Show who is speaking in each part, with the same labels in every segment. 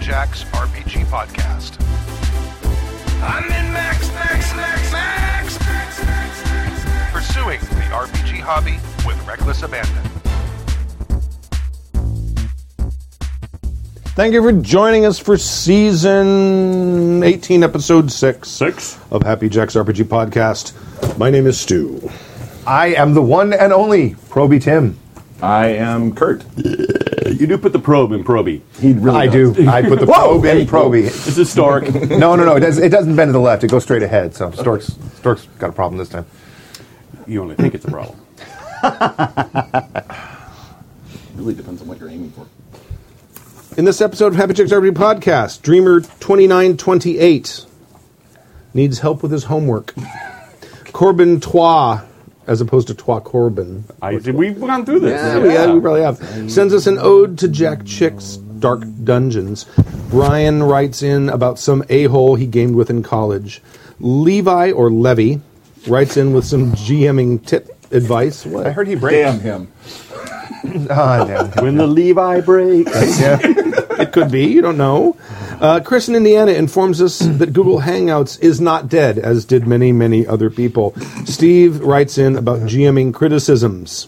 Speaker 1: Jack's RPG Podcast. I'm in Max, Max, Max, Max, Max, Max, Max, Max. Pursuing the RPG hobby with reckless abandon.
Speaker 2: Thank you for joining us for season 18, episode 6
Speaker 3: Six.
Speaker 2: of Happy Jack's RPG Podcast. My name is Stu.
Speaker 4: I am the one and only Proby Tim.
Speaker 3: I am Kurt. you do put the probe in Proby. He really
Speaker 4: I
Speaker 3: does.
Speaker 4: do. I put the
Speaker 3: Whoa,
Speaker 4: probe in Proby.
Speaker 3: It's historic.
Speaker 4: No, no, no. It, does, it doesn't bend to the left. It goes straight ahead. So Stork's Stork's got a problem this time.
Speaker 3: you only think it's a problem.
Speaker 5: really depends on what you're aiming for.
Speaker 2: In this episode of Happy Jack's RPG Podcast, Dreamer 2928 needs help with his homework. Corbin Trois, as opposed to Trois Corbin.
Speaker 3: I, did- we've gone through this.
Speaker 2: Yeah, we, yeah, we probably have. Sends us an ode to Jack Chick's Dark Dungeons. Brian writes in about some a hole he gamed with in college. Levi or Levy writes in with some GMing tip advice.
Speaker 4: I
Speaker 2: What?
Speaker 4: heard he breaks.
Speaker 5: Damn him.
Speaker 4: Ah, damn.
Speaker 3: When the Levi breaks.
Speaker 4: Yeah.
Speaker 2: It could be. You don't know. Uh, Chris in Indiana informs us that Google Hangouts is not dead, as did many, many other people. Steve writes in about GMing criticisms.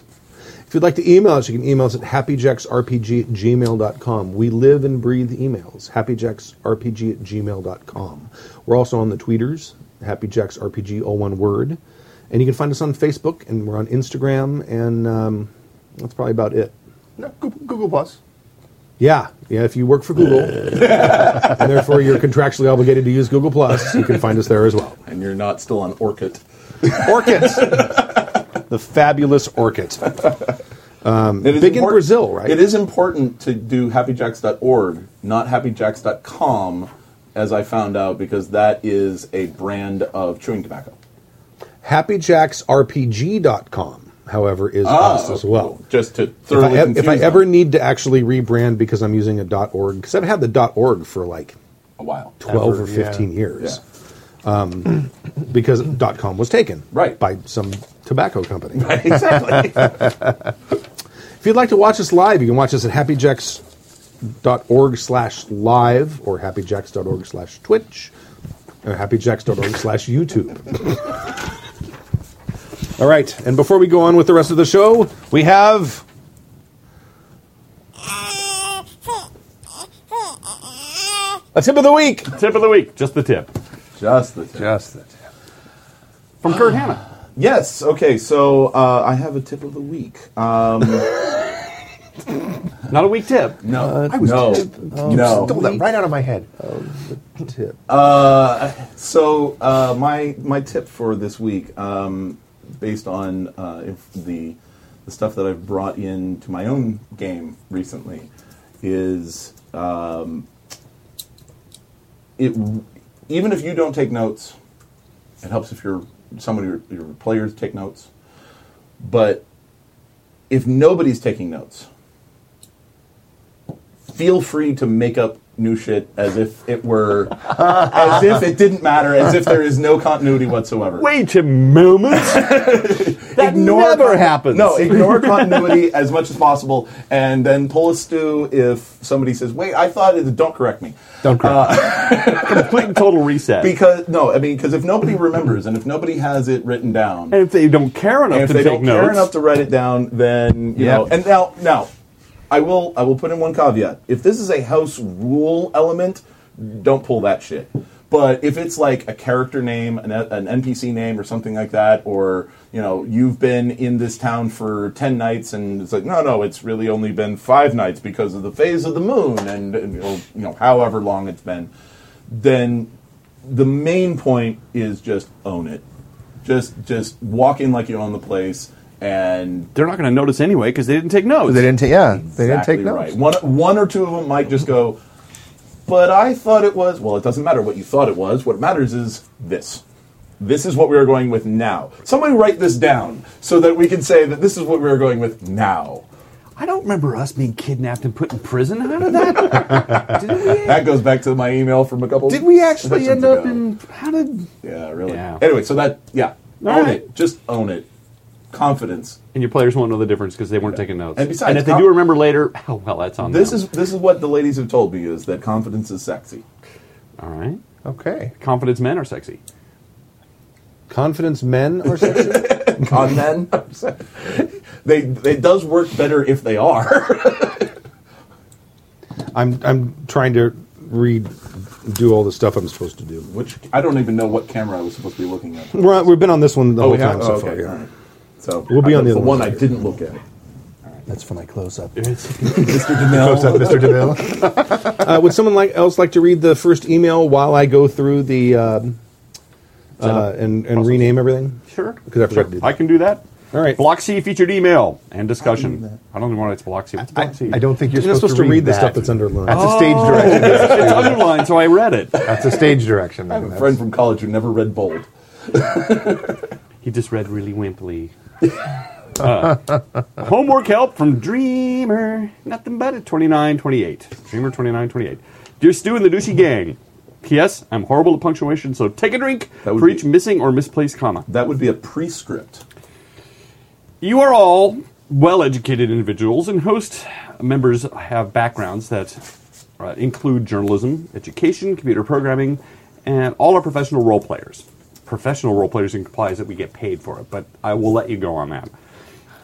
Speaker 2: If you'd like to email us, you can email us at happyjacksrpg at gmail.com. We live and breathe emails, happyjacksrpg at gmail.com. We're also on the tweeters, happyjacksrpg, all one word. And you can find us on Facebook, and we're on Instagram, and um, that's probably about it.
Speaker 4: No, Google, Google Plus.
Speaker 2: Yeah, yeah. If you work for Google, and therefore you're contractually obligated to use Google Plus, you can find us there as well.
Speaker 5: And you're not still on Orchid.
Speaker 2: Orchids, the fabulous orchids.
Speaker 5: It is
Speaker 2: Big in
Speaker 5: import-
Speaker 2: Brazil, right?
Speaker 5: It is important to do happyjacks.org, not happyjacks.com, as I found out, because that is a brand of chewing tobacco.
Speaker 2: HappyJacksRPG.com, however, is us as well.
Speaker 5: Cool. Just to
Speaker 2: If I,
Speaker 5: thoroughly
Speaker 2: ev- if I
Speaker 5: confuse them.
Speaker 2: ever need to actually rebrand because I'm using a .org, because I've had the .org for like
Speaker 5: a while.
Speaker 2: 12 or
Speaker 4: Ever, yeah.
Speaker 2: 15 years, Um,
Speaker 5: Yeah.
Speaker 2: because .com was taken
Speaker 5: Right.
Speaker 2: by some tobacco company.
Speaker 5: exactly.
Speaker 2: If you'd like to watch us live, you can watch us at happyjacks.org slash live or happyjacks.org slash Twitch uh, or happyjacks.org slash YouTube. All right, and before we go on with the rest of the show, we have a tip of the week.
Speaker 3: tip of the week. Just the tip.
Speaker 5: Just the tip.
Speaker 4: Just that.
Speaker 3: From Kurt Hanna.
Speaker 5: Yes. Okay. So uh, I have a tip of the week. Uh,
Speaker 3: Not a weak tip.
Speaker 5: no. no. no.
Speaker 4: Stole that right out of my head.
Speaker 2: Tip.
Speaker 5: So uh, my my tip for this week, um, based on uh, if the the stuff that I've brought in to my own game recently, is um, it even if you don't take notes, it helps if your somebody your, your players take notes, but if nobody's taking notes, feel free to make up new shit as if it were as if it didn't matter as if there is no continuity whatsoever
Speaker 3: Wait a moment. that never
Speaker 5: con-
Speaker 3: happens.
Speaker 5: no ignore continuity as much as possible and then pull a stew if somebody says wait i thought it don't correct me
Speaker 4: Don't cry.
Speaker 3: Complete and total reset.
Speaker 5: because no i mean because if nobody remembers and if nobody has it written down
Speaker 3: and if they don't care enough
Speaker 5: and if
Speaker 3: to
Speaker 5: they
Speaker 3: take
Speaker 5: don't
Speaker 3: notes,
Speaker 5: care enough to write it down, then you
Speaker 4: Yeah.
Speaker 5: know. And now, now, I will, I will put in one caveat. If this is a house rule element, don't pull that shit. But if it's like a character name, an, an NPC name, or something like that, or you know, you've been in this town for ten nights, and it's like, no, no, it's really only been five nights because of the phase of the moon, and, and or, you know, however long it's been, then the main point is just own it. Just just walk in like you own the place and
Speaker 3: they're not going to notice anyway because they didn't take notes.
Speaker 4: They didn't take. Yeah, they didn't
Speaker 5: exactly
Speaker 4: take notes.
Speaker 5: Right. One one or two of them might just go, but I thought it was. Well, it doesn't matter what you thought it was. What matters is this. This is what we are going with now. Somebody write this down so that we can say that this is what we are going with now.
Speaker 3: I don't remember us being kidnapped and put in prison. How did that? did we?
Speaker 5: That goes back to my email from a couple.
Speaker 3: Did we actually end
Speaker 5: sessions
Speaker 3: up
Speaker 5: ago.
Speaker 3: in? How did?
Speaker 5: Yeah, really.
Speaker 3: Yeah.
Speaker 5: Anyway, so that yeah,
Speaker 3: All
Speaker 5: own
Speaker 3: right.
Speaker 5: it. Just own it. confidence.
Speaker 3: And your players won't know the difference because they weren't taking notes.
Speaker 5: And besides,
Speaker 3: if they
Speaker 5: how-
Speaker 3: do remember later, oh, well, that's on
Speaker 5: This
Speaker 3: them.
Speaker 5: is this is what the ladies have told me is that confidence is sexy.
Speaker 3: all right.
Speaker 4: Okay.
Speaker 3: Confidence men are sexy.
Speaker 2: Confidence men are sexy?
Speaker 5: Con men, they it does work better if they are.
Speaker 2: I'm, I'm trying to redo all the stuff I'm supposed to do.
Speaker 5: Which I don't even know what camera I was supposed to be looking at.
Speaker 2: We're on, we've been on this one the whole
Speaker 5: we have-
Speaker 2: time so
Speaker 5: oh,
Speaker 2: far.
Speaker 5: okay,
Speaker 2: Yeah.
Speaker 5: all right. So
Speaker 2: We'll be
Speaker 5: I-
Speaker 2: on the
Speaker 5: that's
Speaker 2: other
Speaker 5: one
Speaker 2: one.
Speaker 5: I didn't look at.
Speaker 6: That's for my close up.
Speaker 5: Mr. DeMille.
Speaker 4: What's up, Mr. DeVille?
Speaker 2: Uh, would someone like else like to read the first email while I go through the um, uh, and, and rename everything?
Speaker 3: Sure.
Speaker 2: 'Cause I forgot to do that.
Speaker 3: I can do that.
Speaker 2: All right.
Speaker 3: Block C featured email and discussion. I don't even know why it's Block C. What's Block C?
Speaker 4: I don't think you're,
Speaker 2: You're not supposed to read the
Speaker 4: that.
Speaker 2: stuff that's underlined.
Speaker 4: That's a
Speaker 5: Oh.
Speaker 4: stage direction.
Speaker 3: It's underlined, so I read it.
Speaker 4: That's a stage direction.
Speaker 5: I have a friend from college who never read bold.
Speaker 3: He just read really wimpily. Uh, homework help from Dreamer. Nothing but a 2928. Dreamer 2928. Dear Stu and the Douchey Gang. P.S. I'm horrible at punctuation, so take a drink
Speaker 5: That would
Speaker 3: for
Speaker 5: be-
Speaker 3: each missing or misplaced comma.
Speaker 5: That would be a prescript.
Speaker 3: You are all well educated individuals, and host members have backgrounds that uh, include journalism, education, computer programming, and all are professional role players. Professional role players implies that we get paid for it, but I will let you go on that.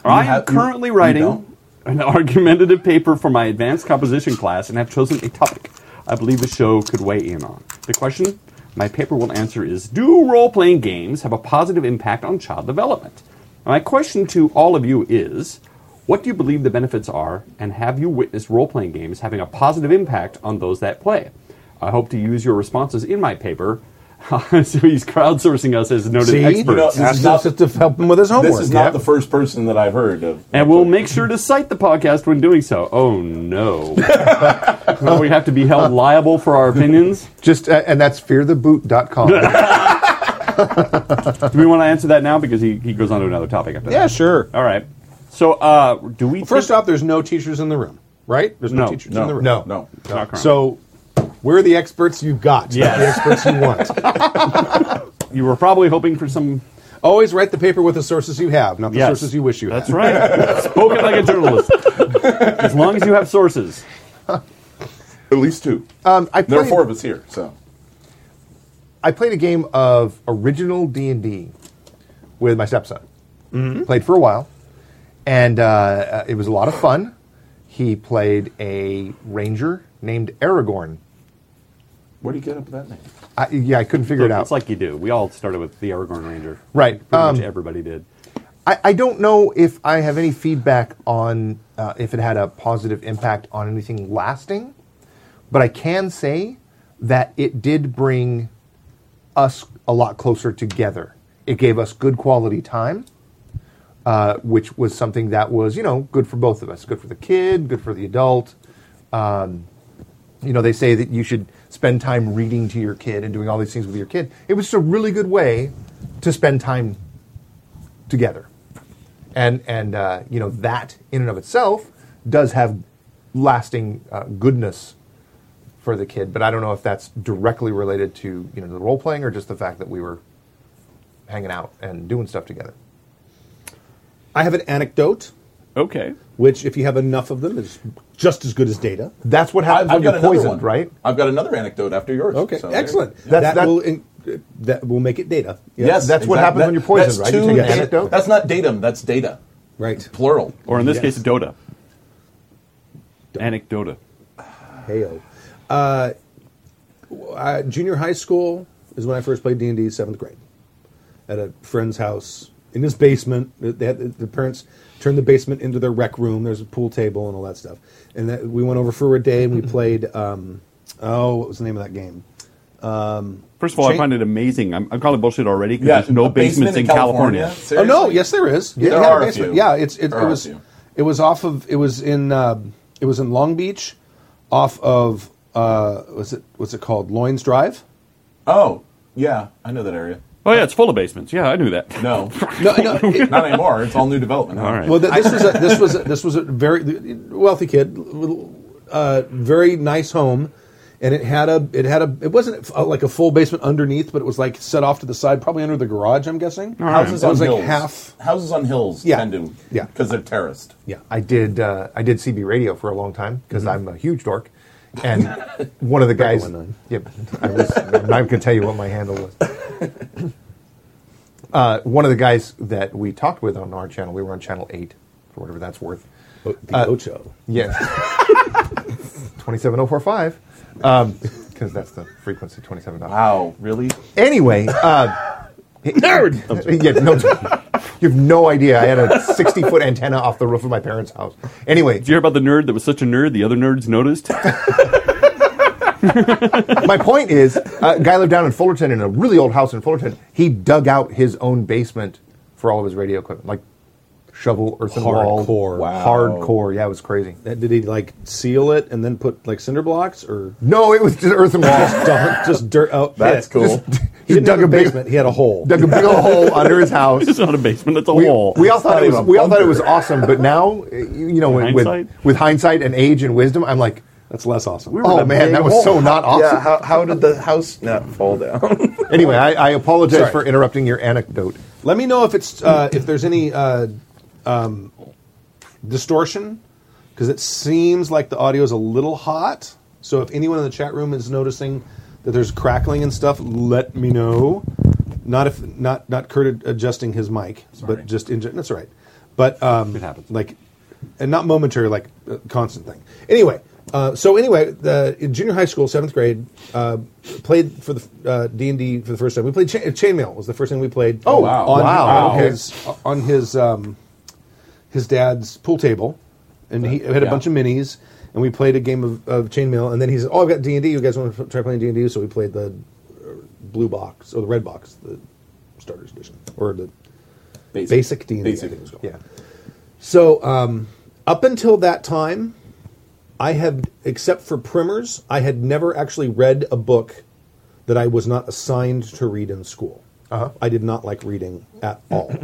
Speaker 3: I am
Speaker 5: have- you-
Speaker 3: currently
Speaker 5: you don't?
Speaker 3: writing an argumentative paper for my advanced composition class and have chosen a topic I believe the show could weigh in on. The question my paper will answer is Do role playing games have a positive impact on child development? My question to all of you is What do you believe the benefits are, and have you witnessed role playing games having a positive impact on those that play? I hope to use your responses in my paper. so he's crowdsourcing us as noted
Speaker 2: See,
Speaker 3: experts.
Speaker 2: you know,
Speaker 5: This is
Speaker 2: this is
Speaker 5: not-
Speaker 2: just to help him with his homework.
Speaker 5: This is not
Speaker 2: yeah.
Speaker 5: the first person that I've heard of.
Speaker 3: And we'll make sure to cite the podcast when doing so. Oh no. Well, we have to be held liable for our opinions.
Speaker 4: Just uh, and that's feartheboot.com.
Speaker 3: Do we want to answer that now? Because he, he goes on to another topic after
Speaker 2: yeah,
Speaker 3: that.
Speaker 2: sure.
Speaker 3: All right. So uh, do we
Speaker 2: Uh, First
Speaker 3: think-
Speaker 2: off, there's no teachers in the room, right? There's no,
Speaker 3: No,
Speaker 2: teachers
Speaker 5: no,
Speaker 2: in the room.
Speaker 4: no.
Speaker 5: No.
Speaker 3: Not current.
Speaker 2: So we're the experts you got,
Speaker 3: Yes.
Speaker 2: not the experts you want.
Speaker 3: you were probably hoping for some
Speaker 2: Always write the paper with the sources you have, not the
Speaker 3: Yes.
Speaker 2: sources you wish you
Speaker 3: That's
Speaker 2: had.
Speaker 3: right. Spoken like a journalist. As long as you have sources.
Speaker 5: At least two.
Speaker 2: Uh,
Speaker 4: Um, I
Speaker 5: there are
Speaker 4: played-
Speaker 5: four of us here, so
Speaker 4: I played a game of original D and D with my stepson. Played for a while, and uh, uh, it was a lot of fun. He played a ranger named Aragorn.
Speaker 5: where do you get up with that name?
Speaker 4: I, yeah, I couldn't figure it out.
Speaker 3: It's like you do. We all started with the Aragorn Ranger.
Speaker 4: Right.
Speaker 3: Pretty
Speaker 4: Um,
Speaker 3: much everybody did.
Speaker 4: I, I don't know if I have any feedback on uh, if it had a positive impact on anything lasting, but I can say that it did bring us a lot closer together. It gave us good quality time, uh, which was something that was, you know, good for both of us. Good for the kid, good for the adult. Um, you know, they say that you should spend time reading to your kid and doing all these things with your kid. It was just a really good way to spend time together. And and uh, you know that in and of itself does have lasting uh, goodness for the kid. But I don't know if that's directly related to you know the role playing or just the fact that we were hanging out and doing stuff together.
Speaker 2: I have an anecdote,
Speaker 3: Okay.
Speaker 2: which, if you have enough of them, is just as good as data.
Speaker 4: That's what happens when you're
Speaker 5: another
Speaker 4: poisoned,
Speaker 5: one.
Speaker 4: right?
Speaker 5: I've got another anecdote after yours.
Speaker 2: Okay,
Speaker 5: so there-
Speaker 2: excellent.
Speaker 5: Yeah.
Speaker 4: That's-
Speaker 2: that,
Speaker 4: that-
Speaker 2: will in, that will make it data. Yeah.
Speaker 5: Yes,
Speaker 4: that's what happens when you're poisoned,
Speaker 5: that's
Speaker 4: right? You
Speaker 5: two
Speaker 4: take an
Speaker 5: data-
Speaker 4: anecdote.
Speaker 5: That's not datum. That's data.
Speaker 2: Right.
Speaker 5: Plural.
Speaker 3: Or in this
Speaker 2: Yes.
Speaker 3: case, Dota. Anecdota.
Speaker 2: Heyo. Uh, I, junior high school is when I first played D and D, seventh grade, at a friend's house in his basement. They had, the parents turned the basement into their rec room. There's a pool table and all that stuff. And that, we went over for a day and we played. Um, oh, what was the name of that game?
Speaker 3: First of all, I
Speaker 2: Change-
Speaker 3: find it amazing. I'm, I'm calling bullshit already because
Speaker 5: Yeah,
Speaker 3: there's no
Speaker 5: a basement
Speaker 3: basements in California.
Speaker 2: Oh no!
Speaker 5: Seriously?
Speaker 2: Yes, there is.
Speaker 5: Yeah,
Speaker 2: It
Speaker 5: there
Speaker 2: had a
Speaker 5: are a
Speaker 2: basement.
Speaker 5: few.
Speaker 2: Yeah, it's it,
Speaker 5: There
Speaker 2: it
Speaker 5: are a
Speaker 2: was
Speaker 5: few.
Speaker 2: it was off of it was in uh, it was in Long Beach, off of uh, was it what's it called Loins Drive?
Speaker 5: Oh, yeah. I know that area.
Speaker 3: Oh yeah, it's full of basements. Yeah, I knew that.
Speaker 5: No,
Speaker 2: No, no. it-
Speaker 5: not anymore. It's all new development. huh?
Speaker 3: All right.
Speaker 2: well, th- this was a, this was a, this was a very wealthy kid, little, uh, very nice home, and it had a it had a it wasn't uh, like a full basement underneath, but it was like set off to the side, probably under the garage. I'm guessing.
Speaker 5: Houses
Speaker 2: It
Speaker 5: on
Speaker 2: was like
Speaker 5: hills.
Speaker 2: half.
Speaker 5: Houses on hills
Speaker 2: Yeah.
Speaker 5: tend to,
Speaker 2: Yeah.
Speaker 5: because they're terraced.
Speaker 2: Yeah.
Speaker 4: I did uh, I did CB radio for a long time because I'm a huge dork, and one of the guys.
Speaker 2: one nine.
Speaker 4: Yep, I was, I'm not going to tell you what my handle was. Uh, one of the guys that we talked with on our channel, we were on channel eight, for whatever that's worth.
Speaker 2: O- The Ocho.
Speaker 4: Yeah, twenty-seven oh four five, because that's the frequency twenty-seven.
Speaker 5: Wow, really?
Speaker 4: Anyway, uh, nerd. yeah, no, you have no idea. I had a sixty-foot antenna off the roof of my parents' house. Anyway,
Speaker 3: Did you hear about the nerd that was such a nerd the other nerds noticed? That's
Speaker 4: my point is, uh, a guy lived down in Fullerton in a really old house in Fullerton. He dug out his own basement for all of his radio equipment, like shovel, earthen
Speaker 2: Hardcore.
Speaker 4: wall,
Speaker 2: Wow.
Speaker 4: hardcore. Yeah, it was crazy.
Speaker 2: Uh, Did he like seal it and then put like cinder blocks or
Speaker 4: No, it was just earthen walls.
Speaker 2: dump, just dirt out?
Speaker 5: That's
Speaker 2: pit?
Speaker 5: cool.
Speaker 2: He,
Speaker 4: he
Speaker 2: didn't
Speaker 4: dug
Speaker 2: have
Speaker 4: a
Speaker 2: a
Speaker 4: big,
Speaker 2: basement. he had a hole.
Speaker 4: dug a big old hole under his house.
Speaker 3: not a basement, that's a
Speaker 4: We,
Speaker 3: wall.
Speaker 4: we all thought
Speaker 5: not
Speaker 4: it was
Speaker 5: even a
Speaker 4: we all thought it
Speaker 5: bunker.
Speaker 4: was awesome, but now uh, you you know with, with
Speaker 3: Hindsight?
Speaker 4: with hindsight and age and wisdom, I'm like,
Speaker 2: That's less awesome. Um,
Speaker 3: We were-
Speaker 4: oh man, that was so not awesome.
Speaker 5: how, how did the house not fall down?
Speaker 4: Anyway, I, I apologize
Speaker 2: Sorry.
Speaker 4: for interrupting your anecdote.
Speaker 2: Let me know if it's uh, if there's any uh, um, distortion because it seems like the audio is a little hot. So if anyone in the chat room is noticing that there's crackling and stuff, let me know. Not if not not Kurt adjusting his mic, but just in gen- that's all right. But um,
Speaker 3: It happens.
Speaker 2: Like, and not momentary, like uh, constant thing. Anyway, uh, so anyway, the in junior high school, seventh grade, uh, played for the uh, D and D for the first time. We played cha- Chainmail was the first thing we played.
Speaker 5: Oh, wow.
Speaker 2: On,
Speaker 4: Wow,
Speaker 2: on
Speaker 4: okay.
Speaker 2: his uh, on his um, his dad's pool table, and he had a
Speaker 5: Yeah.
Speaker 2: bunch of minis, and we played a game of, of Chainmail. And then he said, "Oh, I've got D and D. You guys want to try playing D and D?" So we played the uh, blue box or the red box, the starters edition or the basic D and D. I think it was called.
Speaker 4: Yeah.
Speaker 2: So um, up until that time, I had, except for primers, I had never actually read a book that I was not assigned to read in school.
Speaker 4: Uh-huh.
Speaker 2: I did not like reading at all.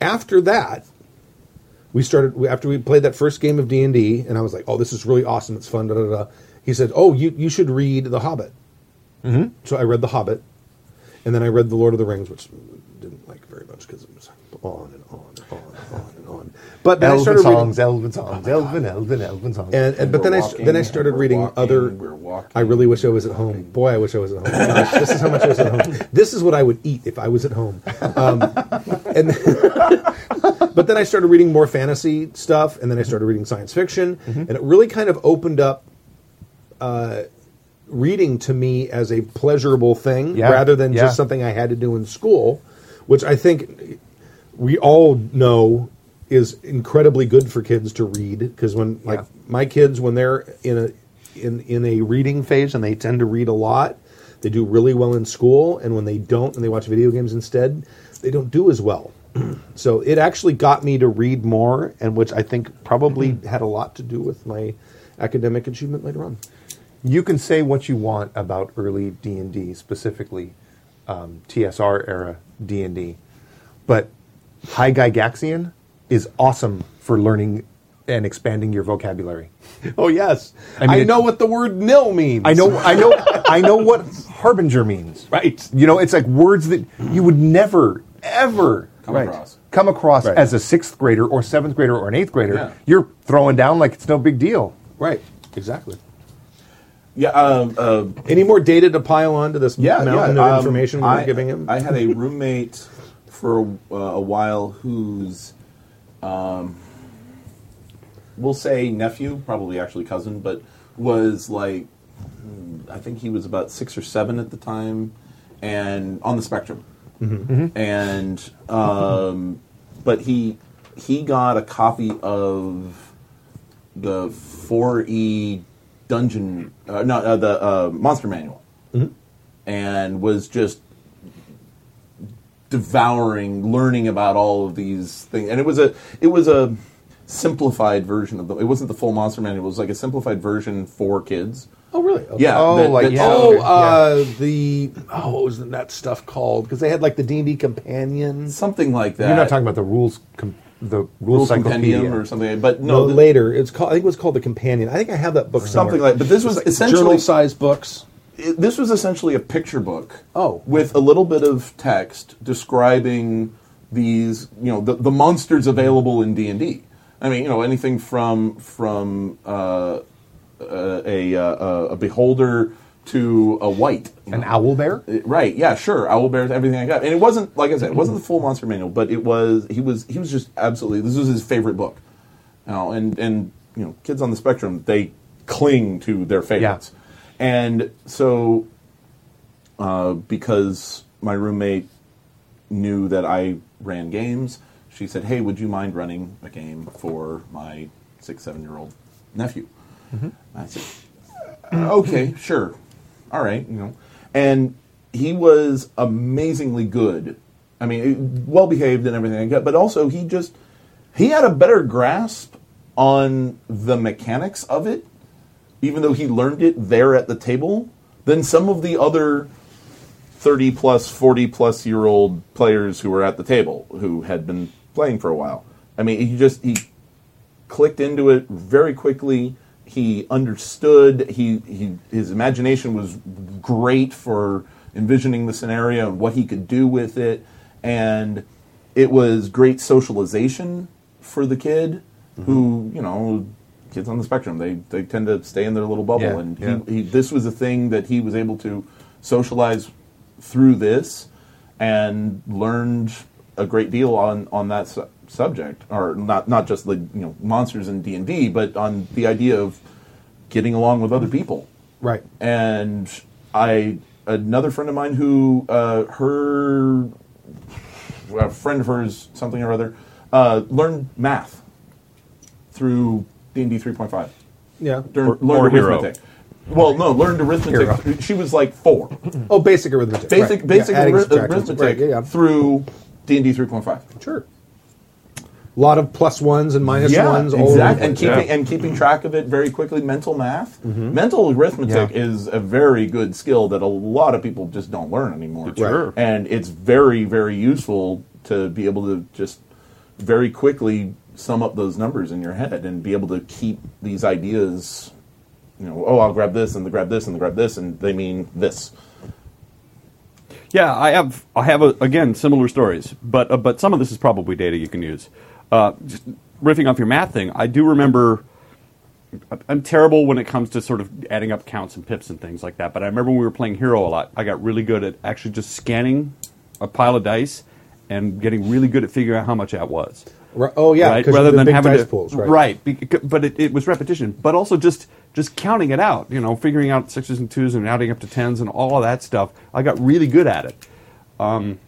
Speaker 2: after that, we started we- after we played that first game of D anD D, and I was like, "Oh, this is really awesome! It's fun." Da da da. He said, "Oh, you you should read The Hobbit."
Speaker 4: Mm-hmm.
Speaker 2: So I read The Hobbit, and then I read The Lord of the Rings, which didn't like very much because it was on and on and on and on and on. But then I
Speaker 4: Elven
Speaker 2: started reading, Oh
Speaker 4: songs, Elven songs, Elven, Elven, Elven songs.
Speaker 2: and, and but
Speaker 5: We're
Speaker 2: then I
Speaker 5: walking,
Speaker 2: then I started
Speaker 5: we're
Speaker 2: reading
Speaker 5: walking,
Speaker 2: other.
Speaker 5: we're walking,
Speaker 2: I really wish I was at home. Boy, I wish I was at home. Gosh, this is how much I was at home. This is what I would eat if I was at home. Um, and but then I started reading more fantasy stuff, and then I started reading science fiction,
Speaker 5: Mm-hmm.
Speaker 2: and it really kind of opened up uh, reading to me as a pleasurable thing
Speaker 4: Yeah,
Speaker 2: rather than
Speaker 4: yeah.
Speaker 2: just something I had to do in school, which I think we all know is incredibly good for kids to read because when like
Speaker 4: Yeah.
Speaker 2: my kids when they're in a in in a reading phase and they tend to read a lot, they do really well in school and when they don't and they watch video games instead, they don't do as well. so it actually got me to read more and which I think probably had a lot to do with my academic achievement later on.
Speaker 4: you can say what you want about early D and D, specifically um, TSR era D and D, but High Gygaxian is awesome for learning and expanding your vocabulary.
Speaker 2: Oh yes, I,
Speaker 4: I mean,
Speaker 2: know
Speaker 4: it-
Speaker 2: what the word nil means.
Speaker 4: I know, I know, I know what harbinger means.
Speaker 2: right?
Speaker 4: You know, it's like words that you would never, ever
Speaker 5: Come across.
Speaker 4: come across
Speaker 2: Right.
Speaker 4: as a sixth grader or seventh grader or an eighth grader.
Speaker 5: Yeah.
Speaker 4: You're throwing down like it's no big deal.
Speaker 2: Right, exactly.
Speaker 5: Yeah, um, uh,
Speaker 2: Any more data to pile onto this
Speaker 5: yeah,
Speaker 2: mountain
Speaker 5: yeah.
Speaker 2: of
Speaker 5: um,
Speaker 2: information we're
Speaker 5: I-
Speaker 2: giving him?
Speaker 5: I had a roommate for a, uh, a while whose, um, we'll say nephew, probably actually cousin, but was like, hmm, I think he was about six or seven at the time, and on the spectrum,
Speaker 2: Mm-hmm.
Speaker 5: and um, but he he got a copy of the 4E dungeon, uh, no, uh, the uh, monster manual, and was just devouring, learning about all of these things. And it was a it was a simplified version of the. It wasn't the full monster manual. It was like a simplified version for kids.
Speaker 2: oh really? Okay.
Speaker 5: Yeah.
Speaker 4: Oh, like, yeah,
Speaker 2: Oh,
Speaker 4: okay,
Speaker 2: uh, the oh, what was that stuff called? Because they had like the D and D companions.
Speaker 5: something like that.
Speaker 4: You're not talking about the rules com- the
Speaker 5: Rule
Speaker 4: rule
Speaker 5: compendium
Speaker 4: cyclopedia.
Speaker 5: or something. But
Speaker 2: No,
Speaker 5: no, th-
Speaker 2: later. It's called. I think it was called the Companion. I think I have that book somewhere.
Speaker 5: something like. But this was essentially
Speaker 2: journal-sized books.
Speaker 5: it, this was essentially a picture book.
Speaker 2: Oh.
Speaker 5: with a little bit of text describing these, you know, the, the monsters available in D anD D. I mean, you know, anything from from uh, uh, a uh, uh, a beholder to a white.
Speaker 4: An owl bear?
Speaker 5: Uh, Right? Yeah, sure. Owl bears, everything like that. And it wasn't like I said, it wasn't the full monster manual, but it was. He was he was just absolutely. This was his favorite book. You know, and and you know, kids on the spectrum they cling to their favorites, and so uh, because my roommate knew that I ran games, she said, "Hey, would you mind running a game for my six seven year old nephew?" I said, Uh, okay, sure, all right, you know. And he was amazingly good. I mean, well behaved and everything like that. But also, he just he had a better grasp on the mechanics of it, even though he learned it there at the table, than some of the other thirty plus, forty plus year old players who were at the table who had been playing for a while. I mean, he just he clicked into it very quickly. He understood. He, he his imagination was great for envisioning the scenario and what he could do with it, and it was great socialization for the kid
Speaker 4: Mm-hmm.
Speaker 5: who you know kids on the spectrum they they tend to stay in their little bubble
Speaker 4: Yeah,
Speaker 5: and he,
Speaker 4: yeah.
Speaker 5: he, this was a thing that he was able to socialize through this and learned a great deal on on that su- subject or not not just the you know monsters in D&D but on the idea of getting along with other people
Speaker 2: Right.
Speaker 5: and I another friend of mine who uh, her a friend of hers something or other uh, learned math through D and D three point five.
Speaker 2: Yeah.
Speaker 5: Learned
Speaker 7: or hero.
Speaker 5: arithmetic. Well, no, learned arithmetic. She was like four.
Speaker 2: Oh, basic arithmetic.
Speaker 5: Basic
Speaker 2: right.
Speaker 5: basic
Speaker 2: Yeah, adding,
Speaker 5: arith-
Speaker 2: subtracting.
Speaker 5: arithmetic
Speaker 2: Right, yeah, yeah.
Speaker 5: through D and D three point five.
Speaker 2: Sure. A lot of plus ones and minus ones. all over the
Speaker 5: exactly. And
Speaker 2: place.
Speaker 5: keeping and keeping track of it very quickly. Mental math, mental arithmetic
Speaker 4: Yeah.
Speaker 5: is a very good skill that a lot of people just don't learn anymore.
Speaker 7: Sure.
Speaker 5: And it's very very useful to be able to just very quickly sum up those numbers in your head and be able to keep these ideas. You know, oh, I'll grab this and grab this and grab this, and they mean this.
Speaker 3: Yeah, I have. I have a, again similar stories, but uh, but some of this is probably data you can use. Uh, just riffing off your math thing, I do remember. I'm terrible when it comes to sort of adding up counts and pips and things like that. But I remember when we were playing Hero a lot. I got really good at actually just scanning a pile of dice and getting really good at figuring out how much that was.
Speaker 2: Ri- Oh yeah,
Speaker 3: right?
Speaker 2: 'cause
Speaker 3: rather
Speaker 2: the
Speaker 3: than
Speaker 2: big
Speaker 3: having
Speaker 2: dice
Speaker 3: to,
Speaker 2: pools, right?
Speaker 3: right? bec- but it, it was repetition, but also just just counting it out. You know, figuring out sixes and twos and adding up to tens and all of that stuff. I got really good at it. Um,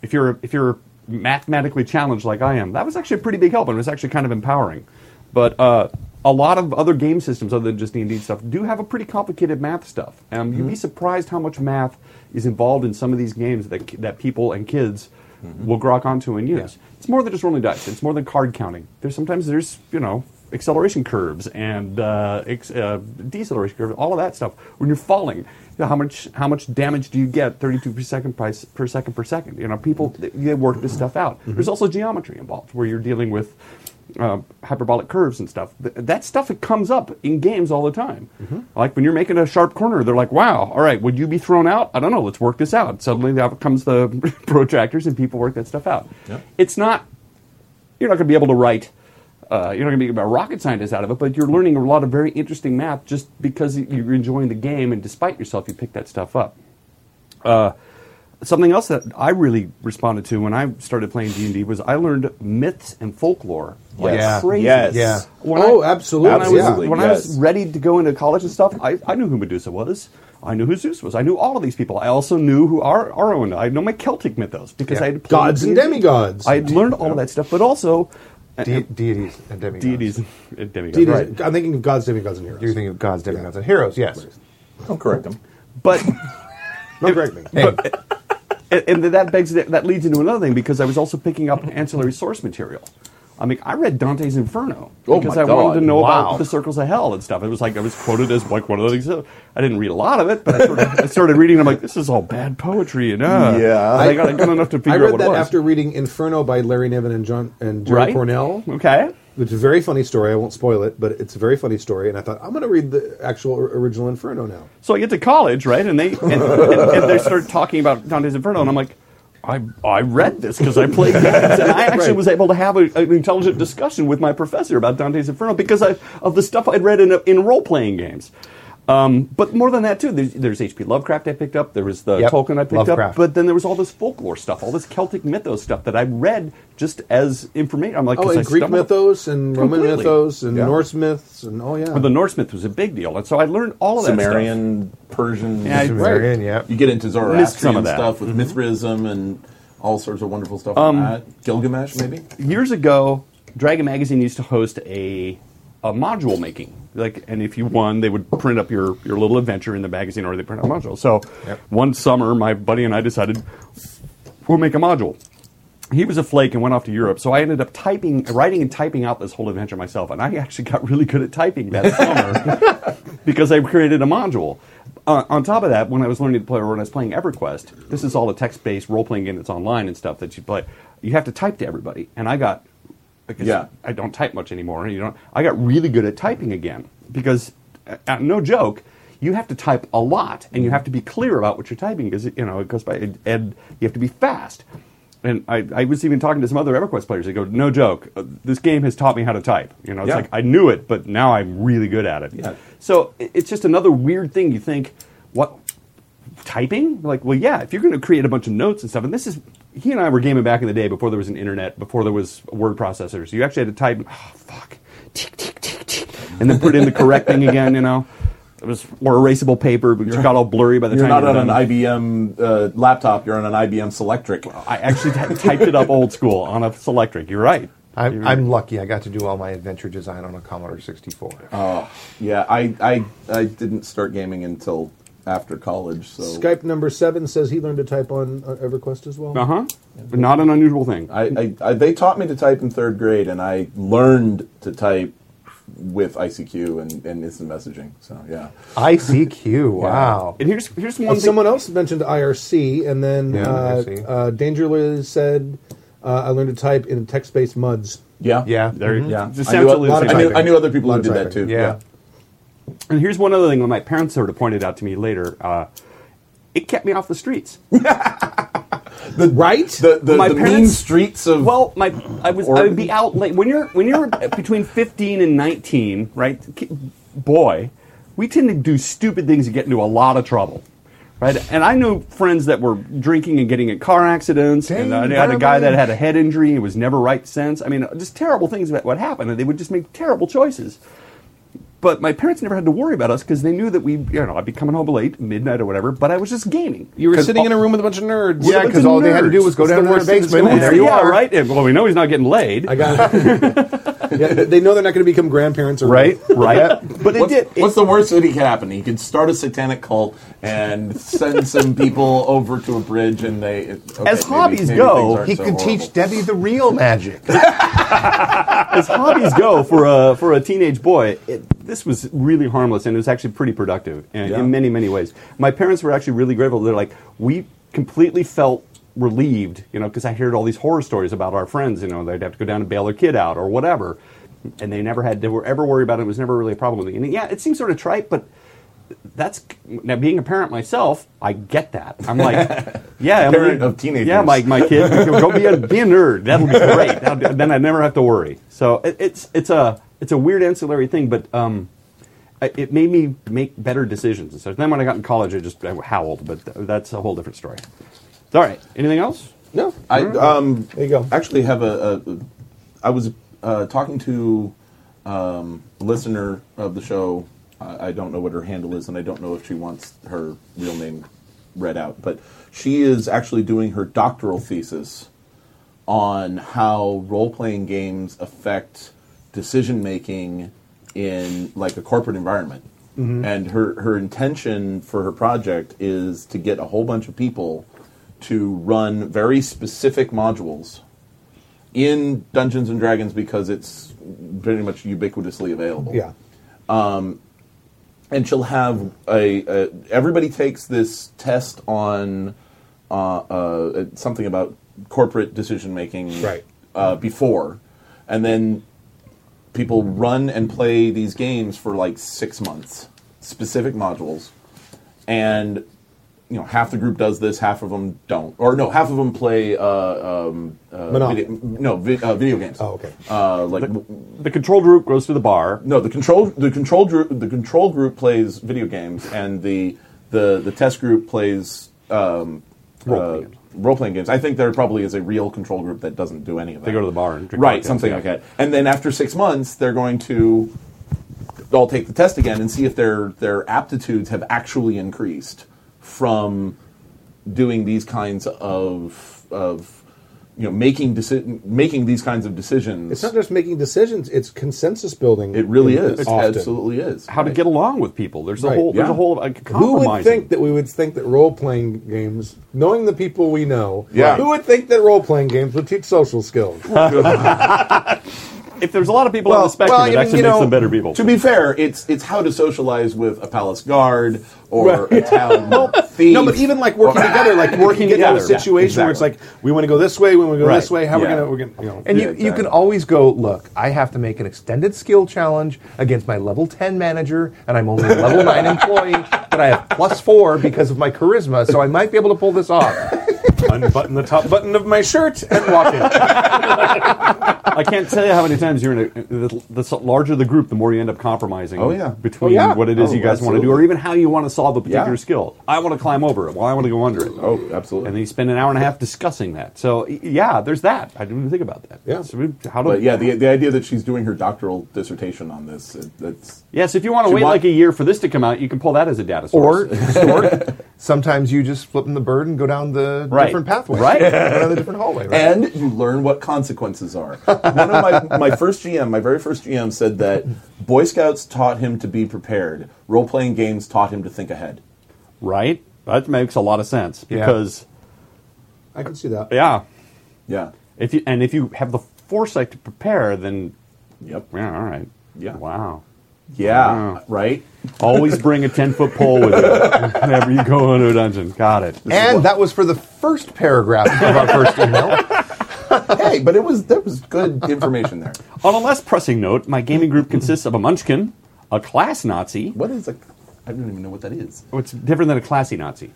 Speaker 3: if you're if you're mathematically challenged like I am, that was actually a pretty big help and it was actually kind of empowering. But uh, a lot of other game systems other than just D and D stuff do have a pretty complicated math stuff. Um,
Speaker 2: Mm-hmm.
Speaker 3: You'd be surprised how much math is involved in some of these games that that people and kids will Mm-hmm. grok onto and use. It's more than just rolling dice. It's more than card counting. There's sometimes there's you know acceleration curves and uh, ex- uh, deceleration curves, all of that stuff. When you're falling, you know, how much how much damage do you get? 32 per second price per second per second. You know, people they, they work this stuff out. There's also geometry involved where you're dealing with. Uh, hyperbolic curves and stuff. Th- that stuff it comes up in games all the time. Like when you're making a sharp corner, they're like, "Wow, all right, would you be thrown out? I don't know. Let's work this out." Suddenly, out comes the protractors, and people work that stuff out. It's not you're not going to be able to write. Uh, you're not going to be a rocket scientist out of it, but you're learning a lot of very interesting math just because y- you're enjoying the game, and despite yourself, you pick that stuff up. Uh, something else that I really responded to when I started playing D and D was I learned myths and folklore like
Speaker 4: Yes. Yeah.
Speaker 3: crazy.
Speaker 5: Yes.
Speaker 4: Yeah.
Speaker 3: When
Speaker 2: Oh,
Speaker 3: I-
Speaker 2: absolutely,
Speaker 3: When I was,
Speaker 2: Absolutely,
Speaker 3: when I was
Speaker 5: yes.
Speaker 3: ready to go into college and stuff, I, I knew who Medusa was. I knew who Zeus was. I knew all of these people. I also knew who Ar- Arwen. I know my Celtic mythos because I had played
Speaker 2: Gods and
Speaker 3: D&D.
Speaker 2: demigods.
Speaker 3: I had learned all of that stuff, but also
Speaker 4: De- deities and demigods.
Speaker 3: deities and demigods.
Speaker 2: Deities-
Speaker 3: Right.
Speaker 2: I'm thinking of gods, demigods, and heroes.
Speaker 4: Do you think of gods, demigods, and heroes? Yes.
Speaker 5: Don't correct him.
Speaker 3: But
Speaker 2: no, correct me.
Speaker 3: and, and that begs that leads into another thing because I was also picking up ancillary source material. I mean, I read Dante's Inferno
Speaker 5: Oh
Speaker 3: because
Speaker 5: my
Speaker 3: I wanted
Speaker 5: God,
Speaker 3: to know
Speaker 5: wow.
Speaker 3: about the circles of hell and stuff. It was like I was quoted as like one of those. I didn't read a lot of it, but I, sort of, I started reading. and I'm like, this is all bad poetry, and uh,
Speaker 5: Yeah.
Speaker 3: And I got, I got enough to figure
Speaker 2: I
Speaker 3: out
Speaker 2: read
Speaker 3: what
Speaker 2: that
Speaker 3: it was.
Speaker 2: after reading Inferno by Larry Niven and John and Jerry
Speaker 3: right?
Speaker 2: Cornell.
Speaker 3: Okay.
Speaker 2: It's a very funny story. I won't spoil it, but it's a very funny story. And I thought I'm going to read the actual or- original Inferno now.
Speaker 3: So I get to college, right? And they and, and, and they start talking about Dante's Inferno, and I'm like, I I read this because I played games, and I actually
Speaker 2: Right.
Speaker 3: was able to have a, an intelligent discussion with my professor about Dante's Inferno because I, of the stuff I'd read in in role playing games. Um, but more than that, too, there's, there's H.P. Lovecraft I picked up. There was the
Speaker 4: Yep,
Speaker 3: Tolkien I picked up.
Speaker 4: Lovecraft.
Speaker 3: But then there was all this folklore stuff, all this Celtic mythos stuff that I read just as information. I'm like,
Speaker 2: Oh,
Speaker 3: 'cause I
Speaker 2: and Greek
Speaker 3: stumbled-
Speaker 2: mythos and Roman
Speaker 3: Completely.
Speaker 2: mythos and
Speaker 5: Yeah.
Speaker 2: Norse myths and oh yeah,
Speaker 3: Well, the Norse myth was a big deal, and so I learned all of that stuff.
Speaker 5: Sumerian, Persian.
Speaker 3: Yeah, I-
Speaker 4: Sumerian, yeah.
Speaker 5: You get into
Speaker 3: Missed some
Speaker 5: Zoroastrian
Speaker 3: of that. Mm-hmm.
Speaker 5: stuff with Mithraism and all sorts of wonderful stuff.
Speaker 3: Um,
Speaker 5: like that. Gilgamesh, maybe.
Speaker 3: years ago, Dragon Magazine used to host a a module making. Like, and if you won, they would print up your, your little adventure in the magazine, or they print out a module. So, one summer, my buddy and I decided we'll make a module. He was a flake and went off to Europe, so I ended up typing, writing, and typing out this whole adventure myself. And I actually got really good at typing that summer because I created a module. Uh, on top of that, when I was learning to play, or when I was playing EverQuest, this is all a text-based role-playing game that's online and stuff that you play. You have to type to everybody, and I got because
Speaker 5: Yeah.
Speaker 3: I don't type much anymore. You know, I got really good at typing again because, uh, uh, no joke, you have to type a lot and you
Speaker 5: Mm-hmm.
Speaker 3: have to be clear about what you're typing because you know it goes by and, and you have to be fast. And I, I was even talking to some other EverQuest players. They go, no joke, uh, this game has taught me how to type. You know, it's
Speaker 5: Yeah.
Speaker 3: like I knew it, but now I'm really good at it.
Speaker 5: Yeah.
Speaker 3: So i- it's just another weird thing. You think, what typing? Like, well, yeah, if you're going to create a bunch of notes and stuff, and this is, he and I were gaming back in the day before there was an internet, before there was word processors. You actually had to type, oh, fuck, tick, tick, tick, tick, and then put in the correct thing again, you know? It was, or erasable paper, but you got all blurry by the
Speaker 5: You're
Speaker 3: time
Speaker 5: not
Speaker 3: you were
Speaker 5: on an
Speaker 3: done.
Speaker 5: IBM uh, laptop. You're on an IBM Selectric.
Speaker 3: I actually t- typed it up old school on a Selectric. You're right.
Speaker 4: I'm, I'm lucky. I got to do all my adventure design on a Commodore 64.
Speaker 5: Yeah, I, I I didn't start gaming until after college. So
Speaker 2: Skype number seven says he learned to type on uh, EverQuest as well.
Speaker 3: Uh huh. Not an unusual thing.
Speaker 5: I, I, I they taught me to type in third grade, and I learned to type with ICQ and, and instant messaging. So yeah,
Speaker 4: ICQ. Wow.
Speaker 3: And here's, here's one
Speaker 2: And
Speaker 3: thing.
Speaker 2: someone else mentioned IRC, and then
Speaker 4: Yeah,
Speaker 2: uh,
Speaker 4: IRC.
Speaker 2: uh, Danger Liz said, uh, "I learned to type in text-based muds."
Speaker 5: yeah,
Speaker 4: Yeah.
Speaker 3: There,
Speaker 4: Mhm.
Speaker 5: yeah.
Speaker 3: It's
Speaker 5: I knew,
Speaker 3: essentially the same
Speaker 5: I,
Speaker 3: thing.
Speaker 5: knew, I knew other people
Speaker 2: Lot
Speaker 5: who
Speaker 2: of
Speaker 5: did that too.
Speaker 2: typing.
Speaker 4: Yeah.
Speaker 3: And here's one other thing when my parents sort of pointed out to me later. Uh, it kept me off the streets.
Speaker 2: right?
Speaker 5: The the,
Speaker 3: My
Speaker 5: the mean
Speaker 3: parents-
Speaker 5: streets of
Speaker 3: Well, my I was I would be out late when you're when you're between 15 and 19, right? ki- Boy, we tend to do stupid things and get into a lot of trouble. Right? And I knew friends that were drinking and getting in car accidents. and I
Speaker 4: Dang,
Speaker 3: had a guy that
Speaker 4: Barbara.
Speaker 3: had a head injury and was never right since. I mean, just terrible things that would happen. And they would just make terrible choices. But my parents never had to worry about us because they knew that we, you know, I'd be coming home late, midnight or whatever, but I was just gaming.
Speaker 2: you were
Speaker 3: 'Cause
Speaker 2: sitting
Speaker 3: all-
Speaker 2: in a room with a bunch of nerds.
Speaker 4: Yeah,
Speaker 3: Bunch
Speaker 4: 'cause
Speaker 3: of
Speaker 4: all they had to do was go
Speaker 3: It's the
Speaker 4: down to their
Speaker 3: worst thing that's
Speaker 4: basement
Speaker 3: going
Speaker 4: and there
Speaker 3: on.
Speaker 4: you
Speaker 3: yeah,
Speaker 4: are.
Speaker 3: right? And, Well, we know he's not getting laid.
Speaker 2: I got. yeah, they know they're not going to become grandparents, or
Speaker 3: right? Right. but it
Speaker 5: What's,
Speaker 3: did.
Speaker 5: what's
Speaker 3: it-
Speaker 5: the worst that he could happen? He could start a satanic cult and send some people over to a bridge, and they. it- okay,
Speaker 3: As
Speaker 5: maybe-
Speaker 3: hobbies
Speaker 5: maybe
Speaker 3: go,
Speaker 5: things aren't
Speaker 4: He
Speaker 5: so
Speaker 4: could
Speaker 5: horrible.
Speaker 4: teach Debbie the real magic.
Speaker 3: as hobbies go for a for a teenage boy, it, this was really harmless and it was actually pretty productive in,
Speaker 5: Yeah.
Speaker 3: in many many ways. My parents were actually really grateful. They're like, we completely felt relieved, you know, because I heard all these horror stories about our friends, you know, they'd have to go down and bail their kid out or whatever, and they never had they were ever worried about it. It was never really a problem. And yeah, it seems sort of trite, but. That's now being a parent myself. I get that. I'm like, yeah, I'm
Speaker 5: Parent
Speaker 3: gonna-
Speaker 5: of teenagers.
Speaker 3: Yeah, my, my kid, go be a be a nerd. That'll be great. That'll- then I never have to worry. So it, it's it's a it's a weird ancillary thing, but um, I- it made me make better decisions. And So then when I got in college, I just I howled. But th- that's a whole different story. All right. Anything else?
Speaker 2: No,
Speaker 5: I um,
Speaker 2: There you go.
Speaker 5: Actually, have a. a I was uh, talking to um, a listener of the show. I, I don't know what her handle is, and I don't know if she wants her real name read out. But she is actually doing her doctoral thesis on how role playing games affect decision making in like a corporate environment. And her, her intention for her project is to get a whole bunch of people to run very specific modules in Dungeons and Dragons because it's pretty much ubiquitously available.
Speaker 2: Yeah.
Speaker 5: and she'll have a, a everybody takes this test on uh, uh, something about corporate decision making
Speaker 2: Right.
Speaker 5: uh, before, and then people run and play these games for like six months, specific modules, and you know half the group does this, half of them don't, or no, half of them play uh, um, uh,
Speaker 2: Monopoly.
Speaker 5: video, no vi- uh, video games.
Speaker 2: Oh, okay.
Speaker 5: Uh, like
Speaker 3: The control group goes to the bar.
Speaker 5: no, the control the control group the control group plays video games, and the the the test group plays um,
Speaker 3: Role-playing games.
Speaker 5: role playing games. I think there probably is a real control group that doesn't do any of that.
Speaker 3: They go to the bar and drink
Speaker 5: right,
Speaker 3: cocktails,
Speaker 5: something
Speaker 3: yeah.
Speaker 5: like that. And then after six months, they're going to all take the test again and see if their their aptitudes have actually increased from doing these kinds of of you know making deci- making these kinds of decisions.
Speaker 2: It's not just making decisions; it's consensus building.
Speaker 5: it really
Speaker 2: in-
Speaker 5: is. It
Speaker 2: often.
Speaker 5: absolutely is.
Speaker 3: How to
Speaker 5: Right.
Speaker 3: get along with people. There's a
Speaker 2: Right,
Speaker 3: whole. There's
Speaker 5: yeah.
Speaker 3: a whole. Like,
Speaker 2: Who would
Speaker 3: compromising.
Speaker 2: think that we would think that role playing games, knowing the people we know,
Speaker 5: Yeah.
Speaker 2: who would think that role playing games would teach social skills?
Speaker 3: if there's a lot of people on the spectrum,
Speaker 5: I
Speaker 3: it
Speaker 5: mean,
Speaker 3: actually
Speaker 5: you
Speaker 3: makes
Speaker 5: know,
Speaker 3: them better people.
Speaker 5: To be fair, it's it's how to socialize with a palace guard or a town thief.
Speaker 2: No, but even like working together, like working
Speaker 5: Working
Speaker 2: together, a
Speaker 5: together, yeah,
Speaker 2: situation where it's like
Speaker 5: exactly.
Speaker 2: we want to go this way, we want to go this
Speaker 5: Right,
Speaker 2: way. How
Speaker 5: yeah.
Speaker 2: we're gonna, we're gonna, you know.
Speaker 4: And
Speaker 5: Yeah,
Speaker 4: you, you
Speaker 5: exactly.
Speaker 4: can always go, look, I have to make an extended skill challenge against my level 10 manager, and I'm only a level 9 employee, but I have plus 4 because of my charisma, so I might be able to pull this off.
Speaker 2: unbutton the top button of my shirt and walk in.
Speaker 3: I can't tell you how many times you're in a. The, the s- larger the group, the more you end up compromising.
Speaker 5: Oh, yeah.
Speaker 3: Between
Speaker 2: Oh, yeah.
Speaker 3: what it is
Speaker 5: Oh,
Speaker 3: you guys want to do, or
Speaker 5: absolutely.
Speaker 3: even how you want to solve a particular
Speaker 5: Yeah.
Speaker 3: skill. I want to climb over it. Well, I want to go under it.
Speaker 5: oh, absolutely.
Speaker 3: And then you spend an hour and a half discussing that. So y- yeah, there's that. I didn't even think about that.
Speaker 2: Yeah.
Speaker 3: So we- how do?
Speaker 5: but yeah, the the idea that she's doing her doctoral dissertation on this, it, that's
Speaker 3: Yes, if you want to
Speaker 5: She
Speaker 3: wait
Speaker 5: wa-
Speaker 3: like a year for this to come out, you can pull that as a data source.
Speaker 4: Or, or sometimes you just flip in the bird and go down the
Speaker 3: Right.
Speaker 4: different pathway.
Speaker 3: Right.
Speaker 4: Go down the different hallway, right?
Speaker 5: and you learn what consequences are. One of my, my first GM, my very first GM, said that Boy Scouts taught him to be prepared. Role playing games taught him to think ahead.
Speaker 3: right? That makes a lot of sense because
Speaker 2: I can see that.
Speaker 3: yeah,
Speaker 5: Yeah.
Speaker 3: if you and if you have the foresight to prepare, then
Speaker 5: Yep.
Speaker 3: yeah, all right,
Speaker 5: Yeah.
Speaker 3: wow.
Speaker 5: Yeah.
Speaker 3: Wow.
Speaker 5: Right.
Speaker 3: Always bring a ten foot pole with you whenever you go into a dungeon. Got it.
Speaker 4: And that was for the first paragraph of our first email.
Speaker 5: hey, but it was that was good information there.
Speaker 3: On a less pressing note, my gaming group consists of a munchkin, a class Nazi.
Speaker 5: What is a? I don't even know what that is.
Speaker 3: What's different than a classy Nazi?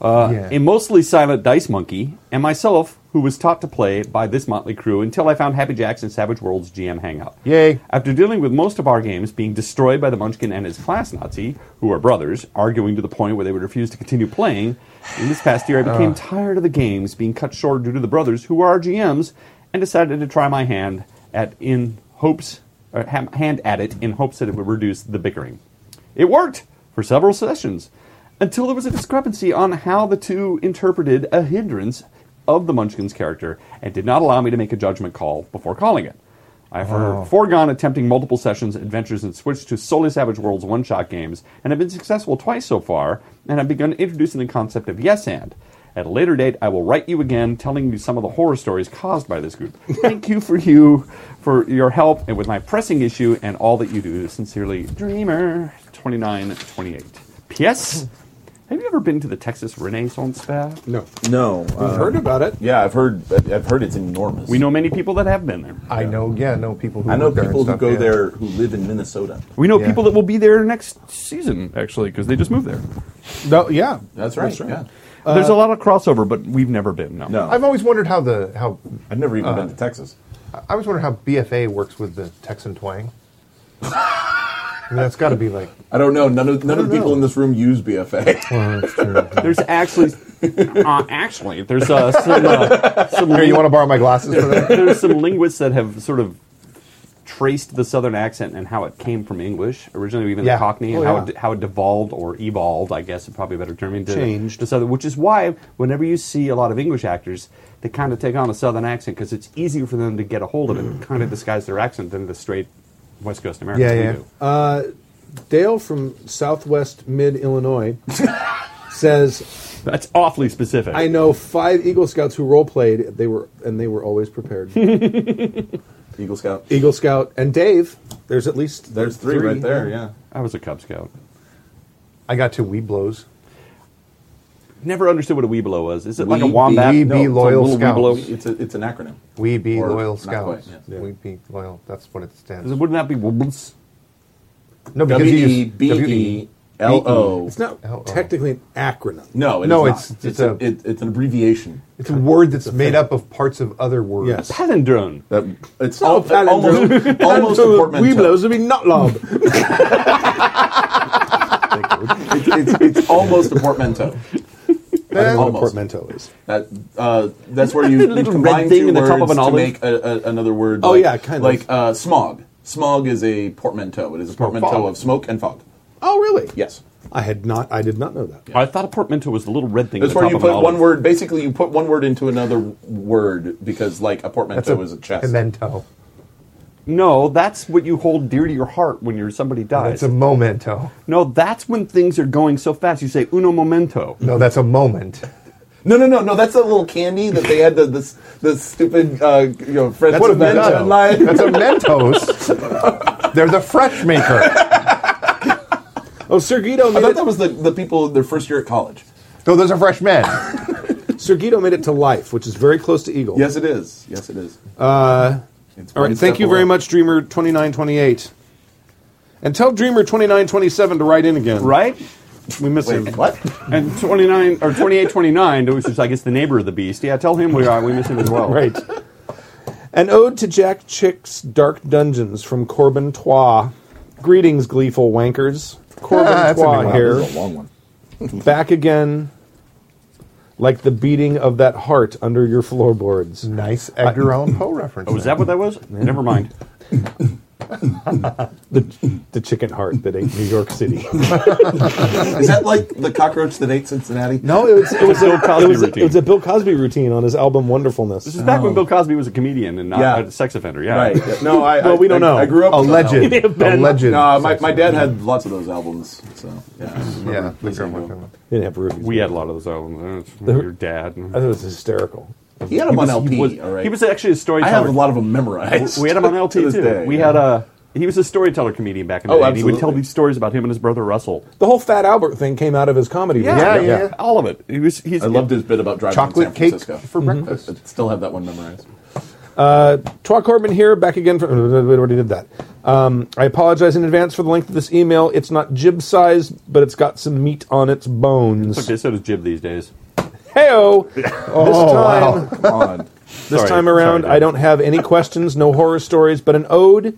Speaker 3: Uh,
Speaker 4: yeah.
Speaker 3: a mostly silent dice monkey, and myself, who was taught to play by this motley crew until I found Happy Jacks and Savage World's GM hangout.
Speaker 4: Yay.
Speaker 3: After dealing with most of our games being destroyed by the Munchkin and his class Nazi, who are brothers, arguing to the point where they would refuse to continue playing, in this past year I became tired of the games being cut short due to the brothers, who are our GMs, and decided to try my hand at in hopes or ha- hand at it in hopes that it would reduce the bickering. It worked for several sessions until there was a discrepancy on how the two interpreted a hindrance of the Munchkin's character and did not allow me to make a judgment call before calling it. I have foregone attempting multiple sessions, adventures, and switched to solely Savage Worlds one shot games, and have been successful twice so far, and have begun introducing the concept of yes and. At a later date, I will write you again telling you some of the horror stories caused by this group. Thank you for you for your help and with my pressing issue and all that you do. Sincerely, Dreamer 2928. P.S. Have you ever been to the Texas Renaissance Fair?
Speaker 2: No,
Speaker 5: No, uh,
Speaker 2: I've heard about it.
Speaker 5: Yeah, I've heard. I've heard it's enormous.
Speaker 3: We know many people that have been there.
Speaker 4: I know, yeah, I know people who
Speaker 5: I know
Speaker 4: work there and
Speaker 5: people who
Speaker 4: stuff,
Speaker 5: go
Speaker 4: yeah.
Speaker 5: there who live in Minnesota.
Speaker 3: We know
Speaker 4: Yeah.
Speaker 3: people that will be there next season, actually, because they just moved there.
Speaker 2: No, yeah,
Speaker 5: That's right. Yeah.
Speaker 3: There's a lot of crossover, but we've never been. No.
Speaker 5: No,
Speaker 4: I've
Speaker 5: I've, Uh,
Speaker 4: always wondered how the how
Speaker 5: never even been to Texas.
Speaker 4: I always wondered how BFA works with the Texan twang. I mean, that's got to be like
Speaker 5: I don't know. None of none of the people
Speaker 4: know.
Speaker 5: in this room use BFA.
Speaker 4: Well, that's true.
Speaker 3: There's actually, uh, actually, there's uh, some, uh, some
Speaker 4: Here, you want to borrow my glasses for that?
Speaker 3: there's some linguists that have sort of traced the southern accent and how it came from English originally, even
Speaker 4: Yeah.
Speaker 3: the Cockney, and
Speaker 2: Oh,
Speaker 3: how,
Speaker 2: yeah.
Speaker 3: it, how it devolved or evolved, I guess, is probably a better term, into
Speaker 2: Changed.
Speaker 3: the southern. Which is why whenever you see a lot of English actors, they kind of take on a southern accent because it's easier for them to get a hold of it, and kind of disguise their accent than the straight West Coast Americans
Speaker 4: Yeah,
Speaker 3: we
Speaker 4: yeah.
Speaker 3: do.
Speaker 2: Dale from Southwest Mid Illinois says,
Speaker 3: That's awfully specific.
Speaker 2: I know five Eagle Scouts who role played. They were and they were always prepared.
Speaker 5: Eagle Scout.
Speaker 2: Eagle Scout and Dave. There's at least
Speaker 5: There's three, right there. Yeah.
Speaker 3: I was a Cub Scout.
Speaker 4: I got to Weeblos.
Speaker 3: Never understood what a Weeblo was. Is it like a
Speaker 5: Wee-
Speaker 3: wombat?
Speaker 4: Wee-
Speaker 5: no,
Speaker 4: Be
Speaker 5: it's a
Speaker 4: Loyal
Speaker 5: little
Speaker 4: Scouts.
Speaker 5: Weeblo. It's a, it's an acronym.
Speaker 4: We be
Speaker 5: Or
Speaker 4: loyal
Speaker 5: not
Speaker 4: scouts.
Speaker 5: quite,
Speaker 2: yeah.
Speaker 4: We be loyal. That's what it stands.
Speaker 3: Is it- Wouldn't that be Wobbles?
Speaker 4: No,
Speaker 5: W
Speaker 4: you
Speaker 5: e
Speaker 4: use-
Speaker 5: b e l o.
Speaker 2: It's not
Speaker 4: Oh, oh.
Speaker 2: technically an acronym.
Speaker 5: No, it is
Speaker 4: No,
Speaker 5: not.
Speaker 4: it's- it's
Speaker 5: a,
Speaker 4: a-
Speaker 5: it, it's an abbreviation.
Speaker 4: It's a word that's made up of parts of other words.
Speaker 2: Yes.
Speaker 3: Palindrome.
Speaker 5: That it's
Speaker 2: No,
Speaker 5: al- almost almost a portmanteau.
Speaker 2: Weeblos would be nutlob.
Speaker 5: It's, it's, it's almost a portmanteau.
Speaker 2: I don't know what a
Speaker 5: Almost.
Speaker 2: portmanteau is.
Speaker 5: That uh, that's where you,
Speaker 3: That
Speaker 5: you
Speaker 3: little
Speaker 5: combine
Speaker 3: red thing
Speaker 5: two
Speaker 3: in the
Speaker 5: words
Speaker 3: top of an
Speaker 5: to
Speaker 3: olive?
Speaker 5: make a, a, another word.
Speaker 2: Oh,
Speaker 5: like,
Speaker 2: yeah, kind of.
Speaker 5: like uh, smog. Smog is a portmanteau. It is a portmanteau
Speaker 3: fog.
Speaker 5: of smoke and fog.
Speaker 2: Oh, really?
Speaker 5: Yes,
Speaker 2: I had not. I did not know that.
Speaker 3: I thought a portmanteau was the little red thing.
Speaker 5: that's
Speaker 3: at the
Speaker 5: where
Speaker 3: top
Speaker 5: you
Speaker 3: of an
Speaker 5: put
Speaker 3: olive.
Speaker 5: one word. Basically, you put one word into another word because, like, a
Speaker 4: That's
Speaker 5: portmanteau is a chest.
Speaker 4: memento.
Speaker 3: No, that's what you hold dear to your heart when you're somebody dies.
Speaker 4: That's a momento.
Speaker 3: no, that's when things are going so fast. You say uno momento.
Speaker 4: No, that's a moment.
Speaker 5: No, no, no, no. That's that little candy that they had the this the stupid uh, you know French
Speaker 4: That's a
Speaker 5: memento
Speaker 4: memento.
Speaker 5: in line.
Speaker 4: That's a Mentos. They're the fresh maker.
Speaker 2: Oh, Sergito
Speaker 5: I
Speaker 2: made
Speaker 5: thought
Speaker 2: it.
Speaker 5: that was the, the people in their first year at college.
Speaker 4: No, those are fresh men.
Speaker 2: Sergito made it to life, which is very close to Eagle.
Speaker 5: Yes, it is. Yes, it is. Uh,
Speaker 2: All right. Thank you very much, Dreamer twenty nine twenty eight. And tell Dreamer twenty nine twenty seven to write in again.
Speaker 3: Right?
Speaker 2: We miss
Speaker 5: Wait,
Speaker 2: him.
Speaker 5: what?
Speaker 3: And 29, or 28, 29, which is, I guess, the neighbor of the beast. Yeah, tell him we are. We miss him as well.
Speaker 2: Right. An ode to Jack Chick's Dark Dungeons from Corbin Trois. Greetings, gleeful wankers. Corbin
Speaker 4: Ah, that's a
Speaker 2: Trois
Speaker 4: new one.
Speaker 2: here.
Speaker 5: a long one.
Speaker 2: Back again, like the beating of that heart under your floorboards.
Speaker 4: Nice Edgar Allan Poe reference.
Speaker 3: Oh, is that what that was? Never mind.
Speaker 2: The, the chicken heart that ate New York City.
Speaker 5: Is that like the cockroach that ate Cincinnati?
Speaker 2: no, Oh, it was, it was, a,
Speaker 3: Bill Cosby
Speaker 2: it, was a,
Speaker 3: routine.
Speaker 2: it was a Bill Cosby routine on his album Wonderfulness.
Speaker 3: This is back when Bill Cosby was a comedian and not
Speaker 5: Yeah.
Speaker 3: a sex offender. Yeah.
Speaker 5: Right. Yeah. No, I.
Speaker 2: Well,
Speaker 5: I,
Speaker 2: we don't
Speaker 5: I,
Speaker 2: know.
Speaker 5: I grew up
Speaker 4: Alleged.
Speaker 5: With
Speaker 3: been-
Speaker 4: Alleged.
Speaker 5: that album. no, my,
Speaker 4: sex
Speaker 5: my
Speaker 4: act.
Speaker 5: dad had lots of those albums. So yeah. I remember
Speaker 4: Yeah, the
Speaker 5: listening
Speaker 4: Grim
Speaker 5: to them.
Speaker 4: Reaper.
Speaker 2: Didn't have roofies.
Speaker 3: We had a lot of those albums. Uh, Your dad. and-
Speaker 2: I thought it was hysterical.
Speaker 5: He had them on
Speaker 3: He
Speaker 5: LP.
Speaker 3: was,
Speaker 5: all right.
Speaker 3: he was actually a
Speaker 5: I
Speaker 3: storyteller.
Speaker 5: have a lot of them memorized.
Speaker 3: We had him on LT
Speaker 5: to
Speaker 3: too.
Speaker 5: this day.
Speaker 3: we had uh, a. He was a storyteller comedian back in the
Speaker 5: Oh,
Speaker 3: day. and He would tell
Speaker 5: absolutely.
Speaker 3: these stories about him and his brother Russell.
Speaker 2: The whole Fat Albert thing came out of his comedy.
Speaker 4: Yeah,
Speaker 2: routine.
Speaker 4: yeah, yeah.
Speaker 3: All of it. He was. He's.
Speaker 5: I loved his bit about driving
Speaker 4: Chocolate
Speaker 5: in San
Speaker 4: cake
Speaker 5: Francisco Mhm.
Speaker 4: for breakfast.
Speaker 5: I still have that one memorized.
Speaker 2: Twa Corbin here, back again from. We already did that. Um, I apologize in advance for the length of this email. It's not jib sized, but it's got some meat on its bones.
Speaker 3: Okay, so does Jib these days.
Speaker 2: Heyo! This time,
Speaker 5: Come on.
Speaker 2: this
Speaker 3: Sorry.
Speaker 2: time around,
Speaker 3: Sorry,
Speaker 2: I
Speaker 3: Dave.
Speaker 2: don't have any questions, no horror stories, but an ode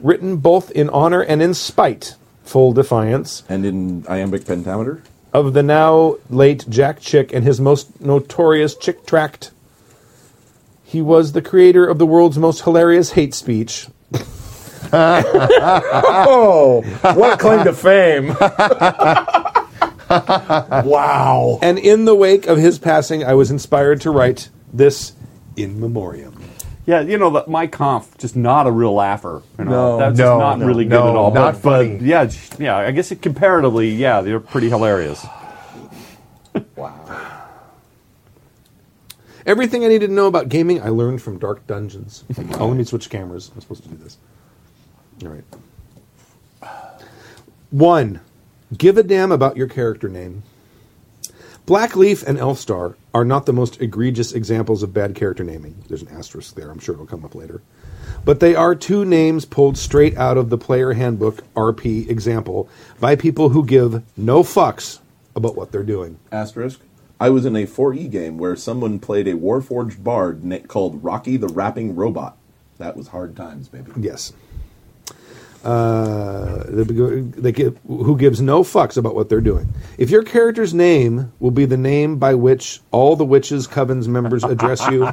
Speaker 2: written both in honor and in spite, full defiance,
Speaker 5: And in iambic pentameter.
Speaker 2: of the now late Jack Chick and his most notorious Chick Tract. He was the creator of the world's most hilarious hate speech,
Speaker 5: Oh, what a claim to fame! wow.
Speaker 2: And in the wake of his passing, I was inspired to write this in memoriam.
Speaker 3: Yeah, you know, the, my conf just not a real laugher. You know?
Speaker 5: No,
Speaker 3: that's
Speaker 4: no,
Speaker 3: just not
Speaker 4: no,
Speaker 3: really
Speaker 4: no,
Speaker 3: good at all.
Speaker 4: not
Speaker 3: but, but,
Speaker 4: funny.
Speaker 3: yeah, j- yeah. I guess it, comparatively, yeah, they're pretty hilarious.
Speaker 5: Wow.
Speaker 2: Everything I needed to know about gaming, I learned from Dark Dungeons. oh, let me switch cameras. I'm supposed to do this. All right. One, give a damn about your character name. Blackleaf and Elfstar are not the most egregious examples of bad character naming. There's an asterisk there, I'm sure it'll come up later. But they are two names pulled straight out of the player handbook RP example by people who give no fucks about what they're doing.
Speaker 5: Asterisk. I was in a 4E game where someone played a Warforged bard na- called Rocky the Rapping Robot. That was hard times, baby.
Speaker 2: Yes. Uh, they, they give, who gives no fucks about what they're doing. If your character's name will be the name by which all the witches' coven's members address you,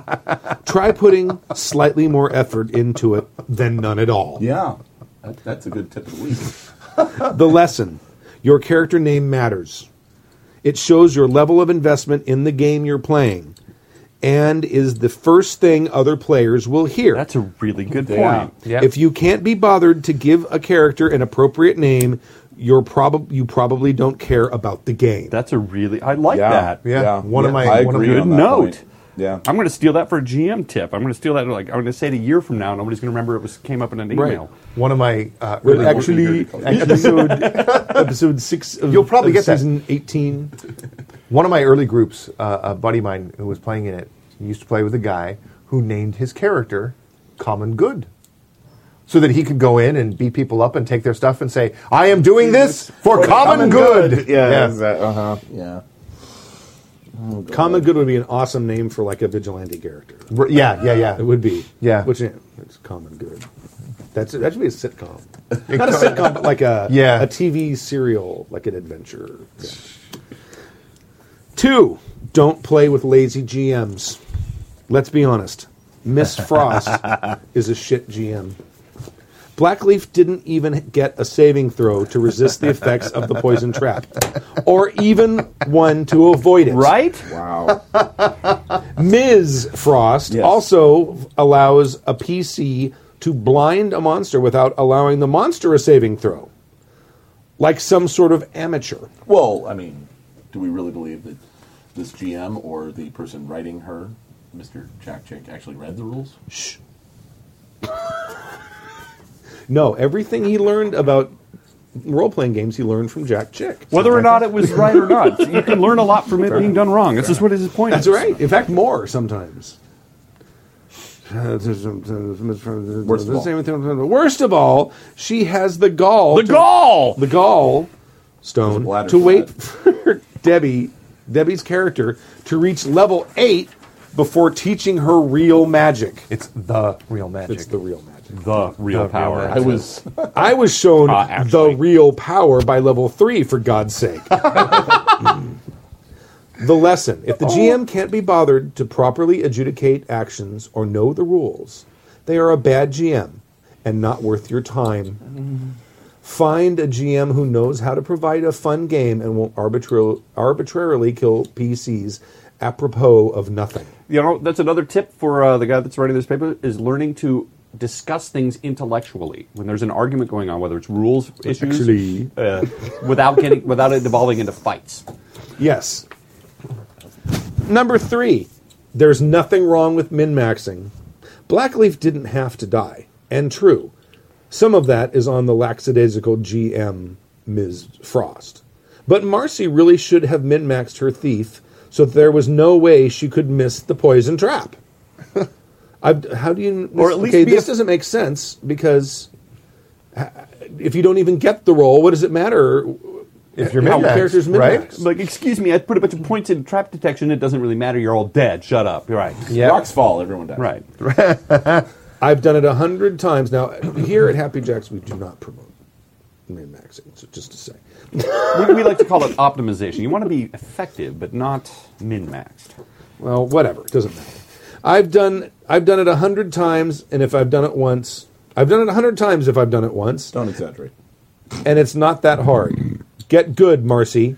Speaker 2: try putting slightly more effort into it than none at all.
Speaker 5: Yeah, that, that's a good tip of the week.
Speaker 2: The lesson your character name matters. It shows your level of investment in the game you're playing and is the first thing other players will hear.
Speaker 3: That's a really good
Speaker 5: Yeah.
Speaker 3: point.
Speaker 4: Yep.
Speaker 2: If you can't be bothered to give a character an appropriate name, you're prob- you probably don't care about the game.
Speaker 3: That's a really I like
Speaker 5: yeah,
Speaker 3: that.
Speaker 5: Yeah,
Speaker 4: Yeah. One of
Speaker 5: yeah,
Speaker 4: my-
Speaker 5: I
Speaker 4: one of
Speaker 5: agree
Speaker 4: my-
Speaker 5: on
Speaker 3: Good
Speaker 5: that
Speaker 3: note.
Speaker 5: point. Yeah,
Speaker 3: I'm going to steal that for a GM tip. I'm going to steal that like I'm going to say it a year from now. Nobody's going to remember it was came up in an
Speaker 2: Right.
Speaker 3: email.
Speaker 4: One of my uh,
Speaker 2: Well,
Speaker 4: really
Speaker 2: actually, episode episode six. Of,
Speaker 4: You'll probably
Speaker 2: of
Speaker 4: get that.
Speaker 2: season eighteen.
Speaker 4: One of my early groups, uh, a buddy of mine who was playing in it, he used to play with a guy who named his character Common Good. So that he could go in and beat people up and take their stuff and say, I am doing this for, common, good.
Speaker 5: Yeah, uh huh.
Speaker 4: uh-huh.
Speaker 5: Yeah,
Speaker 2: Common good would be an awesome name for like a vigilante character.
Speaker 4: R- yeah, yeah, yeah.
Speaker 2: It would be.
Speaker 4: Yeah.
Speaker 2: Which it's common good. That's that should be a sitcom. Not a sitcom, but like a
Speaker 4: Yeah.
Speaker 2: a TV serial, like an adventure. Yeah. Two, don't play with lazy GMs. Let's be honest. Miss Frost is a shit GM. Blackleaf didn't even get a saving throw to resist the effects of the poison trap, or even one to avoid it.
Speaker 3: Right?
Speaker 5: wow.
Speaker 2: Ms. Frost
Speaker 5: Yes.
Speaker 2: also allows a PC to blind a monster without allowing the monster a saving throw, like some sort of amateur.
Speaker 5: well, I mean, do we really believe that this GM or the person writing her, Mr. Jack Chick, actually read the rules?
Speaker 2: No, everything he learned about role playing games he learned from Jack Chick.
Speaker 3: Whether or not it was right or not, you can learn a lot from it being done wrong. This is what his point
Speaker 2: That's
Speaker 3: is.
Speaker 2: right. In fact, more sometimes. Worst
Speaker 5: of all.
Speaker 2: Worst of all, she has the gall.
Speaker 3: The
Speaker 2: to-
Speaker 3: gall.
Speaker 2: the gall
Speaker 5: There's a
Speaker 2: stone
Speaker 5: bladder
Speaker 2: to
Speaker 5: for
Speaker 2: wait
Speaker 5: that.
Speaker 2: for Debbie Debbie's character to reach level 8 before teaching her real magic.
Speaker 4: It's the real magic.
Speaker 2: It's the real magic.
Speaker 3: The real
Speaker 4: real
Speaker 3: power.
Speaker 4: magic.
Speaker 5: I was
Speaker 2: I was shown
Speaker 3: Uh, actually.
Speaker 2: the real power by level 3 for God's sake. the lesson, if the GM can't be bothered to properly adjudicate actions or know the rules, they are a bad GM and not worth your time. Find a GM who knows how to provide a fun game and won't arbitrar- arbitrarily kill PCs apropos of nothing.
Speaker 3: You know, that's another tip for uh, the guy that's writing this paper is learning to discuss things intellectually when there's an argument going on, whether it's rules issues,
Speaker 2: Actually-
Speaker 3: uh, without getting without it devolving into fights.
Speaker 2: Yes. Number three, there's nothing wrong with min maxing. Blackleaf didn't have to die, and true, some of that is on the lackadaisical GM Ms. Frost. But Marcy really should have min maxed her thief so that there was no way she could miss the poison trap. I've, how do you?
Speaker 3: Or at least
Speaker 2: okay,
Speaker 3: be
Speaker 2: this
Speaker 3: a-
Speaker 2: doesn't make sense because uh, if you don't even get the role, what does it matter?
Speaker 4: if you're
Speaker 2: How
Speaker 4: min-maxed,
Speaker 2: characters
Speaker 4: right?
Speaker 2: min-maxed.
Speaker 3: Like, excuse me, I put a bunch of points in trap detection. It doesn't really matter. You're all dead. Shut up. You're right.
Speaker 4: Yeah.
Speaker 5: rocks fall. Everyone dies.
Speaker 3: Right.
Speaker 2: I've done it a hundred times now. Here at Happy Jacks, we do not promote min maxing. So just to say,
Speaker 3: we, we like to call it optimization. You want to be effective, but not min maxed.
Speaker 2: well, whatever, it doesn't matter. I've done I've done it a hundred times, and if I've done it once, I've done it a hundred times. If I've done it once,
Speaker 5: Don't exaggerate.
Speaker 2: and it's not that hard. Get good, Marcy.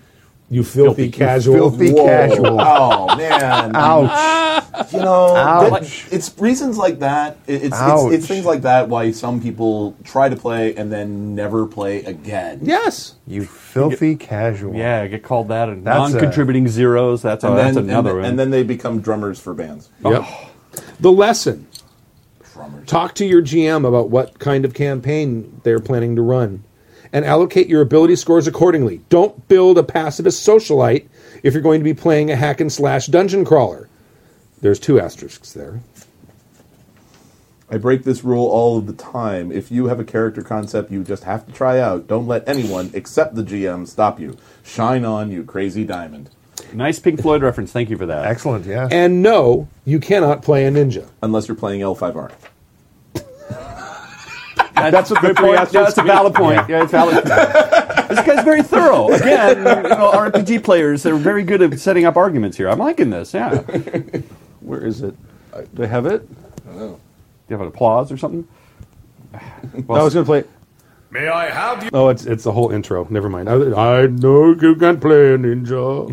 Speaker 2: You filthy, casual.
Speaker 4: filthy- Be casual.
Speaker 5: Oh man.
Speaker 4: Ouch.
Speaker 5: You know,
Speaker 4: Ouch.
Speaker 5: that- it's reasons like that. it- It's, it's
Speaker 4: Ouch.
Speaker 5: it's things like that why some people try to play and then never play again.
Speaker 2: Yes.
Speaker 4: you filthy casual.
Speaker 3: Yeah, get called that. And
Speaker 4: That's a-
Speaker 3: non-contributing zeros. That's,
Speaker 5: And
Speaker 3: oh,
Speaker 5: then
Speaker 3: that's another
Speaker 5: and,
Speaker 3: one.
Speaker 5: and then they become drummers for bands.
Speaker 2: Yep. The lesson.
Speaker 5: Drummers.
Speaker 2: Talk to your GM about what kind of campaign they're planning to run and allocate your ability scores accordingly. Don't build a pacifist socialite if you're going to be playing a hack and slash dungeon crawler. There's two asterisks there.
Speaker 5: I break this rule all of the time. If you have a character concept you just have to try out, don't let anyone except the GM stop you. Shine on, you crazy diamond.
Speaker 3: nice Pink Floyd reference. Thank you for that.
Speaker 4: Excellent, yeah.
Speaker 2: And no, you cannot play a ninja.
Speaker 5: Unless you're playing L5R.
Speaker 3: That's what the three asterisks. That's a valid point. Yeah, it's valid. this guy's very thorough. Again, you know, RPG players they're very good at setting up arguments here. I'm liking this. Yeah. Do
Speaker 7: Where is it? Do I have it?
Speaker 3: you have an applause or something?
Speaker 7: I was going to play.
Speaker 1: May I have you?
Speaker 2: Oh, it's it's the whole intro. Never mind. I, I know you can play a ninja.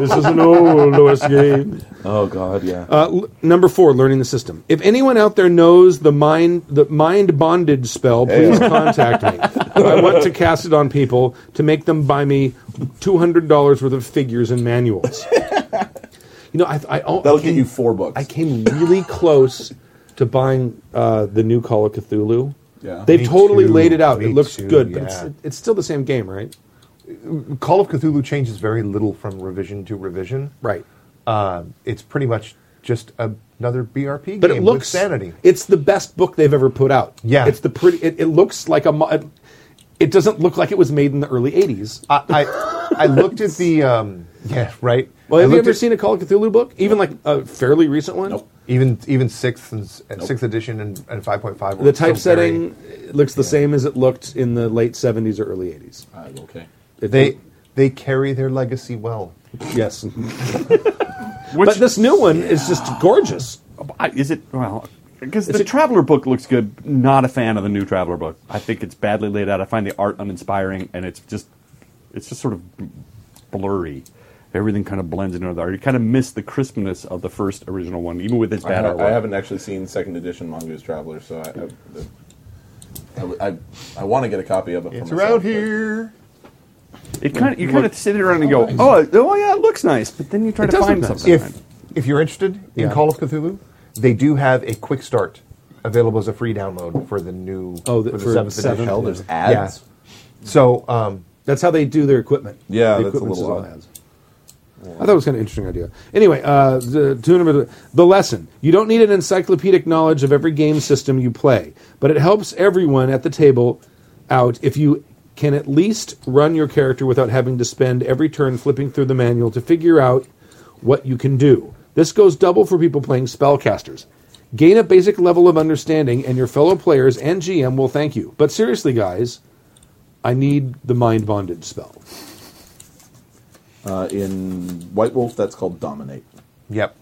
Speaker 2: This is an old OS game.
Speaker 7: Oh God, yeah.
Speaker 2: Uh, l- number four, learning the system. If anyone out there knows the mind the mind bondage spell, please contact me. I want to cast it on people to make them buy me two hundred dollars worth of figures and manuals. you know, I, I, I
Speaker 5: That'll get you four books.
Speaker 2: Uh, I came really close to buying uh, the new Call of Cthulhu.
Speaker 5: Yeah.
Speaker 2: They
Speaker 4: Me
Speaker 2: totally
Speaker 4: too.
Speaker 2: laid it out.
Speaker 4: Me
Speaker 2: it looks
Speaker 4: too,
Speaker 2: good, but
Speaker 4: yeah.
Speaker 2: it's, it's still the same game, right?
Speaker 4: Call of Cthulhu changes very little from revision to revision.
Speaker 2: Right.
Speaker 4: Um, it's pretty much just another BRP
Speaker 2: But
Speaker 4: game
Speaker 2: it looks
Speaker 4: with sanity.
Speaker 2: It's the best book they've ever put out.
Speaker 4: Yeah.
Speaker 2: It's the pretty. It, it looks like a. mo- It, it doesn't look like it was made in the early '80s.
Speaker 4: I, I, I looked at the um, yeah right.
Speaker 2: Well,
Speaker 4: I
Speaker 2: have you
Speaker 4: looked
Speaker 2: ever
Speaker 4: at
Speaker 2: seen a Call of Cthulhu book? Even like a fairly recent one.
Speaker 5: Nope.
Speaker 4: even even sixth and, s- and sixth edition and, and five point five?
Speaker 2: The typesetting looks the same as it looked in the late '70s or early '80s.
Speaker 5: Ah, okay.
Speaker 2: It-
Speaker 4: they they carry their legacy well.
Speaker 2: yes. but this new one is just gorgeous.
Speaker 8: I- is it well? Because
Speaker 2: It's
Speaker 8: the
Speaker 2: a-
Speaker 8: Traveler book looks good. Not a fan of the new Traveler book. I think it's badly laid out. I find the art uninspiring, and it's just it's just sort of blurry. Everything kind of blends into the art. You kind of miss the crispness of the first original one, even with its
Speaker 5: I,
Speaker 8: bad
Speaker 5: ha-
Speaker 8: artwork.
Speaker 5: I haven't actually seen second edition Mongoose Traveler, so I I, I, I, want to get a copy of it.
Speaker 4: It's
Speaker 5: for myself,
Speaker 4: around
Speaker 5: but-
Speaker 4: here.
Speaker 8: It kind of you kind of sit around and go, oh, it- oh yeah, it looks nice, but then you try
Speaker 2: It
Speaker 8: to
Speaker 2: does
Speaker 8: find
Speaker 2: look nice.
Speaker 8: something.
Speaker 4: If
Speaker 8: right?
Speaker 4: if you're interested in
Speaker 2: Yeah.
Speaker 4: Call of Cthulhu, they do have a quick start available as a free download for the new
Speaker 2: Oh, the-
Speaker 4: for the
Speaker 2: for
Speaker 4: seventh
Speaker 2: seventh,
Speaker 4: edition.
Speaker 5: Hell, there's ads.
Speaker 4: So um,
Speaker 2: That's how they do their equipment.
Speaker 5: Yeah,
Speaker 2: the
Speaker 5: that's a
Speaker 2: equipment's
Speaker 5: little
Speaker 2: all
Speaker 5: odd.
Speaker 2: ads. I thought it was kind of interesting idea. Anyway, uh, the, to number the lesson: you don't need an encyclopedic knowledge of every game system you play, but it helps everyone at the table out if you can at least run your character without having to spend every turn flipping through the manual to figure out what you can do. This goes double for people playing spellcasters. Gain a basic level of understanding, and your fellow players and GM will thank you. But seriously, guys, I need the mind bondage spell.
Speaker 5: Uh, in White Wolf, that's called Dominate.
Speaker 4: yep,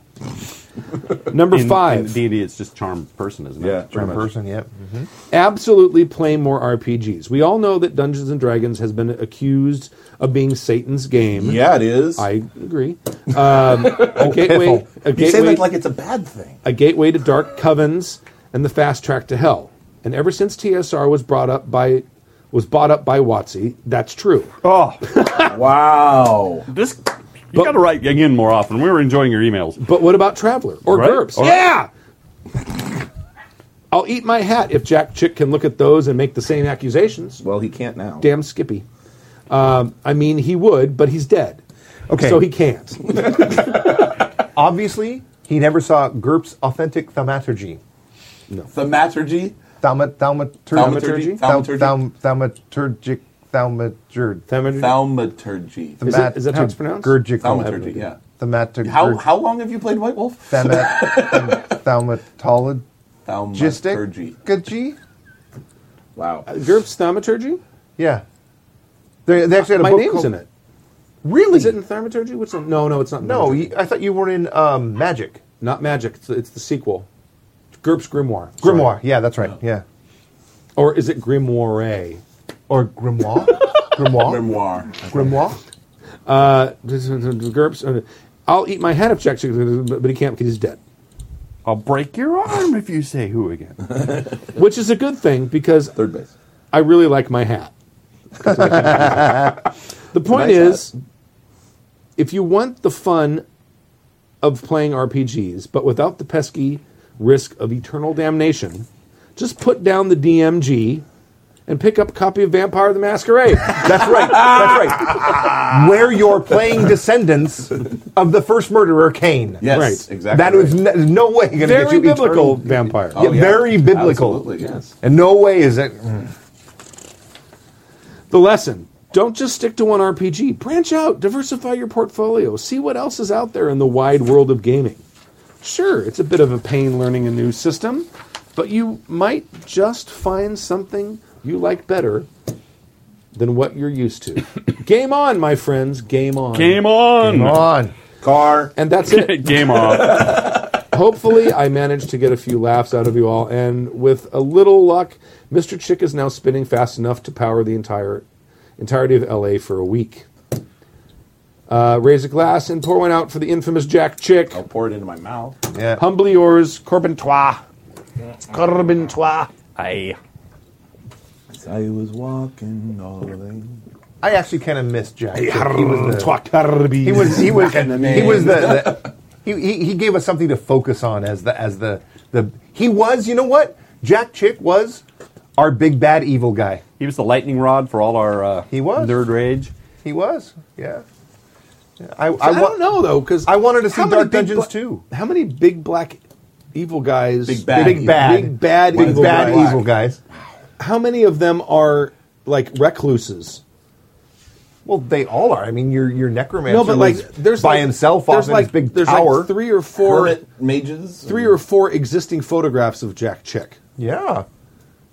Speaker 2: Number
Speaker 8: In-
Speaker 2: five,
Speaker 8: in D&D, it's just charm person, isn't it?
Speaker 5: Yeah,
Speaker 4: in
Speaker 5: pretty much.
Speaker 4: person, yep. hmm
Speaker 2: absolutely play more RPGs. We all know that Dungeons and Dragons has been accused of being Satan's game.
Speaker 5: Yeah, it is.
Speaker 2: I agree. Um, a gateway, a
Speaker 5: you say
Speaker 2: gateway,
Speaker 5: that like it's a bad thing.
Speaker 2: a gateway to dark covens and the fast track to hell. And ever since TSR was brought up by was bought up by Watsy, that's true.
Speaker 8: Oh,
Speaker 5: wow.
Speaker 8: this you got to write again more often. We were enjoying your emails.
Speaker 2: But what about Traveler or
Speaker 8: Right.
Speaker 2: GURPS?
Speaker 8: All right.
Speaker 2: Yeah. I'll eat my hat if Jack Chick can look at those and make the same accusations.
Speaker 5: Well, he can't now.
Speaker 2: damn Skippy. Um, I mean, he would, but he's dead.
Speaker 4: Okay.
Speaker 2: So he can't.
Speaker 4: Obviously, he never saw GURPS authentic thaumaturgy.
Speaker 5: Thaumaturgy.
Speaker 4: Thauma, thaumaturgy?
Speaker 5: Thaumaturgy?
Speaker 4: Thau-
Speaker 5: Thaumaturgy.
Speaker 4: thau- Thaumaturgic. Thaumaturg.
Speaker 5: Thaumaturgy.
Speaker 2: Is it- is it how it's pronounced?
Speaker 4: Thaumaturgic.
Speaker 5: Thaumaturgy, yeah.
Speaker 4: Thaumaturg.
Speaker 5: How how long have you played White Wolf?
Speaker 4: Thaumatologistic.
Speaker 5: Thaumaturgy.
Speaker 4: Gaji?
Speaker 5: Wow.
Speaker 2: GURPS Thaumaturgy?
Speaker 4: Yeah. They, they actually had a
Speaker 2: My
Speaker 4: book
Speaker 2: name's
Speaker 4: called-
Speaker 2: in it.
Speaker 4: Really?
Speaker 2: Is it in Thaumaturgy? Which one? No, no, it's not. in
Speaker 4: no,
Speaker 2: Thaumaturgy.
Speaker 4: you, I thought you were in um, Magic.
Speaker 2: not Magic. It's, it's the sequel. GURPS Grimoire.
Speaker 4: Grimoire. Yeah, that's
Speaker 5: Oh.
Speaker 4: right. Yeah.
Speaker 2: Or is it Grimoire?
Speaker 4: Or Grimoire? Grimoire?
Speaker 5: Memoir.
Speaker 4: Grimoire?
Speaker 2: Uh, this is- this is GURPS. uh, I'll eat my hat if Jack Chick, but he can't because he's dead.
Speaker 8: I'll break your arm if you say who again.
Speaker 2: Which is a good thing because
Speaker 5: Third base.
Speaker 2: I really like my hat. the point
Speaker 5: Nice
Speaker 2: is,
Speaker 5: hat.
Speaker 2: if you want the fun of playing RPGs, but without the pesky risk of eternal damnation, just put down the DMG and pick up a copy of Vampire the Masquerade.
Speaker 4: That's right. That's
Speaker 5: Ah.
Speaker 4: right. Where you're playing descendants of the first murderer, Cain.
Speaker 5: Yes,
Speaker 2: Right.
Speaker 5: exactly. right.
Speaker 4: That
Speaker 5: Oh,
Speaker 4: was n- there's no way going to get
Speaker 2: Very
Speaker 4: you
Speaker 2: biblical
Speaker 4: eternal-
Speaker 2: vampire.
Speaker 4: Yeah, Very biblical.
Speaker 5: Absolutely, yes.
Speaker 4: And no way is it.
Speaker 2: Hmm. The lesson. Don't just stick to one RPG. Branch out, diversify your portfolio, see what else is out there in the wide world of gaming. Sure, it's a bit of a pain learning a new system, but you might just find something you like better than what you're used to. game on, my friends, game on.
Speaker 8: Game on,
Speaker 4: Come on.
Speaker 5: Car.
Speaker 2: And that's it.
Speaker 8: game on.
Speaker 2: hopefully, I managed to get a few laughs out of you all, and with a little luck, Mr. Chick is now spinning fast enough to power the entire entirety of LA for a week. Uh, raise a glass and pour one out for the infamous Jack Chick.
Speaker 5: I'll pour it into my mouth.
Speaker 4: Yeah.
Speaker 2: Humbly yours, Corbin Trois. Corbin Trois.
Speaker 8: I
Speaker 7: I was walking all the way.
Speaker 4: I actually kind of miss Jack. He was the,
Speaker 2: Trois Carbi.
Speaker 4: he was he was
Speaker 7: Fucking
Speaker 4: he was the, the he, he he gave us something to focus on as the as the the he was you know what Jack Chick was our big bad evil guy.
Speaker 8: he was the lightning rod for all our uh,
Speaker 4: He was.
Speaker 8: nerd rage.
Speaker 4: He was yeah. Yeah, I,
Speaker 2: I,
Speaker 4: I, wa-
Speaker 2: don't know though, because
Speaker 4: I wanted to see Dark Dungeons
Speaker 2: bla-
Speaker 4: too.
Speaker 2: How many big black evil guys?
Speaker 5: Big bad
Speaker 4: Big bad.
Speaker 2: big bad,
Speaker 4: Big
Speaker 2: evil
Speaker 4: bad
Speaker 2: guys.
Speaker 4: evil guys.
Speaker 2: How many of them are like recluses?
Speaker 4: Well, they all are. I mean, your your necromancer
Speaker 2: no, but like
Speaker 4: was
Speaker 2: there's
Speaker 4: by
Speaker 2: like,
Speaker 4: himself off
Speaker 2: There's
Speaker 4: in
Speaker 2: like
Speaker 4: his big
Speaker 2: there's
Speaker 4: tower.
Speaker 2: like three or four
Speaker 5: Current mages.
Speaker 2: three or four existing photographs of Jack Chick.
Speaker 4: yeah,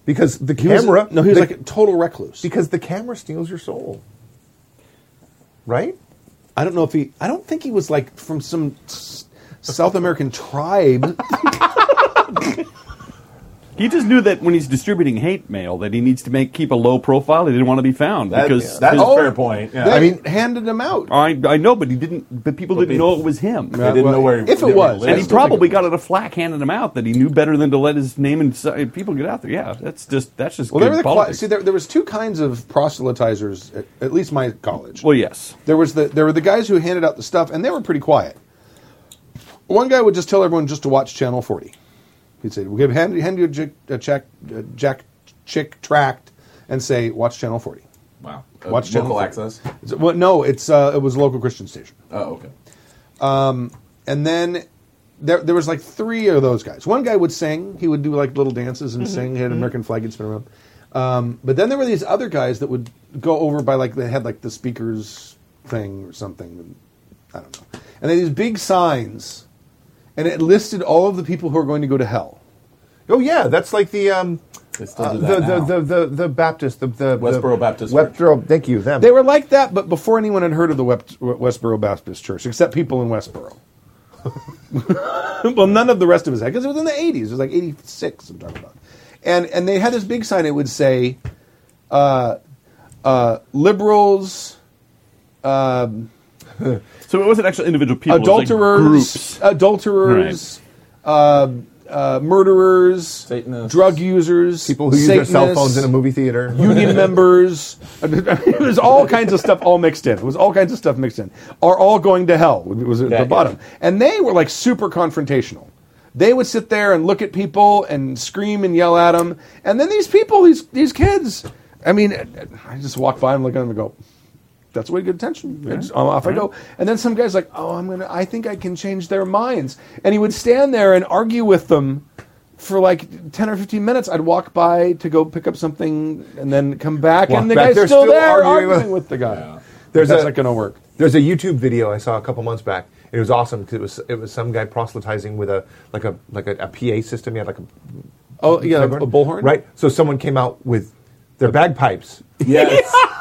Speaker 4: because the
Speaker 2: He was-
Speaker 4: camera.
Speaker 2: no, he was
Speaker 4: the-
Speaker 2: like a total recluse.
Speaker 4: because the camera steals your soul, right?
Speaker 2: I don't know if he. I don't think he was like from some s- South American tribe.
Speaker 8: He just knew that when he's distributing hate mail, that he needs to make keep a low profile. He didn't want to be found
Speaker 5: That-
Speaker 8: because
Speaker 5: that's
Speaker 8: his-
Speaker 5: a fair point. Yeah.
Speaker 2: I
Speaker 5: I mean,
Speaker 2: mean, handed him out.
Speaker 8: I I know, but he didn't. But people didn't know it was him.
Speaker 5: I didn't know where he
Speaker 2: If it
Speaker 5: where he
Speaker 2: was,
Speaker 5: lived.
Speaker 8: And he
Speaker 2: I still think
Speaker 8: probably
Speaker 2: it
Speaker 8: got it a flack handing him out that he knew better than to let his name and s- people get out there. Yeah, that's just that's just
Speaker 2: Well, there
Speaker 8: good
Speaker 2: were the cla-
Speaker 8: politics.
Speaker 2: see there, there was two kinds of proselytizers at, at least my college.
Speaker 8: well, yes,
Speaker 2: There was the there were the guys who handed out the stuff and they were pretty quiet. One guy would just tell everyone just to watch channel 40. He'd say, "We'll give hand, hand you a Jack, a Jack, a Jack Chick tract and say watch channel 40."
Speaker 5: wow.
Speaker 2: Watch
Speaker 5: local
Speaker 2: Channel four.
Speaker 5: uh, access.
Speaker 2: It's- well, no, it's uh, it was a local Christian station.
Speaker 5: Oh, okay.
Speaker 2: and then there, there was like three of those guys. One guy would sing; he would do like little dances and sing. He had an American flag he'd spin around. Um, but then there were these other guys that would go over by like they had like the speakers thing or something. I don't know. And they had these big signs, and it listed all of the people who are going to go to hell.
Speaker 4: Oh yeah, that's like the um,
Speaker 5: They still
Speaker 4: uh,
Speaker 5: do
Speaker 4: the,
Speaker 5: that
Speaker 4: the,
Speaker 5: now.
Speaker 4: the the the Baptist the the
Speaker 5: Westboro
Speaker 4: the,
Speaker 5: Baptist
Speaker 4: Westboro, thank you. Them.
Speaker 2: They were like that, but before anyone had heard of the Wep- Westboro Baptist Church, except people in Westboro. well, none of the rest of us had, because it was in the 80s. It was like 86, I'm talking about. And, and they had this big sign, it would say, uh, uh, liberals,
Speaker 8: so it wasn't actually individual people. it was like
Speaker 2: adulterers,
Speaker 8: groups.
Speaker 2: adulterers, uh, uh, murderers,
Speaker 5: Satanists.
Speaker 2: drug users,
Speaker 4: people who use their cell
Speaker 2: Satanists,
Speaker 4: phones in a movie theater.
Speaker 2: union members. it was all kinds of stuff all mixed in. It was all kinds of stuff mixed in. Are all going to hell? It was at
Speaker 5: Yeah,
Speaker 2: the bottom. And they were like super confrontational. They would sit there and look at people and scream and yell at them. And then these people, these these kids, I mean, I just walk by and look at them and go, that's way good attention. And just- um, off I go. And then some guy's like, oh, I'm gonna, I think I can change their minds. And he would stand there and argue with them for like 10 or 15 minutes. I'd walk by to go pick up something and then come back.
Speaker 4: Walk
Speaker 2: and the
Speaker 4: back.
Speaker 2: guy's
Speaker 4: They're
Speaker 2: still,
Speaker 4: still
Speaker 2: there
Speaker 4: arguing
Speaker 2: arguing,
Speaker 4: with-
Speaker 2: with the guy.
Speaker 4: There's
Speaker 2: that's
Speaker 4: a-
Speaker 2: not gonna work.
Speaker 4: There's a YouTube video I saw a couple months back. It was awesome because it was it was some guy proselytizing with a like a like a, a PA system. He had like a
Speaker 2: Oh, yeah, a bullhorn?
Speaker 4: right? So someone came out with their bagpipes
Speaker 5: Yes.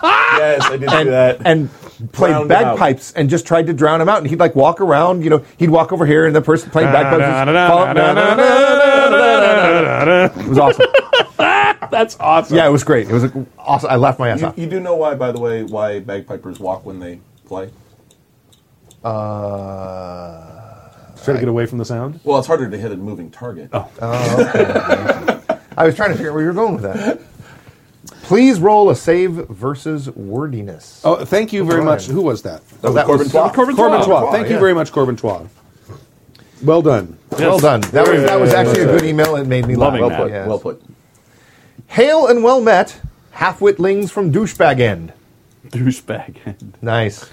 Speaker 5: yes, I did do that.
Speaker 4: and played
Speaker 5: Drowned him out.
Speaker 4: bagpipes and just tried to drown him out. And he'd like walk around, you know, he'd walk over here and the person playing bagpipes. would just follow- It was awesome.
Speaker 8: That's awesome.
Speaker 4: Yeah, it was great. It was like, awesome. I laughed my ass
Speaker 5: you,
Speaker 4: off.
Speaker 5: you do know why, by the way, why bagpipers walk when they play?
Speaker 2: Try to get away from the sound.
Speaker 5: Well, it's harder to hit a moving target. Oh.
Speaker 4: I was trying to figure out where you were going with that. Please roll a save versus wordiness.
Speaker 2: Oh, thank you very much.
Speaker 4: Brian.
Speaker 2: Who was that?
Speaker 5: Oh, That was
Speaker 4: that
Speaker 5: Corbin
Speaker 4: was-
Speaker 5: Twa.
Speaker 8: Corbin
Speaker 2: Corbin
Speaker 8: Twa.
Speaker 2: Twa. Thank
Speaker 4: yeah.
Speaker 2: you very much, Corbin Twa. Well done.
Speaker 4: Well done. That was that was actually a good email. It made me laugh.
Speaker 8: Loving
Speaker 5: Well
Speaker 8: that.
Speaker 5: put.
Speaker 4: Yes.
Speaker 5: Well put.
Speaker 4: Hail and well met, halfwitlings from douchebag end.
Speaker 8: douchebag.
Speaker 4: Nice.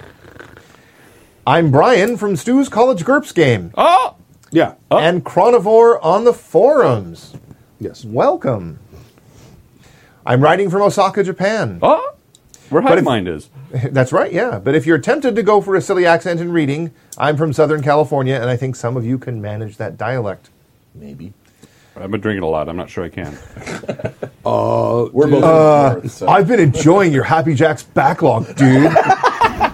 Speaker 4: I'm Brian from Stu's College GURPS game
Speaker 8: oh,
Speaker 2: Yeah.
Speaker 4: and Chronivore on the forums.
Speaker 2: Yes.
Speaker 4: Welcome. I'm writing from Osaka, Japan.
Speaker 8: oh, where
Speaker 4: But
Speaker 8: hive
Speaker 4: if-
Speaker 8: mind is.
Speaker 4: That's right, yeah. But if you're tempted to go for a silly accent in reading, I'm from Southern California, and I think some of you can manage that dialect.
Speaker 5: Maybe.
Speaker 8: I've been drinking a lot. I'm not sure I can.
Speaker 5: We're both. Uh, north, so.
Speaker 4: I've been enjoying your Happy Jack's backlog, dude.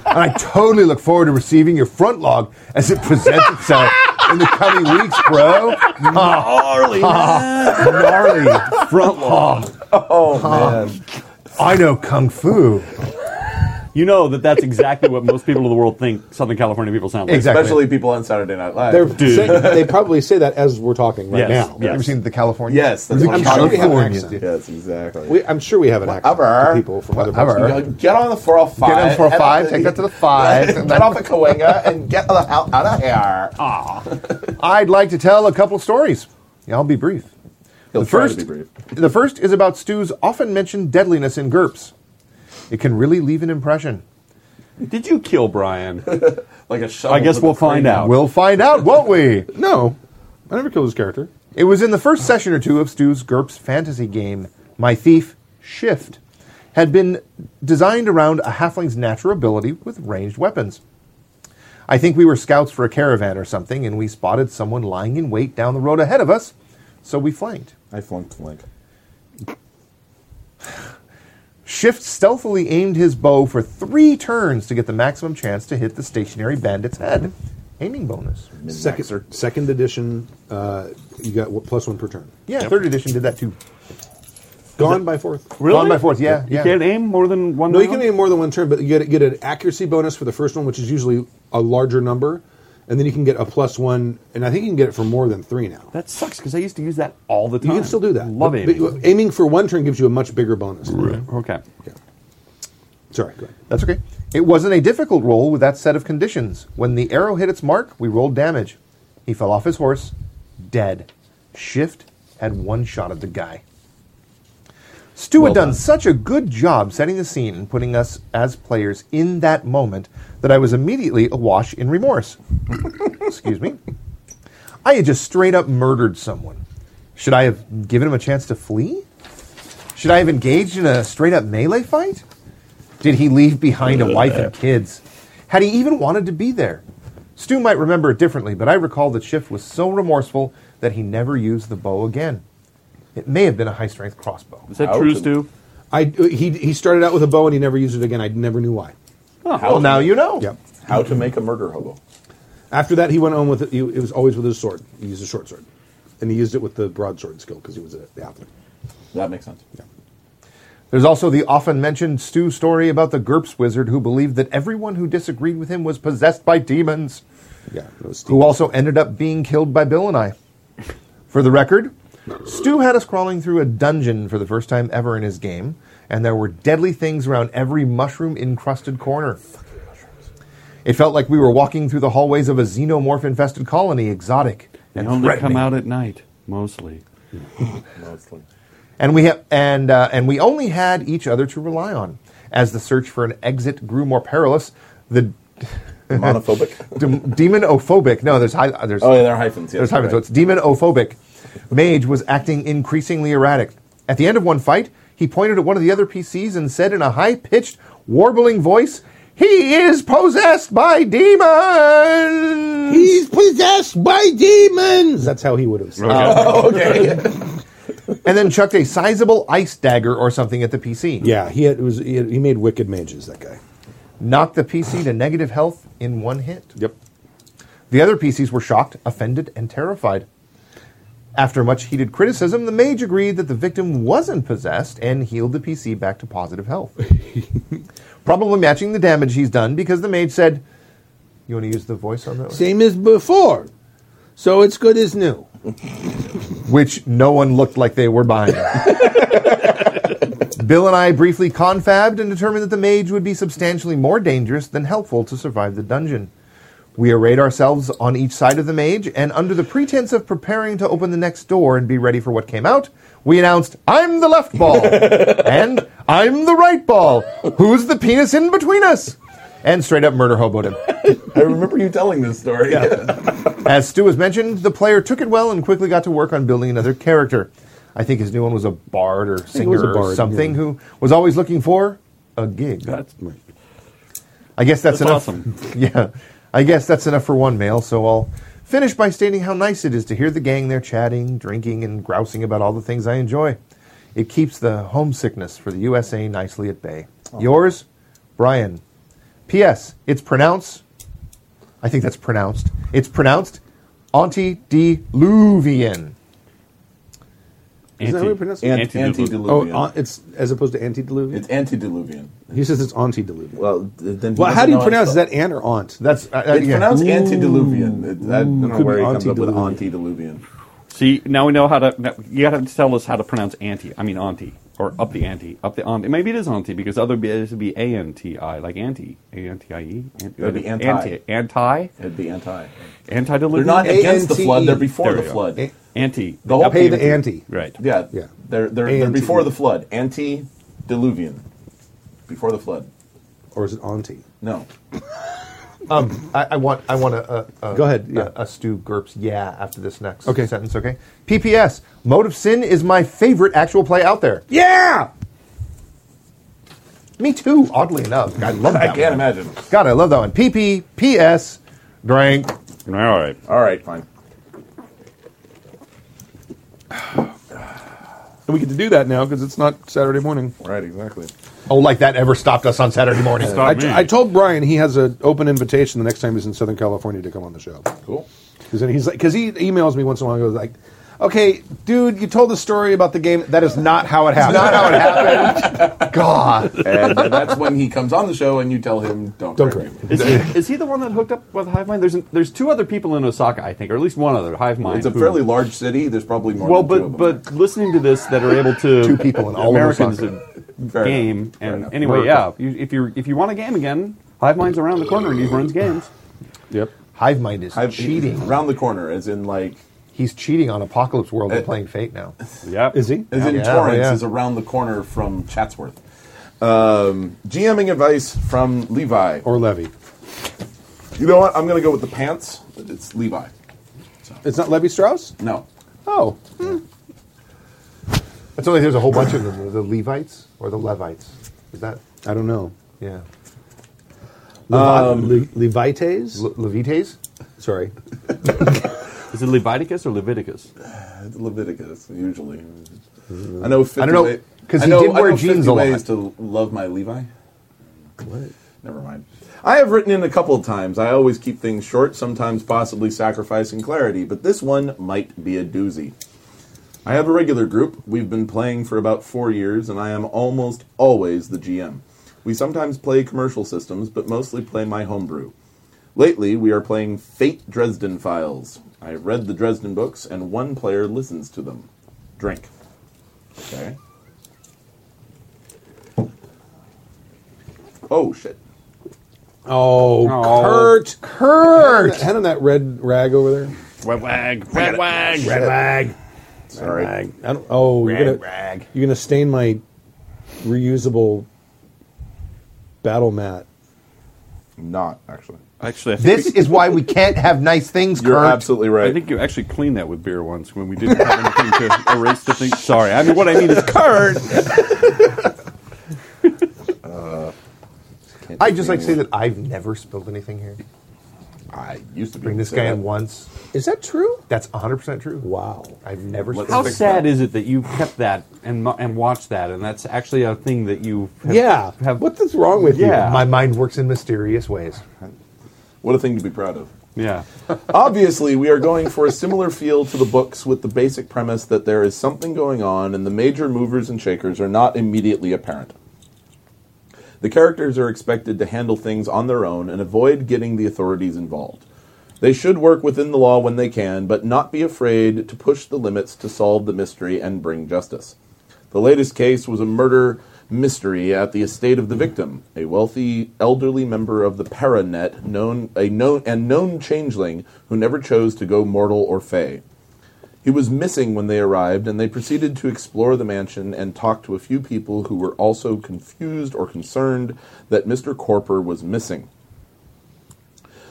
Speaker 4: and I totally look forward to receiving your front log as it presents itself. in the coming weeks, bro.
Speaker 5: Mm-hmm.
Speaker 4: Ah,
Speaker 5: Gnarly.
Speaker 4: Gnarly.
Speaker 8: Front law.
Speaker 4: Um, I know kung fu.
Speaker 8: Oh, You know that that's exactly what most people in the world think Southern California people sound like.
Speaker 4: Exactly.
Speaker 5: Especially people on Saturday Night Live.
Speaker 2: They're say- they probably say that as we're talking right
Speaker 8: Yes.
Speaker 2: now.
Speaker 8: Yeah.
Speaker 4: Have you seen the California?
Speaker 5: yes, that's
Speaker 4: the
Speaker 5: what I'm
Speaker 2: sure we
Speaker 5: talking
Speaker 2: have an
Speaker 5: about.
Speaker 4: California.
Speaker 2: accent.
Speaker 5: Yes, exactly.
Speaker 2: We, I'm sure we have an accent to
Speaker 5: Whatever.
Speaker 2: people from other parts. of
Speaker 4: Whatever.
Speaker 2: the
Speaker 5: You know, get on the 405.
Speaker 4: Get on 405,
Speaker 5: and-
Speaker 4: take that to the five.
Speaker 5: get off the Cahuenga and get the hell out of here.
Speaker 4: I'd like to tell a couple stories. Yeah, I'll be brief.
Speaker 5: He'll
Speaker 4: the
Speaker 5: try to
Speaker 4: first,
Speaker 5: be brief.
Speaker 4: the first is about Stu's often mentioned deadliness in GURPS. It can really leave an impression.
Speaker 8: Did you kill Brian?
Speaker 5: Like a shovel
Speaker 8: I guess
Speaker 5: to the
Speaker 8: we'll find
Speaker 5: cranium.
Speaker 8: out.
Speaker 4: We'll find out, won't we?
Speaker 2: No, I never killed his character.
Speaker 4: It was in the first session or two of Stu's GURPS fantasy game, My Thief Shift, had been designed around a halfling's natural ability with ranged weapons. I think we were scouts for a caravan or something, and we spotted someone lying in wait down the road ahead of us, so we flanked.
Speaker 5: I flunked Link.
Speaker 4: Shift stealthily aimed his bow for three turns to get the maximum chance to hit the stationary bandit's head. Aiming bonus.
Speaker 2: Second, second edition, uh, you got what, plus one per turn.
Speaker 4: Yeah, third edition did that too.
Speaker 2: Gone by fourth.
Speaker 8: Really?
Speaker 4: Gone by fourth, yeah.
Speaker 8: You
Speaker 4: yeah.
Speaker 8: can't aim more than one.
Speaker 2: No, you
Speaker 8: round?
Speaker 2: can aim more than one turn, but you get, get an accuracy bonus for the first one, which is usually a larger number, and then you can get a plus one, and I think you can get it for more than three now.
Speaker 8: That sucks because I used to use that all the time.
Speaker 2: You can still do that.
Speaker 8: Love
Speaker 2: But-
Speaker 8: aiming.
Speaker 2: but aiming for one turn gives you a much bigger bonus.
Speaker 8: Okay.
Speaker 2: Sorry, go ahead.
Speaker 4: That's okay. It wasn't a difficult roll with that set of conditions. When the arrow hit its mark, we rolled damage. He fell off his horse, dead. Shift had one shot at the guy. Stu had done such a good job setting the scene and putting us as players in that moment that I was immediately awash in remorse. Excuse me. I had just straight up murdered someone. Should I have given him a chance to flee? Should I have engaged in a straight up melee fight? Did he leave behind a wife and kids? Had he even wanted to be there? Stu might remember it differently, but I recall that Schiff was so remorseful that he never used the bow again. It may have been a high strength crossbow.
Speaker 8: Is that
Speaker 5: How
Speaker 8: true,
Speaker 5: can-
Speaker 8: Stu?
Speaker 2: I uh, he he started out with a bow and he never used it again. I never knew why.
Speaker 4: Well, now you know.
Speaker 2: Yep.
Speaker 5: How to make a murder hobo.
Speaker 2: After that, he went on with it. He, it was always with his sword. He used a short sword, and he used it with the broadsword skill because he was a, the athlete.
Speaker 5: That makes sense.
Speaker 4: There's also the often mentioned Stu story about the GURPS wizard who believed that everyone who disagreed with him was possessed by demons.
Speaker 2: Yeah, it was Steve.
Speaker 4: who also ended up being killed by Bill and I. For the record, Stu had us crawling through a dungeon for the first time ever in his game, and there were deadly things around every mushroom encrusted corner. It felt like we were walking through the hallways of a xenomorph infested colony, exotic
Speaker 8: They
Speaker 4: and
Speaker 8: only come
Speaker 4: threatening.
Speaker 8: out at night, mostly.
Speaker 5: Mostly.
Speaker 4: And we ha- and uh, and we only had each other to rely on. As the search for an exit grew more perilous, the
Speaker 5: Monophobic.
Speaker 4: dem- demonophobic. No, there's high, there's
Speaker 5: Oh, yeah, there are hyphens. Yes,
Speaker 4: There's hyphens. So
Speaker 5: right.
Speaker 4: it's demonophobic. Mage was acting increasingly erratic. At the end of one fight, he pointed at one of the other PCs and said in a high pitched, warbling voice, He is possessed by demons!
Speaker 2: He's possessed by demons. That's how he would have. Uh, said it.
Speaker 8: Uh,
Speaker 5: Oh, okay.
Speaker 4: and then chucked a sizable ice dagger or something at the PC.
Speaker 2: Yeah, he had, it was he, had, he made wicked mages. That guy.
Speaker 4: Knocked the PC to negative health in one hit.
Speaker 2: Yep.
Speaker 4: The other PCs were shocked, offended, and terrified. After much heated criticism, the mage agreed that the victim wasn't possessed and healed the PC back to positive health. Probably matching the damage he's done because the mage said, You want to use the voice on that? one?"
Speaker 2: Same as before, so it's good as new.
Speaker 4: Which no one looked like they were buying. Bill and I briefly confabbed and determined that the mage would be substantially more dangerous than helpful to survive the dungeon. We arrayed ourselves on each side of the mage, and under the pretense of preparing to open the next door and be ready for what came out, we announced, I'm the left ball, and I'm the right ball. Who's the penis in between us? And straight up murder hoboed him.
Speaker 5: I remember you telling this story.
Speaker 4: As Stu has mentioned, the player took it well and quickly got to work on building another character. I think his new one was a bard or
Speaker 2: it was
Speaker 4: singer
Speaker 2: a
Speaker 4: or
Speaker 2: bard,
Speaker 4: something
Speaker 2: yeah.
Speaker 4: who was always looking for a gig.
Speaker 8: That's
Speaker 4: I guess that's,
Speaker 8: That's
Speaker 4: enough.
Speaker 8: awesome.
Speaker 4: yeah, I guess that's enough for one mail. So I'll finish by stating how nice it is to hear the gang there chatting, drinking, and grousing about all the things I enjoy. It keeps the homesickness for the USA nicely at bay. Yours, Brian. P.S. It's pronounced. I think that's pronounced. It's pronounced antediluvian.
Speaker 2: Is that how we pronounce it?
Speaker 5: Ant-
Speaker 3: Antediluvian.
Speaker 2: oh,
Speaker 5: antediluvian.
Speaker 2: uh, it's as opposed to antediluvian.
Speaker 5: it's antediluvian.
Speaker 2: he says it's antediluvian. Well,
Speaker 5: Well, th- then he
Speaker 2: how
Speaker 5: doesn't
Speaker 2: do you
Speaker 5: know
Speaker 2: pronounce
Speaker 5: it's-
Speaker 2: is that? Ant or aunt?
Speaker 4: That's uh, uh,
Speaker 5: It's
Speaker 4: yeah.
Speaker 5: pronounced antediluvian. It- I don't know
Speaker 2: Could
Speaker 5: where
Speaker 2: be
Speaker 5: he comes up with
Speaker 2: antediluvian.
Speaker 5: antediluvian.
Speaker 3: See, now we know how to. now- You got to tell us how to pronounce auntie. I mean auntie, or up the ante, up the auntie. Maybe it is auntie because other be- it would be a n t i like auntie, a n t i e.
Speaker 5: That'd be anti.
Speaker 3: Anti, anti,
Speaker 5: It'd be anti.
Speaker 3: anti
Speaker 5: They're not
Speaker 2: A-
Speaker 5: against the
Speaker 2: A-N-T-E.
Speaker 5: flood. They're before
Speaker 3: There we
Speaker 5: the
Speaker 3: go.
Speaker 5: flood.
Speaker 2: A-
Speaker 3: anti.
Speaker 5: The whole
Speaker 3: up
Speaker 2: Pay the ante.
Speaker 3: Right.
Speaker 5: Yeah,
Speaker 2: Yeah.
Speaker 5: They're they're, they're
Speaker 2: A-N-T-E.
Speaker 5: before the flood. Antediluvian. Before the flood.
Speaker 2: Or is it auntie?
Speaker 5: No.
Speaker 4: I, I want I want a, a, a
Speaker 2: Go ahead, yeah.
Speaker 4: a, a Stu Gerps yeah after this next
Speaker 2: Okay.
Speaker 4: sentence. Okay. P.P.S. Mode of Sin is my favorite actual play out there.
Speaker 2: Yeah.
Speaker 4: Me too. Oddly enough, I love
Speaker 5: I
Speaker 4: that.
Speaker 5: can't
Speaker 4: one.
Speaker 5: imagine.
Speaker 4: God, I love that one. P.P.P.S. Drank.
Speaker 3: All right.
Speaker 5: All right, fine.
Speaker 2: And we get to do that now because it's not Saturday morning.
Speaker 5: Right, exactly.
Speaker 4: Oh, like that ever stopped us on Saturday morning?
Speaker 2: I, I told Brian he has an open invitation the next time he's in Southern California to come on the show.
Speaker 5: Cool.
Speaker 2: Because then he's like, because he emails me once in a while. He goes like, "Okay, dude, you told the story about the game. That is not how it happened.
Speaker 4: Not how it happened. God.
Speaker 5: And that's when he comes on the show and you tell him, don't,
Speaker 2: Don't
Speaker 5: correct
Speaker 2: correct
Speaker 5: me."
Speaker 3: Is he, is he the one that hooked up with Hive Mind? There's an, there's two other people in Osaka, I think, or at least one other Hive Mind.
Speaker 5: It's a
Speaker 3: who-
Speaker 5: fairly large city. There's probably more
Speaker 3: well,
Speaker 5: than two
Speaker 3: but
Speaker 5: of them.
Speaker 3: but listening to this that are able to
Speaker 4: Two people in all of
Speaker 3: Americans
Speaker 4: Osaka.
Speaker 3: a
Speaker 5: Fair
Speaker 3: game
Speaker 5: enough. Fair
Speaker 3: and
Speaker 5: enough.
Speaker 3: anyway, yeah. You, if you if you want a game again, Hive Mind's around the corner and he runs games.
Speaker 2: Yep.
Speaker 4: Hive Mind is
Speaker 5: I've-
Speaker 4: cheating.
Speaker 5: Around the corner, as in like,
Speaker 4: He's cheating on Apocalypse World and
Speaker 5: Uh,
Speaker 4: playing Fate now.
Speaker 3: Yeah,
Speaker 2: Is he?
Speaker 5: as in
Speaker 4: Yeah,
Speaker 5: Torrance
Speaker 4: yeah.
Speaker 5: is around the corner from Chatsworth. Um, GMing advice from Levi.
Speaker 2: Or Levy.
Speaker 5: You know what? I'm going to go with the pants. It's Levi.
Speaker 2: It's not Levy Strauss.
Speaker 5: No.
Speaker 2: Oh,
Speaker 4: It's only there's a whole bunch of them. The Levites or the Levites. Is that?
Speaker 2: I don't know.
Speaker 4: Yeah. Um,
Speaker 2: Le- Levites.
Speaker 4: Le- Levites?
Speaker 2: Sorry.
Speaker 3: Is it Leviticus or Leviticus?
Speaker 5: Leviticus, usually. I know 50
Speaker 4: Mm-hmm. I don't know,
Speaker 5: wa-
Speaker 4: 'cause
Speaker 5: I
Speaker 4: he
Speaker 5: know-
Speaker 4: did
Speaker 5: I
Speaker 4: wear
Speaker 5: know
Speaker 4: jeans
Speaker 5: 50
Speaker 4: a lot.
Speaker 5: ways to love my Levi. Never mind. I have written in a couple of times. I always keep things short, sometimes possibly sacrificing clarity, but this one might be a doozy. I have a regular group. We've been playing for about four years, and I am almost always the GM. We sometimes play commercial systems, but mostly play my homebrew. Lately, we are playing Fate Dresden Files. I read the Dresden books, and one player listens to them. Drink. Okay. Oh, shit.
Speaker 2: Oh,
Speaker 3: Oh,
Speaker 2: Kurt. Kurt. Hand on that red rag over there.
Speaker 3: Wag wag wag wag.
Speaker 2: rag.
Speaker 5: Sorry.
Speaker 2: I don't, oh, you're gonna,
Speaker 4: rag.
Speaker 2: you're gonna stain my reusable battle mat.
Speaker 5: Not, actually.
Speaker 3: Actually, I think,
Speaker 4: This is why we can't have nice things,
Speaker 5: You're
Speaker 4: Kurt.
Speaker 5: absolutely right.
Speaker 3: I think you actually cleaned that with beer once when we didn't have anything to erase the thing. Sorry, I mean what I mean is curd.
Speaker 4: I just like to say that I've never spilled anything here.
Speaker 5: I used to be
Speaker 4: Bring this guy in once.
Speaker 2: Is that true?
Speaker 4: That's 100% true.
Speaker 2: Wow.
Speaker 4: I've never
Speaker 5: Let's
Speaker 4: spilled
Speaker 3: How
Speaker 5: fix
Speaker 4: anything.
Speaker 3: sad
Speaker 5: that.
Speaker 3: is it that you kept that and mu- and watched that, and that's actually a thing that you have,
Speaker 2: yeah.
Speaker 3: have
Speaker 2: what is wrong with
Speaker 3: Yeah.
Speaker 4: My mind works in mysterious ways.
Speaker 5: What a thing to be proud of.
Speaker 3: yeah.
Speaker 5: Obviously, we are going for a similar feel to the books with the basic premise that there is something going on and the major movers and shakers are not immediately apparent. The characters are expected to handle things on their own and avoid getting the authorities involved. They should work within the law when they can, but not be afraid to push the limits to solve the mystery and bring justice. The latest case was a murder mystery at the estate of the victim, a wealthy elderly member of the Paranet, known a known and known changeling who never chose to go mortal or fey. He was missing when they arrived, and they proceeded to explore the mansion and talk to a few people who were also confused or concerned that Mr. Corper was missing.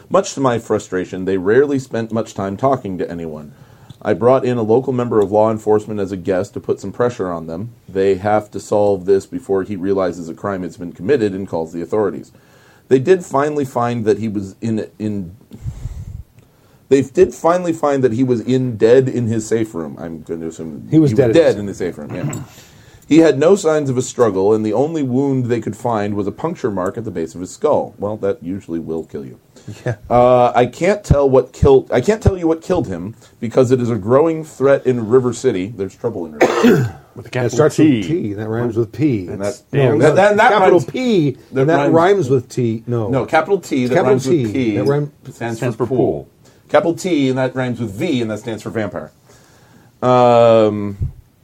Speaker 5: Much to my frustration, they rarely spent much time talking to anyone. I brought in a local member of law enforcement as a guest to put some pressure on them. They have to solve this before he realizes a crime has been committed and calls the authorities. They did finally find that he was in in they did finally find that he was in dead in his safe room. I'm going to assume
Speaker 2: He was dead in his safe
Speaker 5: in his safe room. Yeah. He had no signs of a struggle, and the only wound they could find was a puncture mark at the base of his skull. Well, that usually will kill you. Uh, I can't tell what killed. I can't tell you what killed him because it is a growing threat in River City. There's trouble in River City.
Speaker 3: With a
Speaker 2: It
Speaker 3: capital
Speaker 2: starts
Speaker 3: T.
Speaker 2: with T. That rhymes with P.
Speaker 5: And that,
Speaker 3: Damn.
Speaker 5: no, that, that, that
Speaker 2: capital
Speaker 5: rhymes-
Speaker 2: P.
Speaker 5: that
Speaker 2: and that
Speaker 5: rhymes-
Speaker 2: rhymes, with T. No.
Speaker 5: No, capital T that
Speaker 2: Capital
Speaker 5: rhymes
Speaker 2: T,
Speaker 5: with P.
Speaker 2: that rhyme-
Speaker 5: stands,
Speaker 3: stands
Speaker 5: for
Speaker 3: for
Speaker 5: pool.
Speaker 3: pool.
Speaker 5: Capital T and that rhymes with V and that stands for vampire. Um,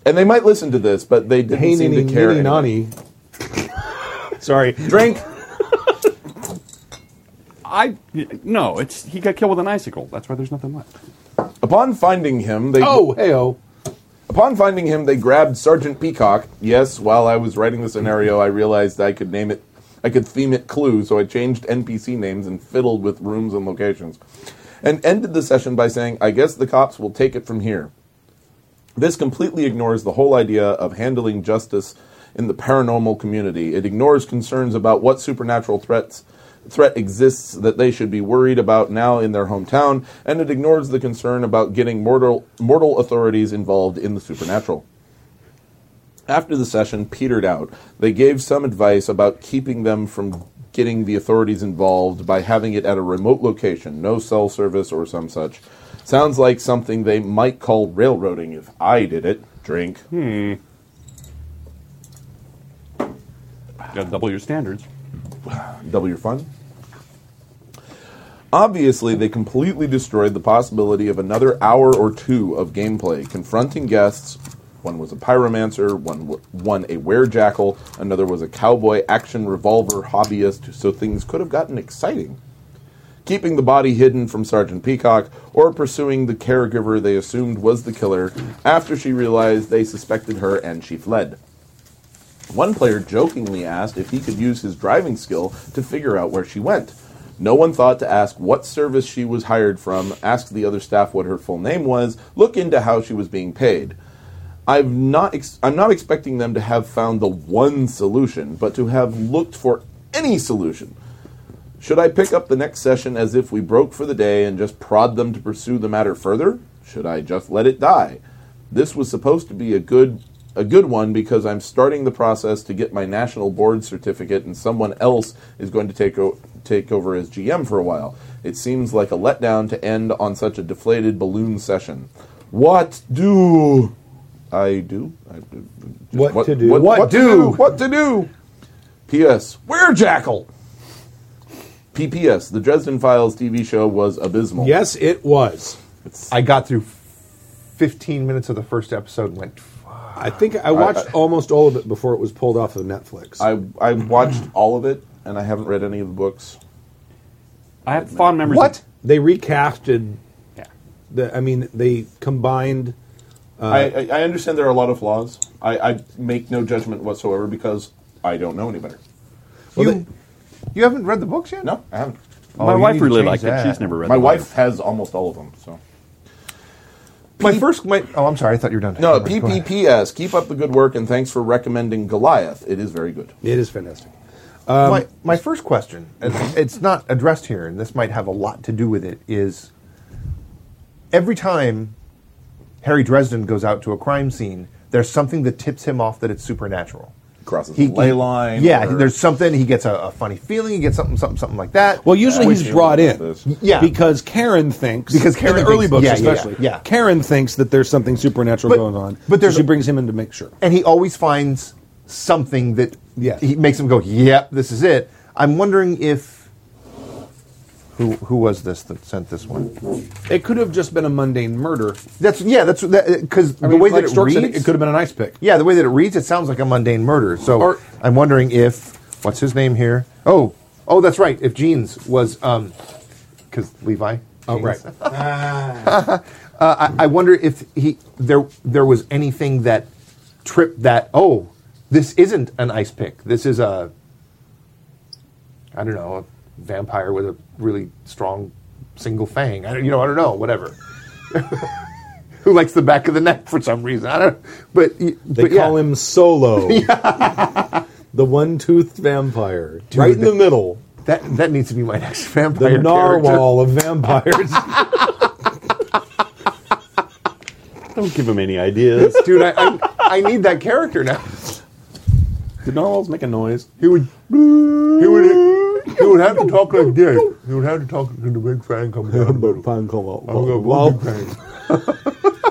Speaker 5: and they might listen to this, but they didn't
Speaker 2: Hey,
Speaker 5: seem
Speaker 2: nini,
Speaker 5: to care.
Speaker 2: nini,
Speaker 5: anyway.
Speaker 2: nani. Sorry.
Speaker 5: Drink.
Speaker 3: I no, it's he got killed with an icicle. That's why there's nothing left.
Speaker 5: Upon finding him, they
Speaker 2: Oh, hey, oh.
Speaker 5: Upon finding him, they grabbed Sergeant Peacock. Yes, while I was writing the scenario, I realized I could name it, I could theme it Clue, so I changed NPC names and fiddled with rooms and locations. And ended the session by saying, I guess the cops will take it from here. This completely ignores the whole idea of handling justice in the paranormal community. It ignores concerns about what supernatural threats threat exists that they should be worried about now in their hometown, and it ignores the concern about getting mortal mortal authorities involved in the supernatural. After the session petered out, they gave some advice about keeping them from getting the authorities involved by having it at a remote location, no cell service or some such. Sounds like something they might call railroading if I did it. Drink.
Speaker 3: Got to double your standards.
Speaker 5: double your fun. Obviously, they completely destroyed the possibility of another hour or two of gameplay, confronting guests. One was a pyromancer, one w- one a werejackal, another was a cowboy action revolver hobbyist. So things could have gotten exciting. Keeping the body hidden from Sergeant Peacock or pursuing the caregiver they assumed was the killer after she realized they suspected her and she fled. One player jokingly asked if he could use his driving skill to figure out where she went. No one thought to ask what service she was hired from, ask the other staff what her full name was, look into how she was being paid. I've not ex- I'm not expecting them to have found the one solution, but to have looked for any solution. Should I pick up the next session as if we broke for the day and just prod them to pursue the matter further? Should I just let it die? This was supposed to be a good a good one because I'm starting the process to get my national board certificate and someone else is going to take o- take over as GM for a while. It seems like a letdown to end on such a deflated balloon session. What do I do? I do just
Speaker 2: What to do?
Speaker 5: What,
Speaker 2: What
Speaker 5: what to do? What to do? P.S. Where Jackal? PPS, the Dresden Files TV show was abysmal.
Speaker 2: Yes, it was.
Speaker 4: I got through 15 minutes of the first episode and went,
Speaker 2: I think I watched almost all of it before it was pulled off of Netflix.
Speaker 5: I, I watched all of it and I haven't read any of the books.
Speaker 3: I have fond memories.
Speaker 4: What?
Speaker 2: they recasted.
Speaker 3: Of,
Speaker 2: The, I mean, they combined.
Speaker 5: I, I, I understand there are a lot of flaws. I, I make no judgment whatsoever because I don't know any better.
Speaker 4: you, you haven't read the books yet?
Speaker 5: No, I haven't.
Speaker 4: Oh,
Speaker 3: My
Speaker 4: you
Speaker 3: wife
Speaker 4: need to
Speaker 3: really
Speaker 4: change
Speaker 3: liked
Speaker 4: that.
Speaker 3: it. She's never read.
Speaker 5: My
Speaker 3: the Bible.
Speaker 5: wife has almost all of them, so.
Speaker 4: My first, my, oh, I'm sorry. I thought you were done.
Speaker 5: No,
Speaker 4: Go ahead.
Speaker 5: PPPS, keep up the good work and thanks for recommending Goliath. It is very good.
Speaker 2: It is fantastic.
Speaker 4: my, my first question, and it's not addressed here, and this might have a lot to do with it, is every time Harry Dresden goes out to a crime scene, there's something that tips him off that it's supernatural.
Speaker 5: Crosses the ley line.
Speaker 4: Yeah,
Speaker 5: or-
Speaker 4: there's something. He gets a, a funny feeling. He gets something, something, something like that.
Speaker 2: Well, usually
Speaker 5: we
Speaker 2: he's
Speaker 5: should
Speaker 2: brought
Speaker 5: look at
Speaker 2: in,
Speaker 5: this.
Speaker 4: Yeah.
Speaker 2: because Karen thinks
Speaker 4: Because Karen
Speaker 2: in the early
Speaker 4: thinks-
Speaker 2: books,
Speaker 4: yeah, yeah,
Speaker 2: especially,
Speaker 4: yeah.
Speaker 2: Karen thinks that there's something supernatural
Speaker 4: But-
Speaker 2: going on.
Speaker 4: but there's
Speaker 2: so she
Speaker 4: a-
Speaker 2: brings him in to make sure.
Speaker 4: and he always finds something that
Speaker 2: Yes.
Speaker 4: he makes him go, "Yep, this is it." I'm wondering if who who was this that sent this one?
Speaker 2: It could have just been a mundane murder.
Speaker 4: That's yeah, that's because
Speaker 2: I
Speaker 4: the
Speaker 2: mean,
Speaker 4: way
Speaker 2: like
Speaker 4: that it
Speaker 2: Stork
Speaker 4: reads,
Speaker 2: said, it could have been an ice pick.
Speaker 4: yeah, the way that it reads, it sounds like a mundane murder. So
Speaker 2: Or-
Speaker 4: I'm wondering if what's his name here? Oh, oh, that's right. If Jeans was um, because Levi.
Speaker 2: Oh,
Speaker 4: Jeans.
Speaker 2: right.
Speaker 4: I, I wonder if he there there was anything that tripped that. Oh, this isn't an ice pick. This is a I don't know a vampire with a really strong single fang. I don't, you know I don't know whatever. Who likes the back of the neck for some reason? I don't. But y-
Speaker 2: They
Speaker 4: but
Speaker 2: call
Speaker 4: yeah.
Speaker 2: him Solo, the one-toothed vampire, right in the
Speaker 4: that-
Speaker 2: middle,
Speaker 4: that. That needs to be my next vampire
Speaker 2: the
Speaker 4: character.
Speaker 2: narwhal of vampires.
Speaker 3: Don't give him any ideas.
Speaker 4: dude. I, I I need that character now.
Speaker 2: Did narwhals make a noise?
Speaker 4: He would. He would. You would have to talk like this. You would have to talk to the big fan coming down. the middle. I'm gonna blow
Speaker 2: Well,
Speaker 4: the fan.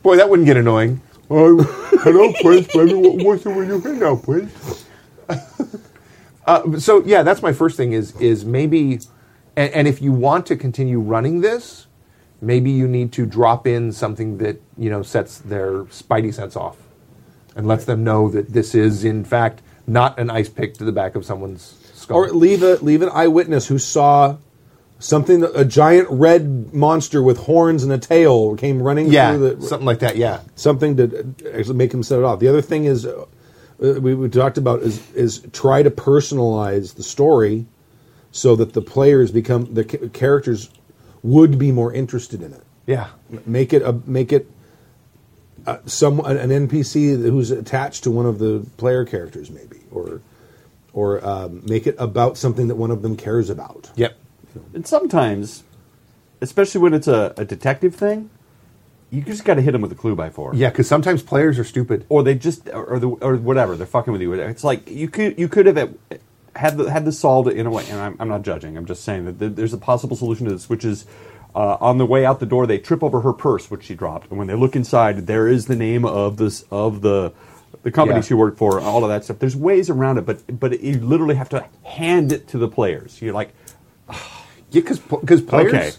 Speaker 4: Boy, that wouldn't get annoying. Oh, hello, Prince. Baby, what, what's it with your head now, Prince? uh, so yeah, that's my first thing. Is is maybe, and, and if you want to continue running this, maybe you need to drop in something that you know sets their spidey sense off, and lets them know that this is in fact not an ice pick to the back of someone's skull.
Speaker 2: or leave a leave an eyewitness who saw something that, a giant red monster with horns and a tail came running
Speaker 4: yeah,
Speaker 2: through the
Speaker 4: something like that. Yeah,
Speaker 2: something to actually make him set it off. The other thing is uh, we, we talked about is is try to personalize the story so that the players become the ca- characters would be more interested in it.
Speaker 4: yeah.
Speaker 2: Make it a make it uh, some an NPC who's attached to one of the player characters maybe or or um, make it about something that one of them cares about.
Speaker 4: Yep.
Speaker 3: And sometimes, especially when it's a, a detective thing, you just got to hit them with a clue by four.
Speaker 4: Yeah, because sometimes players are stupid.
Speaker 3: Or they just or or, the, or whatever they're fucking with you. It's like you could you could have uh, had the, had this solved in a way. And I'm, I'm not judging. I'm just saying that there- there's a possible solution to this, which is. Uh, on the way out the door, they trip over her purse, which she dropped. And when they look inside, there is the name of this of the the company
Speaker 4: Yeah.
Speaker 3: she worked for, all of that stuff. There's ways around it, but but you literally have to hand it to the players. You're like,
Speaker 4: Yeah, because because players
Speaker 3: Okay.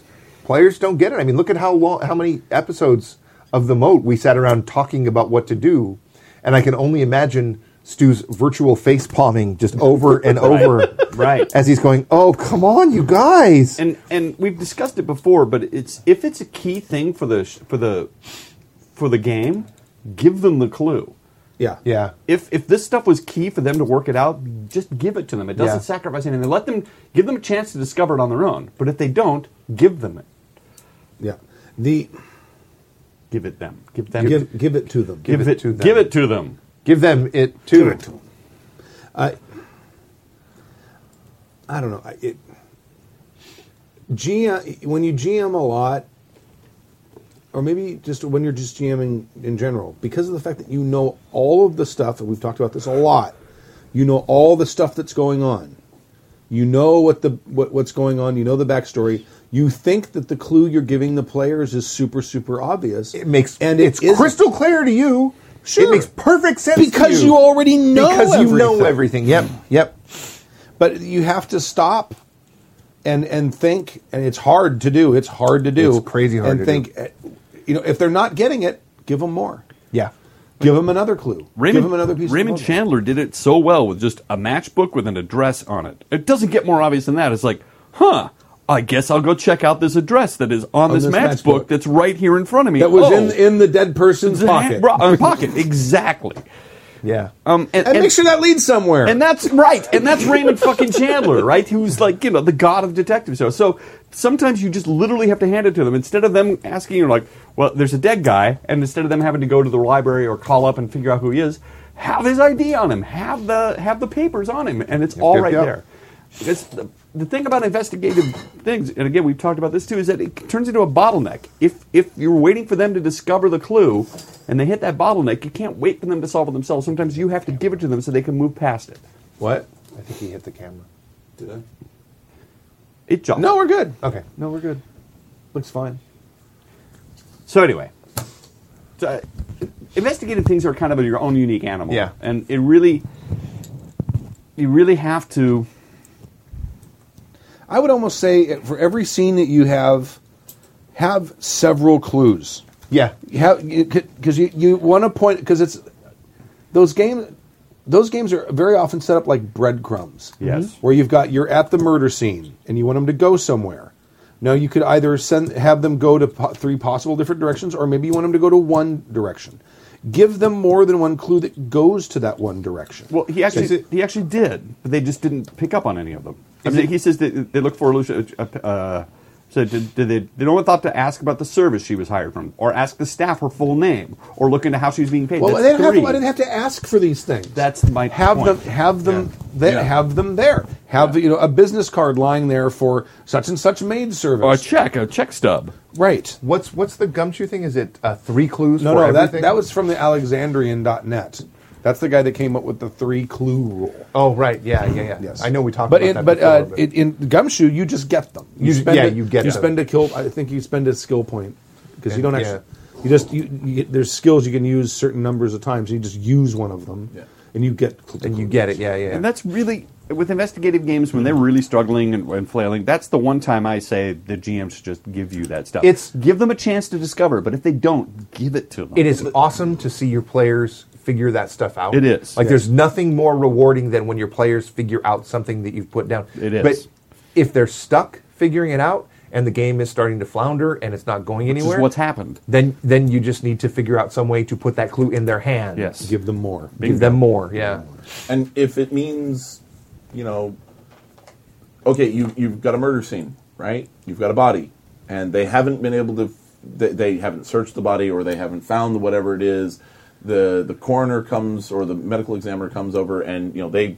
Speaker 4: players don't get it. I mean, look at how long, how many episodes of the moat we sat around talking about what to do, and I can only imagine Stu's virtual face palming just over and over,
Speaker 3: Right.
Speaker 4: As he's going, "Oh, come on, you guys!"
Speaker 3: and and we've discussed it before, but it's if it's a key thing for the sh- for the for the game, give them the clue.
Speaker 2: Yeah.
Speaker 4: yeah,
Speaker 3: If if this stuff was key for them to work it out, just give it to them. It doesn't
Speaker 4: Yeah.
Speaker 3: sacrifice anything. Let them give them a chance to discover it on their own. But if they don't, give them it.
Speaker 2: Yeah. The
Speaker 3: Give it them. Give them.
Speaker 2: give give it to them.
Speaker 3: give it, to them. Give it to them.
Speaker 4: give them it too.
Speaker 2: I I don't know. I- It GM when you GM a lot, or maybe just when you're just GMing in general, because of the fact that you know all of the stuff, and we've talked about this a lot. You know all the stuff that's going on. You know what the what, what's going on. You know the backstory. You think that the clue you're giving the players is super super obvious.
Speaker 4: It makes
Speaker 2: and
Speaker 4: and it's
Speaker 2: it isn't.
Speaker 4: crystal clear to you.
Speaker 2: Sure.
Speaker 4: It makes perfect sense to
Speaker 2: because you already know
Speaker 4: because you know
Speaker 2: everything.
Speaker 4: everything. Yep, yep.
Speaker 2: but you have to stop and and think and it's hard to do it's hard to do
Speaker 4: It's crazy hard
Speaker 2: and
Speaker 4: to
Speaker 2: think uh, you know if they're not getting it give them more
Speaker 4: Yeah.
Speaker 2: give them another clue give
Speaker 3: Raymond,
Speaker 2: them another piece
Speaker 3: Raymond
Speaker 2: of puzzle.
Speaker 3: Chandler did it so well with just a matchbook with an address on it. It doesn't get more obvious than that. It's like, huh, I guess I'll go check out this address that is on, this,
Speaker 2: this
Speaker 3: matchbook,
Speaker 2: matchbook.
Speaker 3: that's right here in front of me.
Speaker 2: that was
Speaker 3: Oh,
Speaker 2: in in the dead person's
Speaker 3: it's a
Speaker 2: pocket
Speaker 3: hand- bro- uh, pocket, exactly.
Speaker 4: Yeah.
Speaker 3: Um, and,
Speaker 2: and,
Speaker 3: and-
Speaker 2: make sure that leads somewhere
Speaker 3: and that's right. And that's Raymond fucking Chandler, right? Who's like, you know, the god of detective shows. So sometimes you just literally have to hand it to them instead of them asking you like, well, there's a dead guy, and instead of them having to go to the library or call up and figure out who he is, have his ID on him, have the have the papers on him, and it's all
Speaker 4: yep,
Speaker 3: right
Speaker 4: yep.
Speaker 3: there. It's the, the thing about investigative things, and again, we've talked about this too, is that it turns into a bottleneck. If if you're waiting for them to discover the clue, and they hit that bottleneck, you can't wait for them to solve it themselves. Sometimes you have to give it to them so they can move past it.
Speaker 2: what
Speaker 4: I think he hit the camera.
Speaker 5: Did I?
Speaker 3: It jumped.
Speaker 2: no we're good
Speaker 4: Okay.
Speaker 2: no we're good looks fine
Speaker 3: So anyway, so, uh, investigative things are kind of your own unique animal.
Speaker 4: Yeah.
Speaker 3: and it really, you really have to.
Speaker 2: i would almost say uh, for every scene that you have have several clues
Speaker 4: Yeah.
Speaker 2: because you, you want to point because it's those games those games are very often set up like breadcrumbs Mm-hmm.
Speaker 3: Yes.
Speaker 2: where you've got you're at the murder scene and you want them to go somewhere now you could either send have them go to po- three possible different directions or maybe you want them to go to one direction give them more than one clue that goes to that one direction
Speaker 3: Well, he actually
Speaker 4: Is it-
Speaker 3: he actually did, but they just didn't pick up on any of them. I mean, he says that they look for Alicia. uh, Uh, so did, did they? Did no one thought to ask about the service she was hired from, or ask the staff her full name, or look into how she was being paid?
Speaker 2: well
Speaker 3: That's
Speaker 2: they didn't have
Speaker 3: three.
Speaker 2: to, I didn't have to ask for these things
Speaker 3: That's my
Speaker 2: have
Speaker 3: point.
Speaker 2: them have them there
Speaker 5: Yeah.
Speaker 2: have them there have you know a business card lying there for such and such maid service
Speaker 3: Or a check, a check stub.
Speaker 2: right
Speaker 4: What's what's the gumshoe thing? Is it uh, three clues?
Speaker 2: No,
Speaker 4: for
Speaker 2: no, that,
Speaker 4: everything?
Speaker 2: that was from the Alexandrian.net. That's the guy that came up with the three clue rule.
Speaker 4: Oh, right. Yeah, yeah, yeah.
Speaker 2: Yes,
Speaker 4: I know we talked
Speaker 2: but
Speaker 4: about
Speaker 2: in,
Speaker 4: that.
Speaker 2: But
Speaker 4: before,
Speaker 2: uh, it, in Gumshoe, you just get them.
Speaker 4: You- yeah,
Speaker 2: a-
Speaker 4: you get
Speaker 2: You
Speaker 4: them.
Speaker 2: spend a kill. I think you spend a skill point because you
Speaker 4: And-
Speaker 2: don't
Speaker 4: yeah.
Speaker 2: actually. You just you, you, there's skills you can use certain numbers of times. You just use one of them,
Speaker 5: Yeah.
Speaker 2: and you get
Speaker 4: and you get it. Yeah, yeah.
Speaker 3: And that's really with investigative games when they're really struggling and, and flailing. That's the one time I say the GM should just give you that stuff.
Speaker 4: It's-
Speaker 3: give them a chance to discover, but if they don't, give it to them.
Speaker 4: it is awesome to see your players figure that stuff out.
Speaker 3: It is.
Speaker 4: Like there's nothing more rewarding than when your players figure out something that you've put down.
Speaker 3: It is.
Speaker 4: But if they're stuck figuring it out and the game is starting to flounder and it's not going
Speaker 3: This is
Speaker 4: anywhere,
Speaker 3: what's happened.
Speaker 4: then then you just need to figure out some way to put that clue in their hand.
Speaker 3: Yes.
Speaker 2: give them more.
Speaker 4: Give them more, yeah.
Speaker 5: And if it means, you know, okay, you you've got a murder scene, right? You've got a body, and they haven't been able to, they, they haven't searched the body or they haven't found the whatever it is. The the coroner comes or the medical examiner comes over, and you know they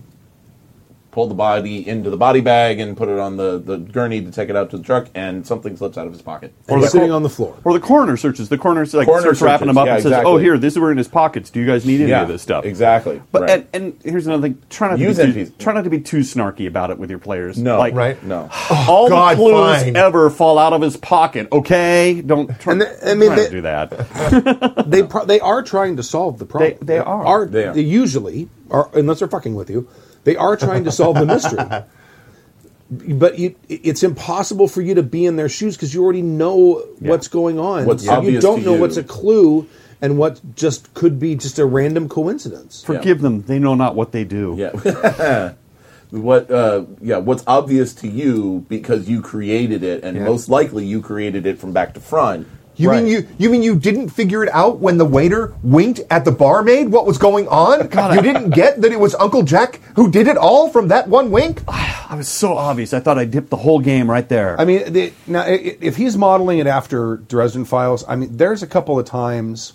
Speaker 5: pull the body into the body bag and put it on the the gurney to take it out to the truck, and something slips out of his pocket.
Speaker 2: Or
Speaker 3: the
Speaker 2: sitting
Speaker 3: cor-
Speaker 2: on the floor.
Speaker 3: Or the coroner searches. The coroner like
Speaker 5: Coroner
Speaker 3: starts wrapping
Speaker 5: searches.
Speaker 3: them up
Speaker 5: Yeah,
Speaker 3: and says,
Speaker 5: exactly.
Speaker 3: "Oh, here, these were in his pockets. Do you guys need any
Speaker 5: Yeah,
Speaker 3: of this stuff?"
Speaker 5: exactly,
Speaker 3: But
Speaker 5: right.
Speaker 3: and, and here's another thing: try not to
Speaker 5: Use
Speaker 3: be too,
Speaker 5: NPCs.
Speaker 3: try not to be too snarky about it with your players.
Speaker 5: No,
Speaker 3: like,
Speaker 4: right. Oh,
Speaker 5: No,
Speaker 3: all the
Speaker 4: God,
Speaker 3: clues
Speaker 4: fine.
Speaker 3: ever fall out of his pocket. Okay, don't try,
Speaker 2: And the- I mean,
Speaker 3: try not
Speaker 2: the-
Speaker 3: to do that.
Speaker 2: They pro- they are trying to solve the problem.
Speaker 3: They- they are.
Speaker 5: They are.
Speaker 2: they usually are unless they're fucking with you. They are trying to solve the mystery. But you, it's impossible for you to be in their shoes because you already know what's going on.
Speaker 5: What's
Speaker 2: so you
Speaker 5: obvious
Speaker 2: don't
Speaker 5: to
Speaker 2: know
Speaker 5: you.
Speaker 2: what's a clue and what just could be just a random coincidence.
Speaker 3: Forgive them; they know not what they do.
Speaker 5: Yeah. what? Uh, yeah. What's obvious to you because you created it, and most likely you created it from back to front.
Speaker 4: You
Speaker 2: Right.
Speaker 4: mean you you mean you didn't figure it out when the waiter winked at the barmaid what was going on? you didn't get that it was Uncle Jack who did it all from that one wink?
Speaker 3: I was so obvious. I thought I dipped the whole game right there.
Speaker 2: I mean, the, now i- i- if he's modeling it after Dresden Files, I mean, there's a couple of times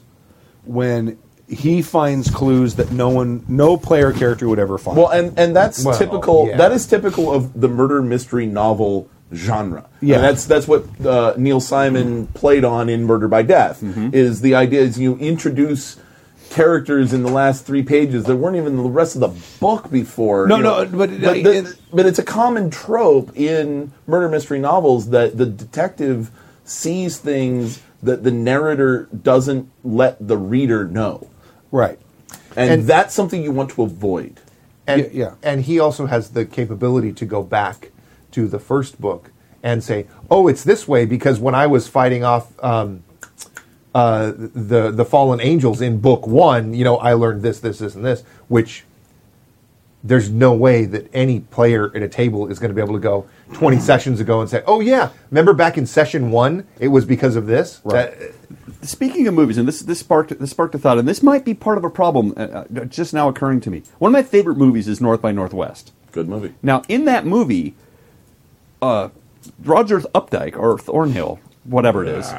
Speaker 2: when he finds clues that no one, no player character would ever find.
Speaker 5: Well, and and that's
Speaker 4: Well,
Speaker 5: typical.
Speaker 4: yeah.
Speaker 5: That is typical of the murder mystery novel genre.
Speaker 2: Yeah.
Speaker 5: And that's that's what uh, Neil Simon played on in Murder by Death.
Speaker 2: Mm-hmm.
Speaker 5: Is the idea is you introduce characters in the last three pages that weren't even in the rest of the book before.
Speaker 2: No,
Speaker 5: you
Speaker 2: no, but-
Speaker 5: but, the-
Speaker 2: in-
Speaker 5: but it's a common trope in murder mystery novels that the detective sees things that the narrator doesn't let the reader know,
Speaker 2: right.
Speaker 5: and that's something you want to avoid.
Speaker 4: And,
Speaker 2: Yeah, yeah.
Speaker 4: and he also has the capability to go back to the first book and say, "Oh, it's this way because when I was fighting off um, uh, the the fallen angels in book one, you know, I learned this, this, this, and this." Which there's no way that any player at a table is going to be able to go 20
Speaker 2: Mm-hmm.
Speaker 4: sessions ago and say, "Oh yeah, remember back in session one, it was because of this." That-
Speaker 3: Speaking of movies, and this this sparked this sparked a thought, and this might be part of a problem uh, uh, just now occurring to me. One of my favorite movies is North by Northwest.
Speaker 5: Good movie.
Speaker 3: Now, in that movie, uh, Roger Updike or Thornhill, whatever it is,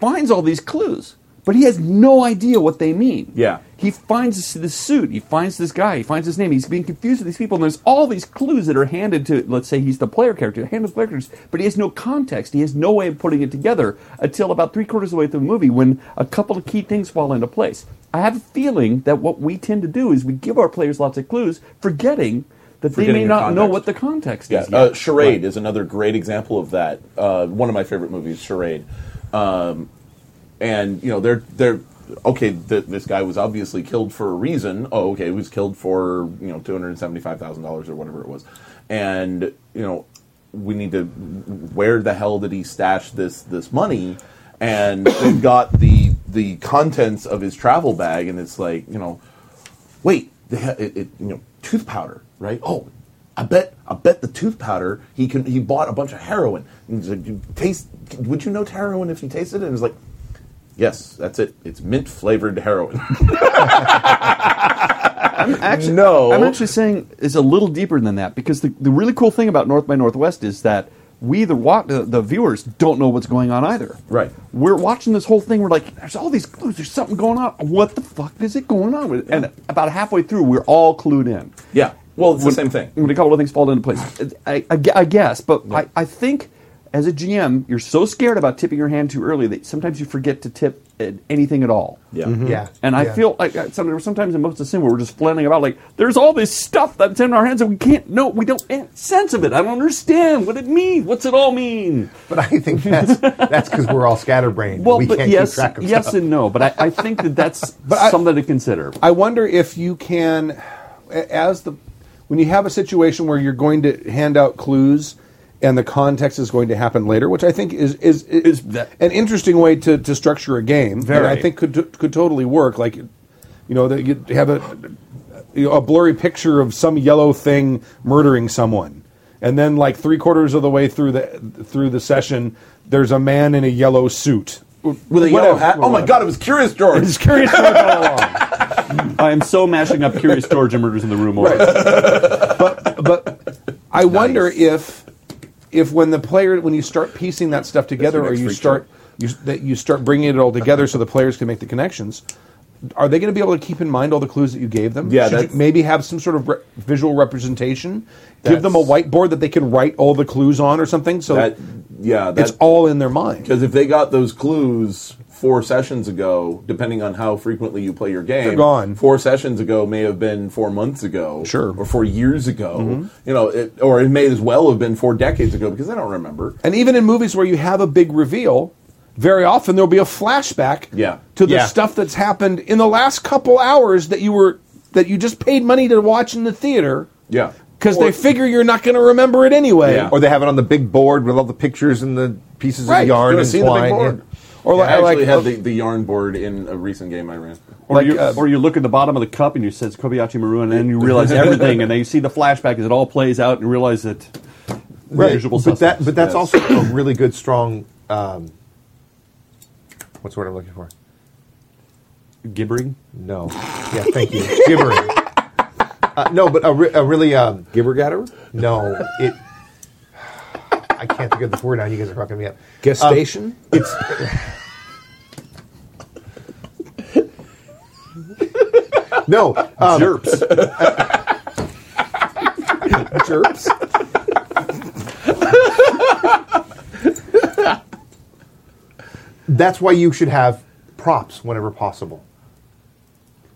Speaker 3: finds all these clues, but he has no idea what they mean.
Speaker 5: Yeah.
Speaker 3: He finds this, this suit, he finds this guy, he finds his name, he's being confused with these people, and there's all these clues that are handed to, let's say he's the player character, handed to player characters, but he has no context, he has no way of putting it together until about three quarters of the way through the movie when a couple of key things fall into place. I have a feeling that what we tend to do is we give our players lots of clues, forgetting that
Speaker 5: Forgetting
Speaker 3: they may
Speaker 5: the
Speaker 3: not know
Speaker 5: context.
Speaker 3: what the context
Speaker 5: Yeah,
Speaker 3: is.
Speaker 5: uh,
Speaker 3: yet.
Speaker 5: Charade
Speaker 3: Right.
Speaker 5: is another great example of that. Uh, one of my favorite movies, Charade. Um, and you know, they're they're okay. Th- this guy was obviously killed for a reason. Oh, okay, he was killed for you know two hundred seventy five thousand dollars or whatever it was, and you know, we need to where the hell did he stash this this money? And they've got the the contents of his travel bag, and it's like you know wait, they ha- it, it, you know, tooth powder, right? Oh, I bet, I bet the tooth powder he can. He bought a bunch of heroin. And he's like, you taste? Would you know heroin if you tasted it? And it's like, yes, that's it. It's mint flavored heroin.
Speaker 3: Actually,
Speaker 5: No.
Speaker 3: I'm actually saying is a little deeper than that because the, the really cool thing about North by Northwest is that we the wa- the, the viewers don't know what's going on either.
Speaker 5: Right.
Speaker 3: We're watching this whole thing. We're like, there's all these clues. There's something going on. What the fuck is it going on with? And about halfway through, we're all clued in.
Speaker 5: yeah. Well, it's
Speaker 3: When-
Speaker 5: the same thing.
Speaker 3: When a couple of things fall into place, I, I, gue- I guess, but I, I think as a GM, you're so scared about tipping your hand too early that sometimes you forget to tip uh, anything at all.
Speaker 5: Yeah.
Speaker 4: Yeah.
Speaker 3: And I
Speaker 4: Yeah.
Speaker 3: feel like uh, some- sometimes in most of sin we're just flailing about like there's all this stuff that's in our hands and we can't no we don't eh, sense of it. I don't understand what it means. What's it all mean?
Speaker 4: But I think that's that's because we're all scatterbrained.
Speaker 3: Well,
Speaker 4: we
Speaker 3: but
Speaker 4: can't
Speaker 3: yes,
Speaker 4: keep track of
Speaker 3: yes
Speaker 4: stuff.
Speaker 3: and no. But I, I think that that's
Speaker 2: I-
Speaker 3: something to consider.
Speaker 2: I wonder if you can, a- as the when you have a situation where you're going to hand out clues and the context is going to happen later, which I think is is, is,
Speaker 3: Is that-
Speaker 2: an interesting way to, to structure a game. and I
Speaker 3: Very.
Speaker 2: think could could totally work. Like, you know, that you have a you know, a blurry picture of some yellow thing murdering someone. And then, like three quarters of the way through the through the session, there's a man in a yellow suit
Speaker 5: With a yellow hat. Oh my God! It was Curious George.
Speaker 3: Curious George all along. I am so mashing up Curious George and Murders in the Room. Right.
Speaker 2: but I wonder if if when the player when you start piecing that stuff together
Speaker 5: the
Speaker 2: or
Speaker 5: next
Speaker 2: you
Speaker 5: freak
Speaker 2: start you, that you start bringing it all together so the players can make the connections are they going to be able to keep in mind all the clues that you gave them
Speaker 5: Yeah,
Speaker 2: Should you
Speaker 5: that's-
Speaker 2: maybe have some sort of re- visual representation give them a
Speaker 5: That's-
Speaker 2: whiteboard that they can write all the clues on or something so
Speaker 5: That, yeah. That,
Speaker 2: it's all in their mind
Speaker 5: Because if they got those clues four sessions ago, depending on how frequently you play your game,
Speaker 2: They're gone.
Speaker 5: Four sessions ago may have been four months ago,
Speaker 2: Sure. Mm-hmm.
Speaker 5: or four years ago. You know, it, or it may as well have been four decades ago because I don't remember.
Speaker 2: And even in movies where you have a big reveal, very often there'll be a flashback
Speaker 5: Yeah.
Speaker 2: to the
Speaker 4: Yeah.
Speaker 2: stuff that's happened in the last couple hours that you were that you just paid money to watch in the theater.
Speaker 5: Yeah.
Speaker 2: Because
Speaker 5: Or-
Speaker 2: they figure you're not going to remember it anyway.
Speaker 5: Yeah.
Speaker 4: Or they have it on the big board with all the pictures and the pieces
Speaker 2: Right.
Speaker 4: of yarn
Speaker 5: Could've
Speaker 4: and
Speaker 5: seen the big
Speaker 4: twine.
Speaker 5: board.
Speaker 4: yeah.
Speaker 2: Or
Speaker 5: I
Speaker 2: like,
Speaker 5: actually
Speaker 2: like
Speaker 5: had the, the yarn board in a recent game I ran.
Speaker 3: Or,
Speaker 2: Like,
Speaker 3: you,
Speaker 2: uh,
Speaker 3: or you look at the bottom of the cup and you says Kobayashi Maru, and then you realize everything, and then you see the flashback as it all plays out, and you realize that the usual
Speaker 4: But that,
Speaker 3: suspects.
Speaker 4: but that's
Speaker 5: Yes.
Speaker 4: also a really good, strong. Um, what's the word I'm looking for?
Speaker 3: gibbering.
Speaker 4: No. Yeah. Thank you. Gibbering. Uh, no, but a, re- a really um,
Speaker 2: Gibber Gatter?
Speaker 4: no. It. I can't think of the word now. You guys are fucking me up.
Speaker 2: Gestation?
Speaker 4: It's no. Um,
Speaker 3: Jerps.
Speaker 2: Jerps?
Speaker 4: that's why you should have props whenever possible.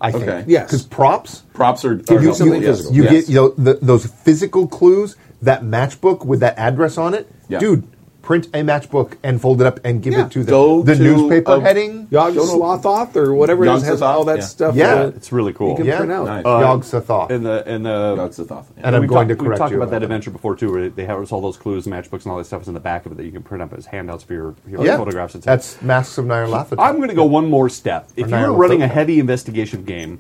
Speaker 4: I think.
Speaker 5: Okay.
Speaker 2: Yes.
Speaker 4: Because props
Speaker 5: Props are,
Speaker 2: Give
Speaker 5: are
Speaker 2: you
Speaker 5: helpful,
Speaker 2: something
Speaker 5: yes.
Speaker 2: physical.
Speaker 4: You
Speaker 5: Yes.
Speaker 4: get you know, the, those physical clues, that matchbook with that address on it.
Speaker 5: Yeah.
Speaker 4: Dude, print a matchbook and fold it up and give
Speaker 2: Yeah.
Speaker 4: it to them.
Speaker 5: Go
Speaker 4: the
Speaker 5: to
Speaker 4: newspaper
Speaker 5: a-
Speaker 4: heading.
Speaker 2: Yog Slothoth or whatever it is has all that
Speaker 5: Yeah.
Speaker 2: stuff.
Speaker 4: Yeah.
Speaker 2: that
Speaker 3: It's really cool.
Speaker 2: You can
Speaker 4: Yeah.
Speaker 2: print out.
Speaker 5: Nice.
Speaker 4: Yog Sothoth.
Speaker 3: And the and the
Speaker 5: That's the thought.
Speaker 4: And I'm
Speaker 3: we've talked-
Speaker 4: going to
Speaker 3: we've
Speaker 4: correct
Speaker 3: talked
Speaker 4: you
Speaker 3: about that
Speaker 4: about
Speaker 3: adventure before too, where they have us all those clues, matchbooks, and all that stuff is in the back of it that you can print up as handouts for your, your
Speaker 4: yeah.
Speaker 3: photographs. etc.
Speaker 4: That's Masks of Nyarlathotep.
Speaker 3: I'm going to go one more step. If
Speaker 4: Or now
Speaker 3: you're
Speaker 4: we're
Speaker 3: running a
Speaker 4: football.
Speaker 3: heavy investigation game,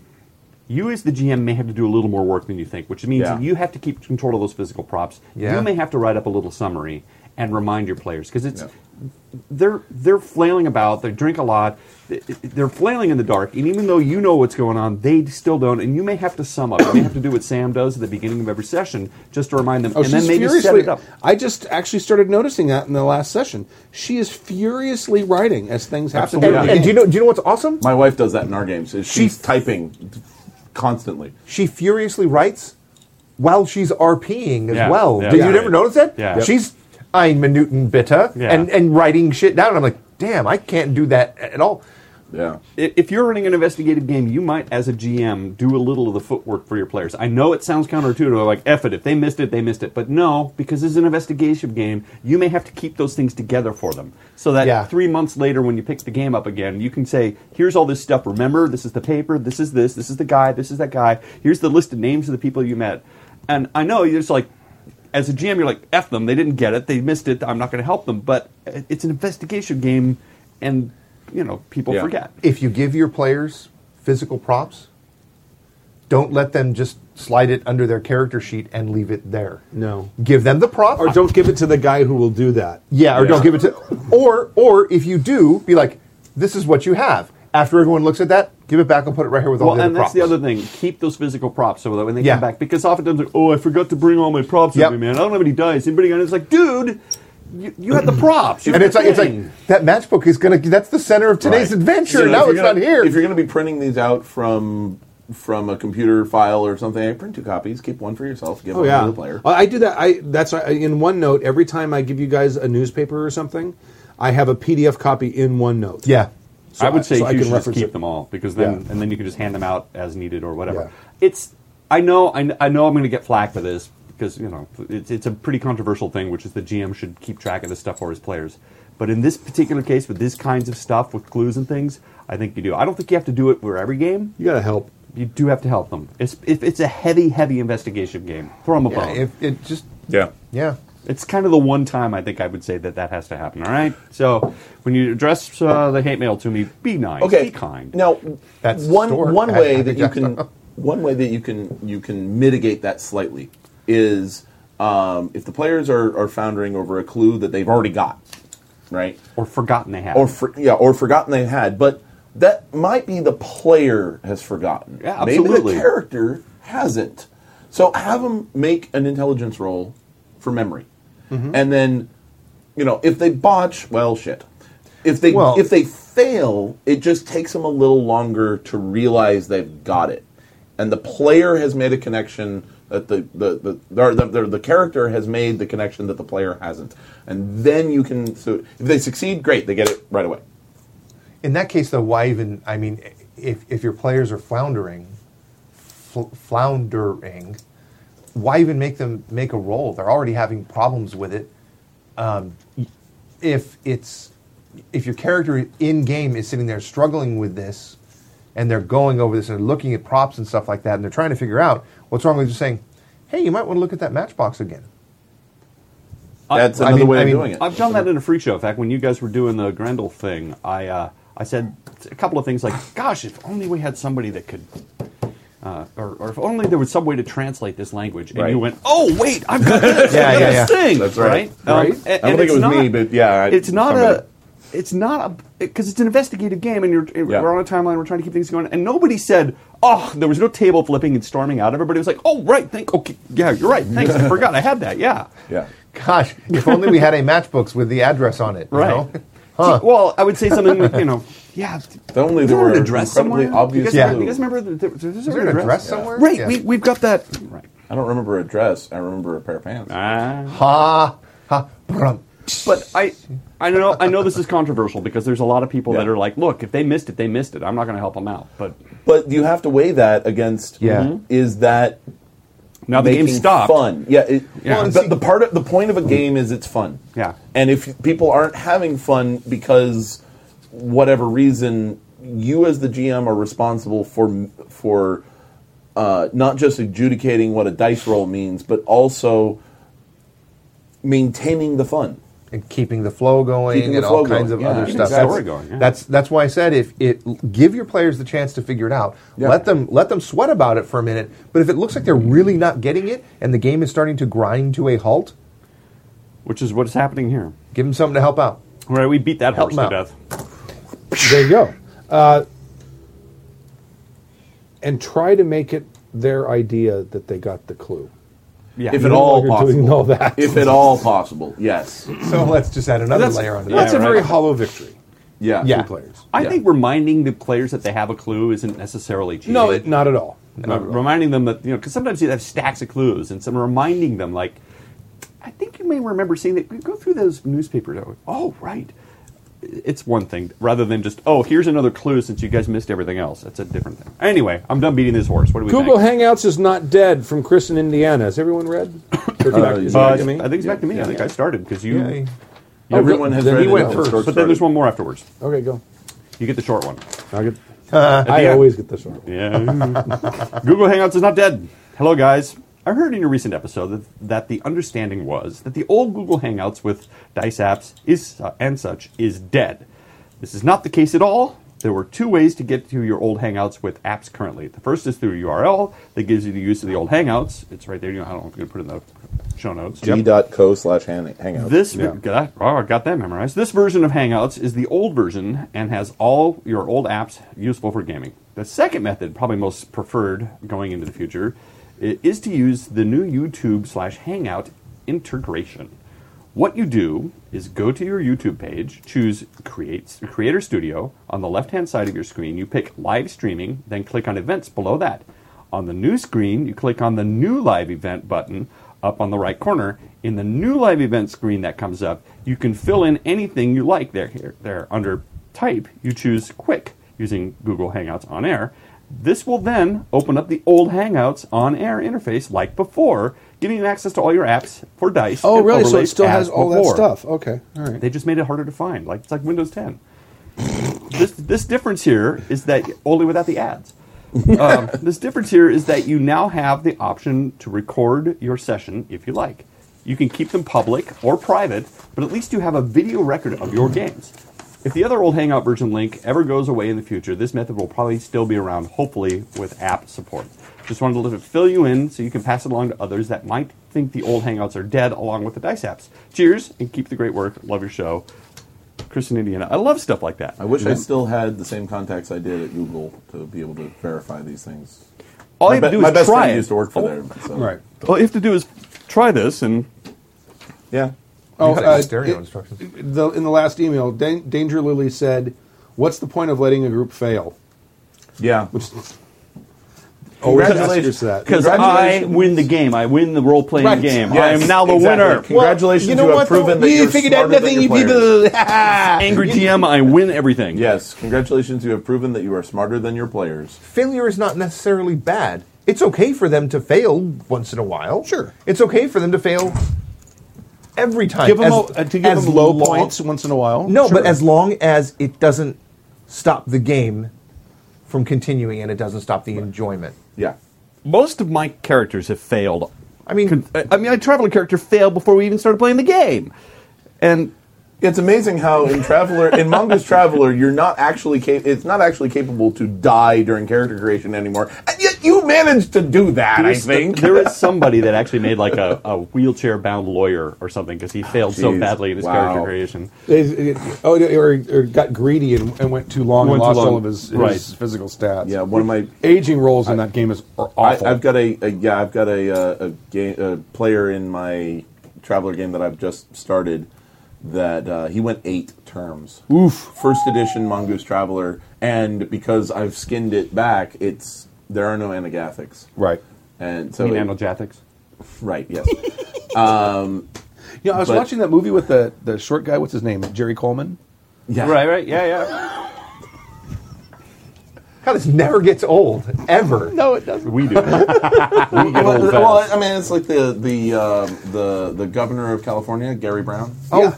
Speaker 3: you as the GM may have to do a little more work than you think, which means
Speaker 5: Yeah.
Speaker 3: that you have to keep control of those physical props.
Speaker 4: Yeah.
Speaker 3: You may have to write up a little summary and remind your players because it's
Speaker 5: Yeah.
Speaker 3: they're they're flailing about, they drink a lot, th- they're flailing in the dark, and even though you know what's going on, they still don't. And you may have to sum up. You may have to do what Sam does at the beginning of every session just to remind them,
Speaker 2: Oh,
Speaker 3: and
Speaker 2: she's
Speaker 3: then maybe set
Speaker 2: furiously.
Speaker 3: it up.
Speaker 2: I just actually started noticing that in the last session. She is furiously writing as things happen.
Speaker 4: and,
Speaker 2: during the
Speaker 4: and do you
Speaker 2: game.
Speaker 4: know do you know what's awesome?
Speaker 5: My wife does that in our games. She's
Speaker 4: She-
Speaker 5: typing constantly.
Speaker 4: She furiously writes while she's RPing as
Speaker 3: Yeah.
Speaker 4: well.
Speaker 3: Yeah.
Speaker 4: Did
Speaker 3: Yeah.
Speaker 4: you never notice that?
Speaker 3: Yeah. Yep.
Speaker 4: She's Ein Minuten bitte
Speaker 3: Yeah.
Speaker 4: and, and writing shit down. I'm like, damn, I can't do that at all.
Speaker 5: Yeah.
Speaker 3: i- if you're running an investigative game, you might, as a GM, do a little of the footwork for your players. I know it sounds counterintuitive, like F it, if they missed it, they missed it. But no, because this is an investigation game, you may have to keep those things together for them. So that
Speaker 4: Yeah.
Speaker 3: three months later, when you pick the game up again, you can say, here's all this stuff. Remember, this is the paper, this is this, this is the guy, this is that guy. Here's the list of names of the people you met. And I know you're just like, as a GM, you're like, F them, they didn't get it, they missed it, I'm not going to help them. But it- it's an investigation game, and, you know, people
Speaker 5: Yeah.
Speaker 3: forget.
Speaker 4: if you give your players physical props, don't let them just slide it under their character sheet and leave it there.
Speaker 2: No.
Speaker 4: Give them the prop.
Speaker 2: Or don't give it to the guy who will do that.
Speaker 4: yeah, or
Speaker 5: Yeah.
Speaker 4: don't give it to or or if you do, be like, this is what you have. After everyone looks at that, give it back and put it right here with all
Speaker 3: Well,
Speaker 4: the
Speaker 3: and
Speaker 4: other
Speaker 3: that's
Speaker 4: props.
Speaker 3: the other thing. Keep those physical props so that when they
Speaker 4: Yeah.
Speaker 3: come back, because oftentimes, like, oh, I forgot to bring all my props
Speaker 4: Yep.
Speaker 3: with me, man. I don't have any dice. Anybody got it? It's like, dude, you, you had the props. You
Speaker 4: and
Speaker 3: had
Speaker 4: it's
Speaker 3: the
Speaker 4: like it's like
Speaker 3: thing.
Speaker 4: that matchbook is gonna that's the center of today's
Speaker 5: Right.
Speaker 4: adventure.
Speaker 5: So
Speaker 4: now
Speaker 5: if
Speaker 4: it's
Speaker 5: you're gonna-
Speaker 4: not here.
Speaker 5: If you're going to be printing these out from from a computer file or something. Print two copies, keep one for yourself, give
Speaker 2: Oh
Speaker 5: one
Speaker 2: yeah,
Speaker 5: to the player.
Speaker 2: I I do that. I that's why- in OneNote. Every time I give you guys a newspaper or something, I have a PDF copy in OneNote.
Speaker 4: Yeah.
Speaker 2: So
Speaker 3: I would say
Speaker 2: so
Speaker 3: you should just
Speaker 2: reference
Speaker 3: keep
Speaker 2: it.
Speaker 3: them all because then
Speaker 2: Yeah.
Speaker 3: and then you can just hand them out as needed or whatever.
Speaker 2: Yeah.
Speaker 3: It's I know I, kn- I know I'm going to get flack for this because you know it's it's a pretty controversial thing, which is the GM should keep track of this stuff for his players. But in this particular case, with these kinds of stuff, with clues and things, I think you do. I don't think you have to do it for every game.
Speaker 2: You gotta help.
Speaker 3: You do have to help them. It's, if it's a heavy, heavy investigation game, throw them a
Speaker 4: Yeah,
Speaker 3: bone.
Speaker 4: if it just
Speaker 8: Yeah.
Speaker 4: yeah.
Speaker 3: It's kind of the one time I think I would say that that has to happen. All right. So when you address uh, the hate mail to me, be nice.
Speaker 5: okay.
Speaker 3: Be kind.
Speaker 5: Now,
Speaker 4: That's
Speaker 5: one
Speaker 4: stork.
Speaker 5: one
Speaker 4: I-
Speaker 5: way
Speaker 4: I
Speaker 5: that
Speaker 4: think
Speaker 5: you
Speaker 4: that's-
Speaker 5: can one way that you can you can mitigate that slightly is um, if the players are, are foundering over a clue that they've already got, right?
Speaker 3: or forgotten they have.
Speaker 5: or for, yeah, or forgotten they had. But that might be the player has forgotten.
Speaker 3: Yeah,
Speaker 5: Maybe
Speaker 3: absolutely.
Speaker 5: the character hasn't. So have them make an intelligence roll for memory,
Speaker 3: Mm-hmm.
Speaker 5: and then you know if they botch, well, shit. If they
Speaker 4: Well-
Speaker 5: if they fail, it just takes them a little longer to realize they've got it, and the player has made a connection that the the the, or the, the, the character has made the connection that the player hasn't, and then you can so if they succeed, great, they get it right away.
Speaker 4: In that case, though, why even? I mean, if if your players are floundering, fl- floundering, why even make them make a roll? They're already having problems with it. Um, if it's if your character in game is sitting there struggling with this and they're going over this and looking at props and stuff like that and they're trying to figure out what's wrong with just saying hey you might want to look at that matchbox again
Speaker 5: That's
Speaker 4: I
Speaker 5: another
Speaker 4: mean-
Speaker 5: way
Speaker 4: I
Speaker 5: of
Speaker 4: mean,
Speaker 5: doing it.
Speaker 3: I've done that in a freak show. In fact, when you guys were doing the Grendel thing, I uh, I said a couple of things like, "Gosh, if only we had somebody that could." Uh, or, or if only there was some way to translate this language, and
Speaker 5: Right.
Speaker 3: you went, "Oh wait, I've got this,
Speaker 4: Yeah, yeah,
Speaker 3: this
Speaker 4: yeah.
Speaker 3: thing."
Speaker 5: That's right.
Speaker 3: Um,
Speaker 2: Right.
Speaker 3: and-
Speaker 2: I
Speaker 5: don't
Speaker 3: and
Speaker 5: think it
Speaker 3: it's
Speaker 5: was
Speaker 3: not-
Speaker 5: me, but yeah, I-
Speaker 3: it's not
Speaker 5: somebody.
Speaker 3: a, it's not a, because it's an investigative game, and you're
Speaker 5: Yeah.
Speaker 3: we're on a timeline. We're trying to keep things going, and nobody said, "Oh, there was no table flipping and storming out." Everybody was like, "Oh right, thank, okay, yeah, you're right, thanks, I forgot I had that, yeah."
Speaker 5: Yeah.
Speaker 4: gosh if only we had a matchbox with the address on it you
Speaker 3: Right.
Speaker 4: know?
Speaker 3: See, well, I would say something like, you know, yeah. If
Speaker 5: only there were incredibly obvious
Speaker 3: You guys,
Speaker 4: clues.
Speaker 3: you guys remember? The, there, there's
Speaker 4: is there an address
Speaker 5: Yeah.
Speaker 4: somewhere
Speaker 3: Right.
Speaker 4: Yeah.
Speaker 3: We, we've got that. Right.
Speaker 5: I don't remember a dress. I remember a pair of pants.
Speaker 4: Ah. ha ha brum.
Speaker 3: But I, I know, I know this is controversial because there's a lot of people that
Speaker 5: Yeah.
Speaker 3: are like, look, if they missed it, they missed it. I'm not going to help them out. But
Speaker 5: But you have to weigh that against
Speaker 4: Yeah. Mhm.
Speaker 5: is that
Speaker 3: now the
Speaker 5: making
Speaker 3: game stopped.
Speaker 5: fun? Yeah. It,
Speaker 3: Yeah. Well, and
Speaker 5: the,
Speaker 4: see-
Speaker 5: the part of, the point of a game is it's fun.
Speaker 3: Yeah.
Speaker 5: And if people aren't having fun because whatever reason, you as the GM are responsible for for uh, not just adjudicating what a dice roll means, but also maintaining the fun.
Speaker 4: and keeping the flow going
Speaker 5: Keeping the
Speaker 4: and
Speaker 5: flow
Speaker 4: all kinds
Speaker 5: going,
Speaker 4: of
Speaker 5: yeah.
Speaker 4: other
Speaker 5: Keeping
Speaker 4: stuff.
Speaker 3: the
Speaker 4: That's,
Speaker 3: story going, yeah.
Speaker 4: that's that's why I said if it give your players the chance to figure it out.
Speaker 5: Yeah.
Speaker 4: Let them let them sweat about it for a minute. But if it looks like they're really not getting it and the game is starting to grind to a halt,
Speaker 3: Which is what's happening here.
Speaker 4: give them something to help out.
Speaker 3: All Right. We beat that
Speaker 4: Help
Speaker 3: horse to
Speaker 4: 'em out.
Speaker 3: death.
Speaker 2: There you go. Uh, and try to make it their idea that they got the clue.
Speaker 3: Yeah.
Speaker 5: If
Speaker 2: You
Speaker 5: at
Speaker 2: know
Speaker 5: all
Speaker 2: while you're
Speaker 5: possible.
Speaker 2: doing all that.
Speaker 5: If at all possible, yes.
Speaker 4: So let's just add another layer onto
Speaker 2: That's
Speaker 4: that.
Speaker 2: a very hollow victory.
Speaker 5: Yeah.
Speaker 4: Yeah.
Speaker 2: for players.
Speaker 3: I
Speaker 5: Yeah.
Speaker 3: think reminding the players that they have a clue isn't necessarily cheating.
Speaker 2: No, it, not at all.
Speaker 3: Rem- reminding them that you know because sometimes you have stacks of clues and some reminding them like i think you may remember seeing that go through those newspapers oh right it's one thing rather than just oh here's another clue since you guys missed everything else that's a different thing anyway i'm done beating this horse what do we
Speaker 2: Google
Speaker 3: think?
Speaker 2: Hangouts is not dead from Chris in Indiana. Has everyone read? Or
Speaker 5: Uh,
Speaker 2: is it
Speaker 5: yeah.
Speaker 2: back
Speaker 3: Uh,
Speaker 2: to me?
Speaker 3: i think it's back to me
Speaker 5: Yeah.
Speaker 3: i think i started because you
Speaker 4: Yeah.
Speaker 5: Everyone has
Speaker 2: then
Speaker 5: read
Speaker 2: he
Speaker 5: it
Speaker 2: went
Speaker 5: at
Speaker 2: first.
Speaker 5: Stork
Speaker 2: But
Speaker 3: but then there's
Speaker 5: started.
Speaker 3: one more afterwards
Speaker 2: Okay, go.
Speaker 3: you get the short one
Speaker 2: I'll get-
Speaker 3: At
Speaker 2: I
Speaker 3: the end.
Speaker 2: always get this one.
Speaker 3: Yeah. Google Hangouts is not dead. Hello, guys. I heard in a recent episode that, that the understanding was that the old Google Hangouts with dice apps is uh, and such is dead. This is not the case at all. There were two ways to get to your old Hangouts with apps currently. The first is through URL that gives you the use of the old Hangouts. It's right there. You know, I don't know if you put it in the show notes.
Speaker 5: G.co slash hang- hangout.
Speaker 3: This got, oh, I got that memorized. This version of Hangouts is the old version and has all your old apps useful for gaming. The second method, probably most preferred going into the future, i- is to use the new YouTube slash Hangout integration. What you do is go to your YouTube page, choose Create Creator Studio. On the left-hand side of your screen, you pick Live Streaming, then click on Events below that. On the new screen, you click on the New Live Event button up on the right corner. In the New Live Event screen that comes up, you can fill in anything you like there. Here, there under Type, you choose Quick using Google Hangouts on Air. This will then open up the old Hangouts on Air interface like before, giving you access to all your apps for Dice.
Speaker 2: Oh,
Speaker 3: and
Speaker 2: really? So it
Speaker 3: overlays
Speaker 2: still
Speaker 3: as
Speaker 2: has all
Speaker 3: before.
Speaker 2: that stuff. Okay. All right.
Speaker 3: They just made it harder to find. Like it's like Windows 10. this this difference here is that only without the ads. um, this difference here is that you now have the option to record your session if you like. You can keep them public or private, but at least you have a video record of
Speaker 5: Mm-hmm.
Speaker 3: your games. If the other old Hangout version link ever goes away in the future, this method will probably still be around, hopefully with app support. Just wanted to let it fill you in so you can pass it along to others that might think the old Hangouts are dead along with the Dice apps. Cheers and keep the great work. Love your show. Chris in Indiana. I love stuff like that.
Speaker 5: I wish I still had the same contacts I did at Google to be able to verify these things.
Speaker 3: All
Speaker 5: my
Speaker 3: you have to
Speaker 5: be-
Speaker 3: do
Speaker 5: my
Speaker 3: is
Speaker 5: best
Speaker 3: try
Speaker 5: friend
Speaker 3: it.
Speaker 5: used to work for
Speaker 3: Oh,
Speaker 5: there. So.
Speaker 2: Right.
Speaker 8: All you have to do is try this, and
Speaker 5: Yeah.
Speaker 2: Oh,
Speaker 4: got
Speaker 2: uh,
Speaker 4: stereo
Speaker 2: it-
Speaker 4: instructions.
Speaker 2: the, in the last email, Dan- Danger Lily said, "What's the point of letting a group fail?"
Speaker 5: Yeah.
Speaker 2: Which always ask
Speaker 5: Congratulations.
Speaker 2: yourself that.
Speaker 8: because I
Speaker 5: Congratulations.
Speaker 8: win the game, I win the role playing
Speaker 2: Right.
Speaker 8: game.
Speaker 5: Yes,
Speaker 8: I am now the
Speaker 5: exactly.
Speaker 8: winner.
Speaker 5: Congratulations,
Speaker 2: Well, you know
Speaker 5: you have
Speaker 2: what,
Speaker 5: proven
Speaker 2: though?
Speaker 5: that
Speaker 2: You
Speaker 5: you're
Speaker 2: figured out
Speaker 5: smarter than
Speaker 2: nothing,
Speaker 5: your
Speaker 2: you
Speaker 5: players.
Speaker 8: Angry TM, I win everything.
Speaker 5: Yes, congratulations, you have proven that you are smarter than your players.
Speaker 4: failure is not necessarily bad. It's okay for them to fail once in a while.
Speaker 2: Sure.
Speaker 4: It's okay for them to fail every time.
Speaker 2: Give them
Speaker 4: as-
Speaker 2: a, uh, to give
Speaker 4: as
Speaker 2: them low
Speaker 4: long-
Speaker 2: points once in a
Speaker 3: Oh,
Speaker 2: while.
Speaker 4: No,
Speaker 2: Sure.
Speaker 4: but as long as it doesn't stop the game from continuing and it doesn't stop the enjoyment.
Speaker 5: Yeah.
Speaker 8: Most of my characters have failed.
Speaker 4: I mean-
Speaker 8: Con- I I mean, I traveler character failed before we even started playing the game, and
Speaker 5: It's amazing how in Traveler, in Mongo's Traveler, you're not actually cap- it's not actually capable to die during character creation anymore. And yet you managed to do that, I
Speaker 3: There's-
Speaker 5: think.
Speaker 3: there is somebody that actually made like a, a wheelchair bound lawyer or something because he failed so
Speaker 5: Ah, Jeez.
Speaker 3: badly in his
Speaker 5: Wow.
Speaker 3: character creation.
Speaker 2: They- oh, or, or got greedy and, and went too long and
Speaker 3: Went too
Speaker 2: lost
Speaker 3: long.
Speaker 2: all of his, his
Speaker 3: Right.
Speaker 2: physical stats.
Speaker 5: Yeah, one of my
Speaker 2: aging roles in that game is are
Speaker 5: I,
Speaker 2: awful.
Speaker 5: I've got a, a yeah, I've got a, uh, a game a player in my traveler game that I've just started that uh, he went eight terms. Oof! First edition Mongoose Traveler, and because I've skinned it back, it's there are no anagathics,
Speaker 2: right.
Speaker 5: and so
Speaker 3: You mean
Speaker 5: it-
Speaker 3: analgesics?
Speaker 5: right, yes,
Speaker 2: Yeah, I was
Speaker 5: But-
Speaker 2: watching that movie with the the short guy. What's his name? Jerry Coleman.
Speaker 5: yeah,
Speaker 3: Right, right, yeah, yeah.
Speaker 4: God, this never gets old, ever.
Speaker 2: No, it doesn't.
Speaker 3: We do.
Speaker 5: Well,
Speaker 3: old
Speaker 5: uh, well,
Speaker 3: fast.
Speaker 5: I mean, it's like the the um, the the governor of California, Gary Brown.
Speaker 4: Oh,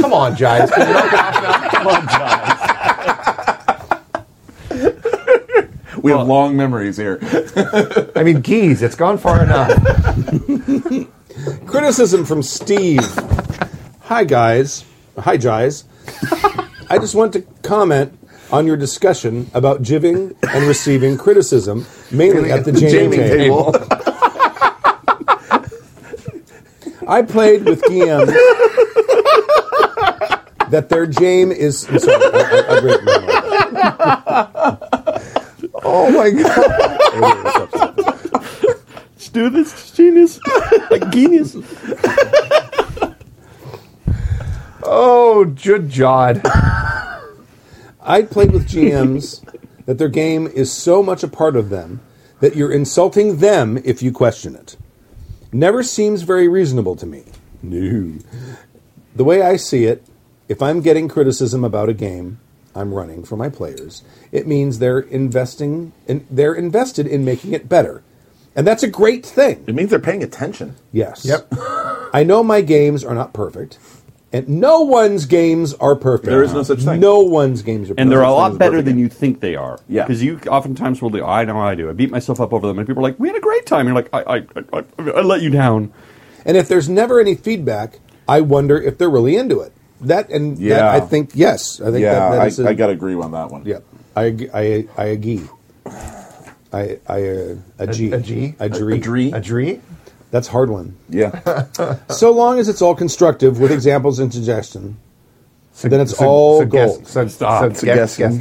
Speaker 4: come on, Jives.
Speaker 5: We have long memories here.
Speaker 4: I mean, geez, it's gone far enough.
Speaker 2: Criticism from Steve. Hi, guys. Hi, Jais. I just want to comment on your discussion about jiving and receiving criticism, mainly at the
Speaker 4: Jamie
Speaker 2: jamming table.
Speaker 4: table.
Speaker 2: I played with Guillaume that their jam is. I'm sorry, I, I, I've written that one.
Speaker 4: Oh my god.
Speaker 8: Just do this, genius, like genius.
Speaker 4: Oh, good jod.
Speaker 2: I played with GMs that their game is so much a part of them that you're insulting them if you question it. Never seems very reasonable to me. No. The way I see it, if I'm getting criticism about a game I'm running for my players, it means they're investing in, they're invested in making it better. And that's a great thing.
Speaker 5: It means they're paying attention.
Speaker 2: Yes. Yep. I know my games are not perfect, and no one's games are perfect.
Speaker 5: There is no such thing.
Speaker 2: No one's games are perfect.
Speaker 8: And they're a
Speaker 5: Those
Speaker 8: lot
Speaker 5: things
Speaker 8: better
Speaker 5: work
Speaker 8: than
Speaker 5: again.
Speaker 8: you think they are.
Speaker 5: Yeah.
Speaker 8: Because you oftentimes will do, I know I do. I beat myself up over them. And people are like, we had a great time. You're like, I, I, I, I, I let you down.
Speaker 2: And if there's never any feedback, I wonder if they're really into it. That and that
Speaker 5: Yeah.
Speaker 2: I think yes, I think
Speaker 5: Yeah,
Speaker 2: that, that is
Speaker 5: I,
Speaker 2: a-
Speaker 5: I got to agree on that one.
Speaker 2: Yeah, I ag- I I agree. I I uh, agree.
Speaker 4: A- agree?
Speaker 2: Agree.
Speaker 5: Agree.
Speaker 4: Adri?
Speaker 2: That's a hard one.
Speaker 5: Yeah.
Speaker 2: So long as it's all constructive with examples and suggestion, then it's all gold.
Speaker 4: Stop.
Speaker 5: Suggestions.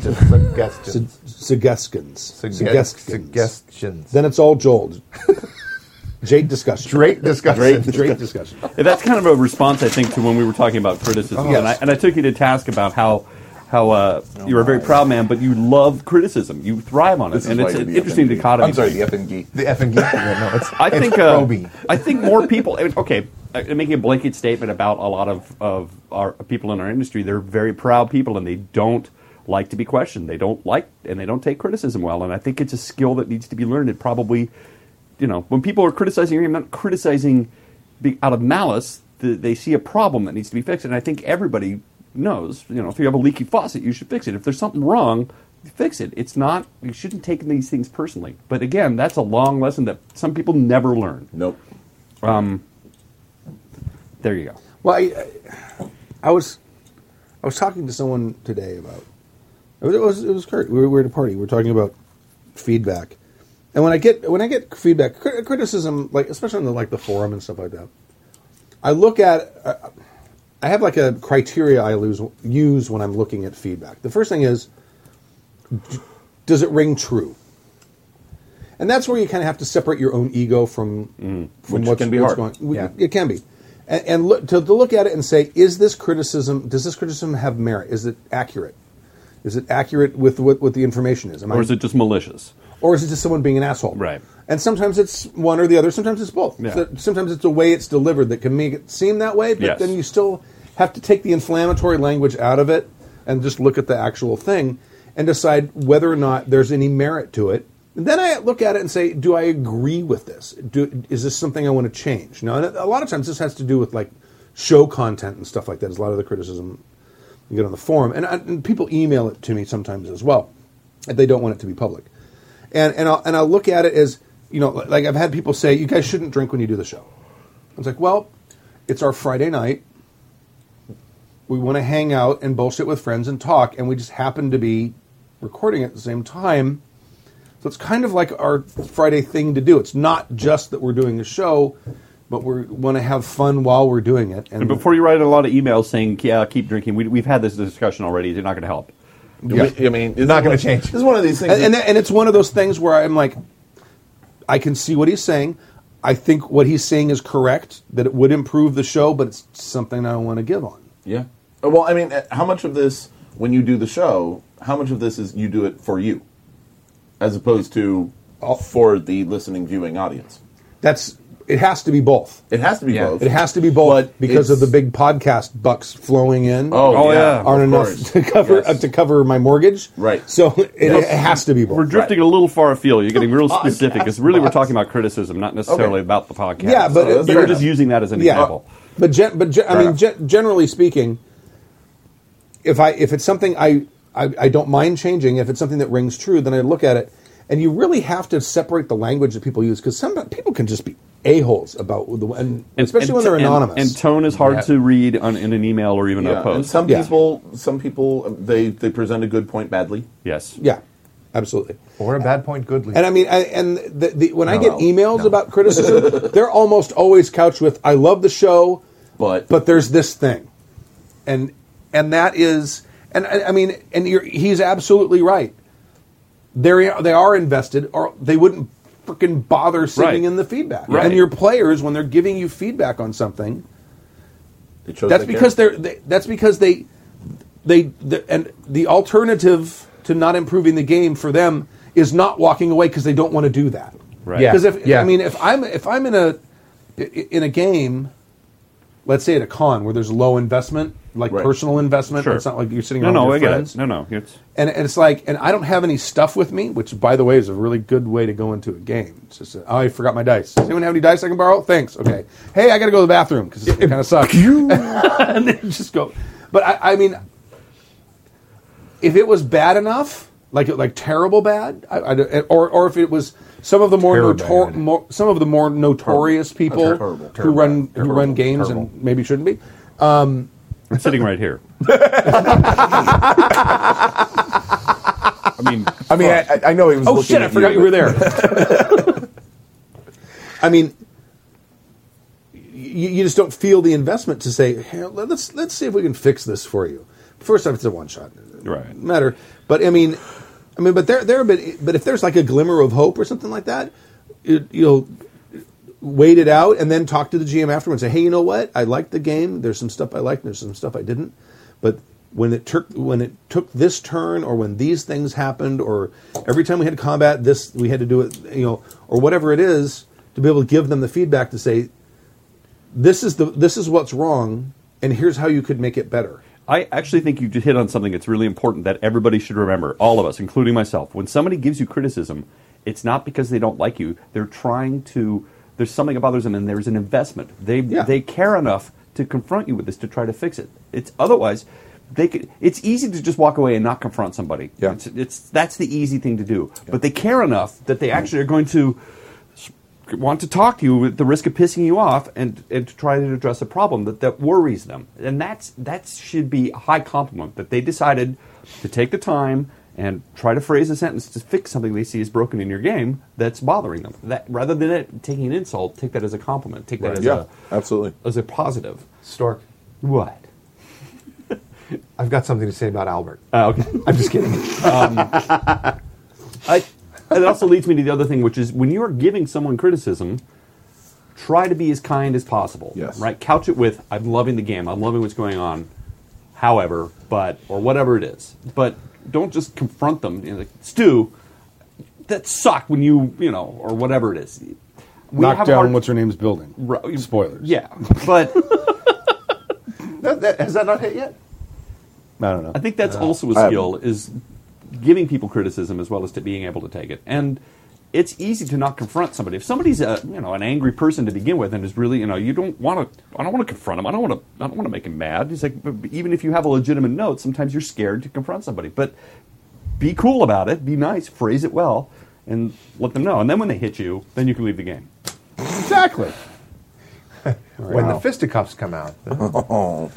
Speaker 4: Suggestions. Suggestions.
Speaker 2: Suggestions.
Speaker 4: Sugge-
Speaker 2: Suggestions.
Speaker 4: Suggestions.
Speaker 2: Then it's all jold. Jake discussion.
Speaker 4: Great discussion.
Speaker 2: Drake discussion.
Speaker 3: And That's kind of a response, I think, to when we were talking about
Speaker 5: Oh,
Speaker 3: criticism.
Speaker 2: Yes.
Speaker 3: And, I, and I took you to task about how how uh, you're a very proud man, but you love criticism. You thrive on it,
Speaker 5: This is
Speaker 3: and
Speaker 5: why
Speaker 3: it's
Speaker 5: you're
Speaker 3: an
Speaker 5: the
Speaker 3: interesting
Speaker 5: FNG.
Speaker 3: dichotomy.
Speaker 5: I'm sorry, the FNG.
Speaker 4: The effing geek. Yeah, no, it's,
Speaker 3: I
Speaker 4: it's
Speaker 3: think uh,
Speaker 4: probing.
Speaker 3: I think more people. I mean, okay, I'm making a blanket statement about a lot of of our people in our industry. They're very proud people, and they don't like to be questioned. They don't like, and they don't take criticism well. And I think it's a skill that needs to be learned. It probably, you know, when people are criticizing, you, I'm not criticizing be, out of malice. The, they see a problem that needs to be fixed, and I think everybody knows. You know, if you have a leaky faucet, you should fix it. If there's something wrong, fix it. It's not. You shouldn't take these things personally. But again, that's a long lesson that some people never learn.
Speaker 5: Nope.
Speaker 3: There you go.
Speaker 2: Well, I, I was, I was talking to someone today about. It was- it was it was Kurt. We were, we were at a party. We were talking about feedback, and when I get when I get feedback, cri- criticism, like especially on the like the forum and stuff like that, I look at. I- I have like a criteria I lose, use when I'm looking at feedback. The first thing is, d- does it ring true? And that's where you kind of have to separate your own ego from, from
Speaker 5: Which
Speaker 2: what's,
Speaker 5: can be
Speaker 2: what's
Speaker 5: hard.
Speaker 2: going.
Speaker 4: Yeah.
Speaker 2: It can be, and, and look, to, to look at it and say, is this criticism? Does this criticism have merit? Is it accurate? Is it accurate with what, what the information is? Am
Speaker 3: Or is it just malicious?
Speaker 2: or is it just someone being an asshole?
Speaker 3: Right.
Speaker 2: And sometimes it's one or the other. Sometimes it's both.
Speaker 3: Yeah.
Speaker 2: So- sometimes it's the way it's delivered that can make it seem that way, but
Speaker 3: Yes.
Speaker 2: then you still have to take the inflammatory language out of it and just look at the actual thing and decide whether or not there's any merit to it. And then I look at it and say, do I agree with this? Do, is this something I want to change? Now, and a lot of times this has to do with like show content and stuff like that. Is a lot of the criticism you get on the forum, and, I, and people email it to me sometimes as well. If they don't want it to be public, and and I'll, and I look at it as you know, like I've had people say, "You guys shouldn't drink when you do the show." I was like, "Well, it's our Friday night. We want to hang out and bullshit with friends and talk, and we just happen to be recording at the same time." So it's kind of like our Friday thing to do. It's not just that we're doing a show, but we want to have fun while we're doing it.
Speaker 3: And before you write a lot of emails saying, yeah, keep drinking, we, we've had this discussion already. They're not going to help.
Speaker 2: Yeah.
Speaker 5: I mean, it's
Speaker 4: Not gonna
Speaker 5: like-
Speaker 4: change.
Speaker 5: This is one of these things.
Speaker 2: and, and,
Speaker 5: that-
Speaker 2: that- and it's one of those things where I'm like, I can see what he's saying. I think what he's saying is correct, that it would improve the show, but it's something I don't want to give on.
Speaker 5: yeah. Uh, Well, I mean, uh, how much of this, when you do the show, how much of this is you do it for you, as opposed to for the listening, viewing audience?
Speaker 2: That's it has to be both.
Speaker 5: It has to be both.
Speaker 2: It has to be both
Speaker 5: But
Speaker 2: because of the
Speaker 5: it's-
Speaker 2: big podcast bucks flowing in.
Speaker 5: Oh,
Speaker 3: Oh, yeah.
Speaker 5: yeah.
Speaker 2: aren't
Speaker 5: of
Speaker 2: enough
Speaker 5: course.
Speaker 2: to cover
Speaker 5: Yes.
Speaker 2: uh, to cover my mortgage.
Speaker 5: Right.
Speaker 2: So it, it has to be both.
Speaker 3: We're drifting a little far afield. You're getting real specific because really we're talking about criticism, not necessarily
Speaker 5: Okay.
Speaker 3: about the podcast.
Speaker 2: Yeah, but-
Speaker 3: So
Speaker 2: but-
Speaker 3: you were just using that as an example.
Speaker 2: But gen- but gen- I
Speaker 5: Right
Speaker 2: mean,
Speaker 5: up.
Speaker 2: gen- generally speaking, if I if it's something I, I I don't mind changing, if it's something that rings true, then I look at it, and you really have to separate the language that people use because some people can just be a holes about the and, especially when they're
Speaker 3: and-
Speaker 2: anonymous.
Speaker 3: And, tone is hard
Speaker 4: Yeah.
Speaker 3: to read on, in an email or even a
Speaker 5: Yeah. And
Speaker 3: post.
Speaker 5: some
Speaker 2: Yeah.
Speaker 5: people, some people, uh, they they present a good point badly.
Speaker 3: yes.
Speaker 2: yeah, absolutely.
Speaker 4: or a bad point, goodly.
Speaker 2: And I mean, I, and the, the, when I
Speaker 5: No,
Speaker 2: get
Speaker 5: no,
Speaker 2: emails
Speaker 5: no.
Speaker 2: about criticism, they're almost always couched with "I love the show,"
Speaker 5: But-
Speaker 2: but there's this thing, and and that is, and I, I mean, and you're, he's absolutely right. They're they are invested, or they wouldn't freaking bother sitting
Speaker 3: Right.
Speaker 2: in the feedback.
Speaker 3: Right.
Speaker 2: And your players, when they're giving you feedback on something,
Speaker 5: It shows
Speaker 2: that's
Speaker 5: they care.
Speaker 2: because they're they, that's because they they the, and the alternative to not improving the game for them is not walking away because they don't want to do that
Speaker 3: Right.
Speaker 4: Yeah.
Speaker 2: because if
Speaker 4: Yeah.
Speaker 2: i mean if i'm if i'm in a i- in a game let's say at a con where there's low investment like
Speaker 5: Right.
Speaker 2: personal investment
Speaker 3: Sure.
Speaker 2: it's not like you're sitting
Speaker 3: No,
Speaker 2: around
Speaker 3: no, I
Speaker 2: with your
Speaker 3: get
Speaker 2: friends
Speaker 3: it. No, no. It's,
Speaker 2: and, and it's like and i don't have any stuff with me which by the way is a really good way to go into a game it's just uh, oh i forgot my dice does anyone have any dice i can borrow thanks okay hey i gotta go to the bathroom because it kind of sucks and then you just go but i, I mean if it was bad enough, like like terrible bad, I, I- or or if it was some of the more,
Speaker 4: Terrible
Speaker 2: notor-
Speaker 4: bad.
Speaker 2: more some of the more notorious people
Speaker 5: Terrible.
Speaker 2: who
Speaker 5: Terrible.
Speaker 2: run who
Speaker 5: Terrible.
Speaker 2: run games and
Speaker 5: Terrible.
Speaker 2: maybe shouldn't be.
Speaker 3: I'm sitting right here.
Speaker 5: I mean,
Speaker 4: I mean, I, I- I know he was.
Speaker 2: Oh
Speaker 4: looking
Speaker 2: shit! I
Speaker 4: at
Speaker 2: forgot you were there. I mean, you, you just don't feel the investment to say, hey, let's let's see if we can fix this for you. First off, it's a one shot.
Speaker 3: Right.
Speaker 2: Matter, but I mean, I mean, but there there, but but if there's like a glimmer of hope or something like that, it, you'll wait it out and then talk to the GM afterwards. Say, hey, you know what? I liked the game. There's some stuff I liked. There's some stuff I didn't. But when it took when it took this turn, or when these things happened, or every time we had combat, this we had to do it. You know, or whatever it is, to be able to give them the feedback to say, this is the this is what's wrong, and here's how you could make it better.
Speaker 3: I actually think you just hit on something that's really important that everybody should remember, all of us, including myself. When somebody gives you criticism, it's not because they don't like you. They're trying to. There's something that bothers them, and there's an investment. They
Speaker 2: Yeah.
Speaker 3: they care enough to confront you with this to try to fix it. It's otherwise, they could. It's easy to just walk away and not confront somebody.
Speaker 2: Yeah.
Speaker 3: It's, it's that's the easy thing to do. But they care enough that they actually are going to s- want to talk to you at the risk of pissing you off and, and to try to address a problem that, that worries them. And that's that should be a high compliment that they decided to take the time and try to phrase a sentence to fix something they see is broken in your game that's bothering them. That rather than it taking an insult, take that as a compliment. Take that as
Speaker 5: Yeah, absolutely.
Speaker 3: a as a positive.
Speaker 4: Stork,
Speaker 3: What?
Speaker 4: I've got something to say about Albert.
Speaker 3: Uh, okay.
Speaker 4: I'm just kidding.
Speaker 3: Um, I, that also leads me to the other thing, which is when you are giving someone criticism, try to be as kind as possible.
Speaker 5: Yes.
Speaker 3: Right? Couch it with, I'm loving the game, I'm loving what's going on, however, but, or whatever it is. But don't just confront them. You know, like, Stu, that sucked when you, you know, or whatever it is. We
Speaker 2: Knock
Speaker 3: have
Speaker 2: down
Speaker 3: hard-
Speaker 2: what's her name's building.
Speaker 3: Ro-
Speaker 2: Spoilers.
Speaker 3: Yeah. But
Speaker 4: That- that- has that not hit yet?
Speaker 2: I don't know.
Speaker 3: I think that's also a skill is giving people criticism as well as to being able to take it. And it's easy to not confront somebody. If somebody's a you know an angry person to begin with and is really you know you don't want to I don't want to confront him. I don't want to I don't want to make him mad. He's like but even if you have a legitimate note, sometimes you're scared to confront somebody. But be cool about it. Be nice. Phrase it well, and let them know. And then when they hit you, then you can leave the game.
Speaker 2: exactly.
Speaker 4: When the fisticuffs come out.
Speaker 2: Okay.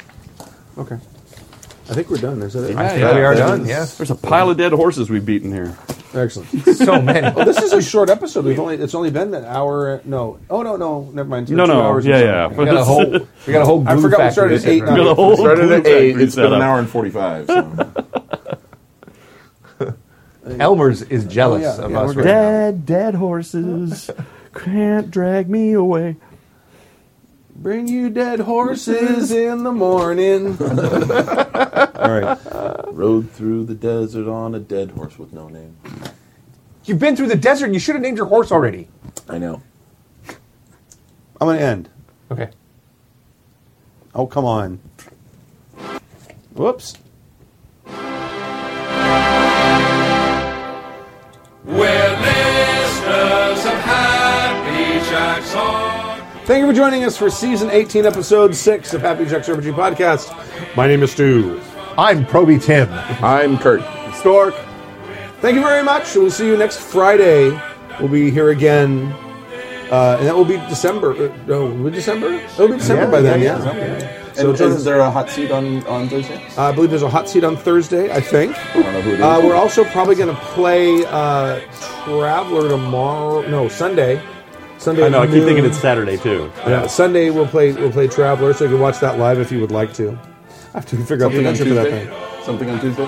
Speaker 2: I think we're done. Is that it?
Speaker 3: Yeah,
Speaker 4: we are
Speaker 5: that
Speaker 4: done,
Speaker 5: is-
Speaker 4: yes.
Speaker 3: There's a pile of dead horses we've beaten here.
Speaker 2: Excellent.
Speaker 4: So many.
Speaker 2: This is a short episode. We've only it's only been an hour. No, oh no, no, never mind. It's been
Speaker 3: No,
Speaker 2: two
Speaker 3: no,
Speaker 2: hours and
Speaker 3: yeah,
Speaker 2: something.
Speaker 3: yeah.
Speaker 4: We got a whole. We got a whole.
Speaker 2: I
Speaker 4: glue
Speaker 2: forgot we
Speaker 4: factory
Speaker 2: started at
Speaker 4: to sit
Speaker 2: eight.
Speaker 4: around.
Speaker 2: not-
Speaker 3: whole
Speaker 5: Started
Speaker 3: glue
Speaker 5: at eight.
Speaker 3: factory
Speaker 5: It's been
Speaker 3: setup.
Speaker 5: an hour and forty-five. So.
Speaker 4: Elmer's is jealous
Speaker 2: Oh, yeah,
Speaker 4: of
Speaker 2: yeah, we're
Speaker 4: us.
Speaker 2: good.
Speaker 4: Right now.
Speaker 3: Dead, dead horses can't drag me away.
Speaker 2: Bring you dead horses in the morning. All right.
Speaker 5: Rode through the desert on a dead horse with no name.
Speaker 4: You've been through the desert. and You should have named your horse already.
Speaker 5: I know.
Speaker 2: I'm going to end.
Speaker 4: Okay.
Speaker 2: Oh, come on. Whoops. Thank you for joining us for season 18, episode 6 of Happy Jack's RPG Podcast. My name is Stu.
Speaker 4: I'm Proby Tim.
Speaker 5: I'm Kurt.
Speaker 2: Stork. Thank you very much. We'll see you next Friday. We'll be here again. Uh, and that will be December. Uh, No, will it be December? It'll be December
Speaker 4: Yeah,
Speaker 2: by then,
Speaker 4: yeah,
Speaker 2: yeah. So
Speaker 5: and,
Speaker 2: join
Speaker 5: is
Speaker 2: us-
Speaker 5: there a hot seat on, on Thursday?
Speaker 2: Uh, I believe there's a hot seat on Thursday, I think.
Speaker 5: I don't know who it is.
Speaker 2: Uh, we're also probably going to play uh, Traveler tomorrow. No, Sunday. Sunday.
Speaker 9: I know. I
Speaker 2: at
Speaker 9: keep thinking
Speaker 2: noon.
Speaker 9: it's Saturday too.
Speaker 2: Yeah, Sunday we'll play we'll play Traveler, so you can watch that live if you would like to. I have to figure out the
Speaker 5: something on
Speaker 2: country for that
Speaker 5: Tuesday.
Speaker 2: thing.
Speaker 5: Something on Tuesday.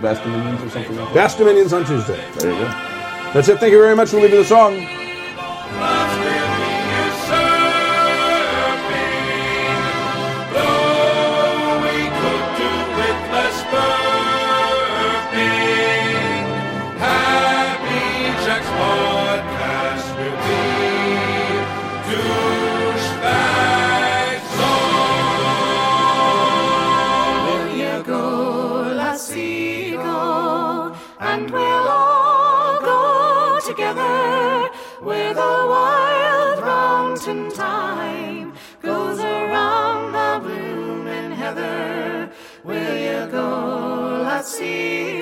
Speaker 5: Vast Dominions or something like that.
Speaker 2: Vast Dominions on Tuesday.
Speaker 5: There you go.
Speaker 2: That's it. Thank you very much. We'll leave you the song.
Speaker 10: And we'll all go together where the wild mountain thyme goes around the blooming heather. Will you go, lassie? Oh,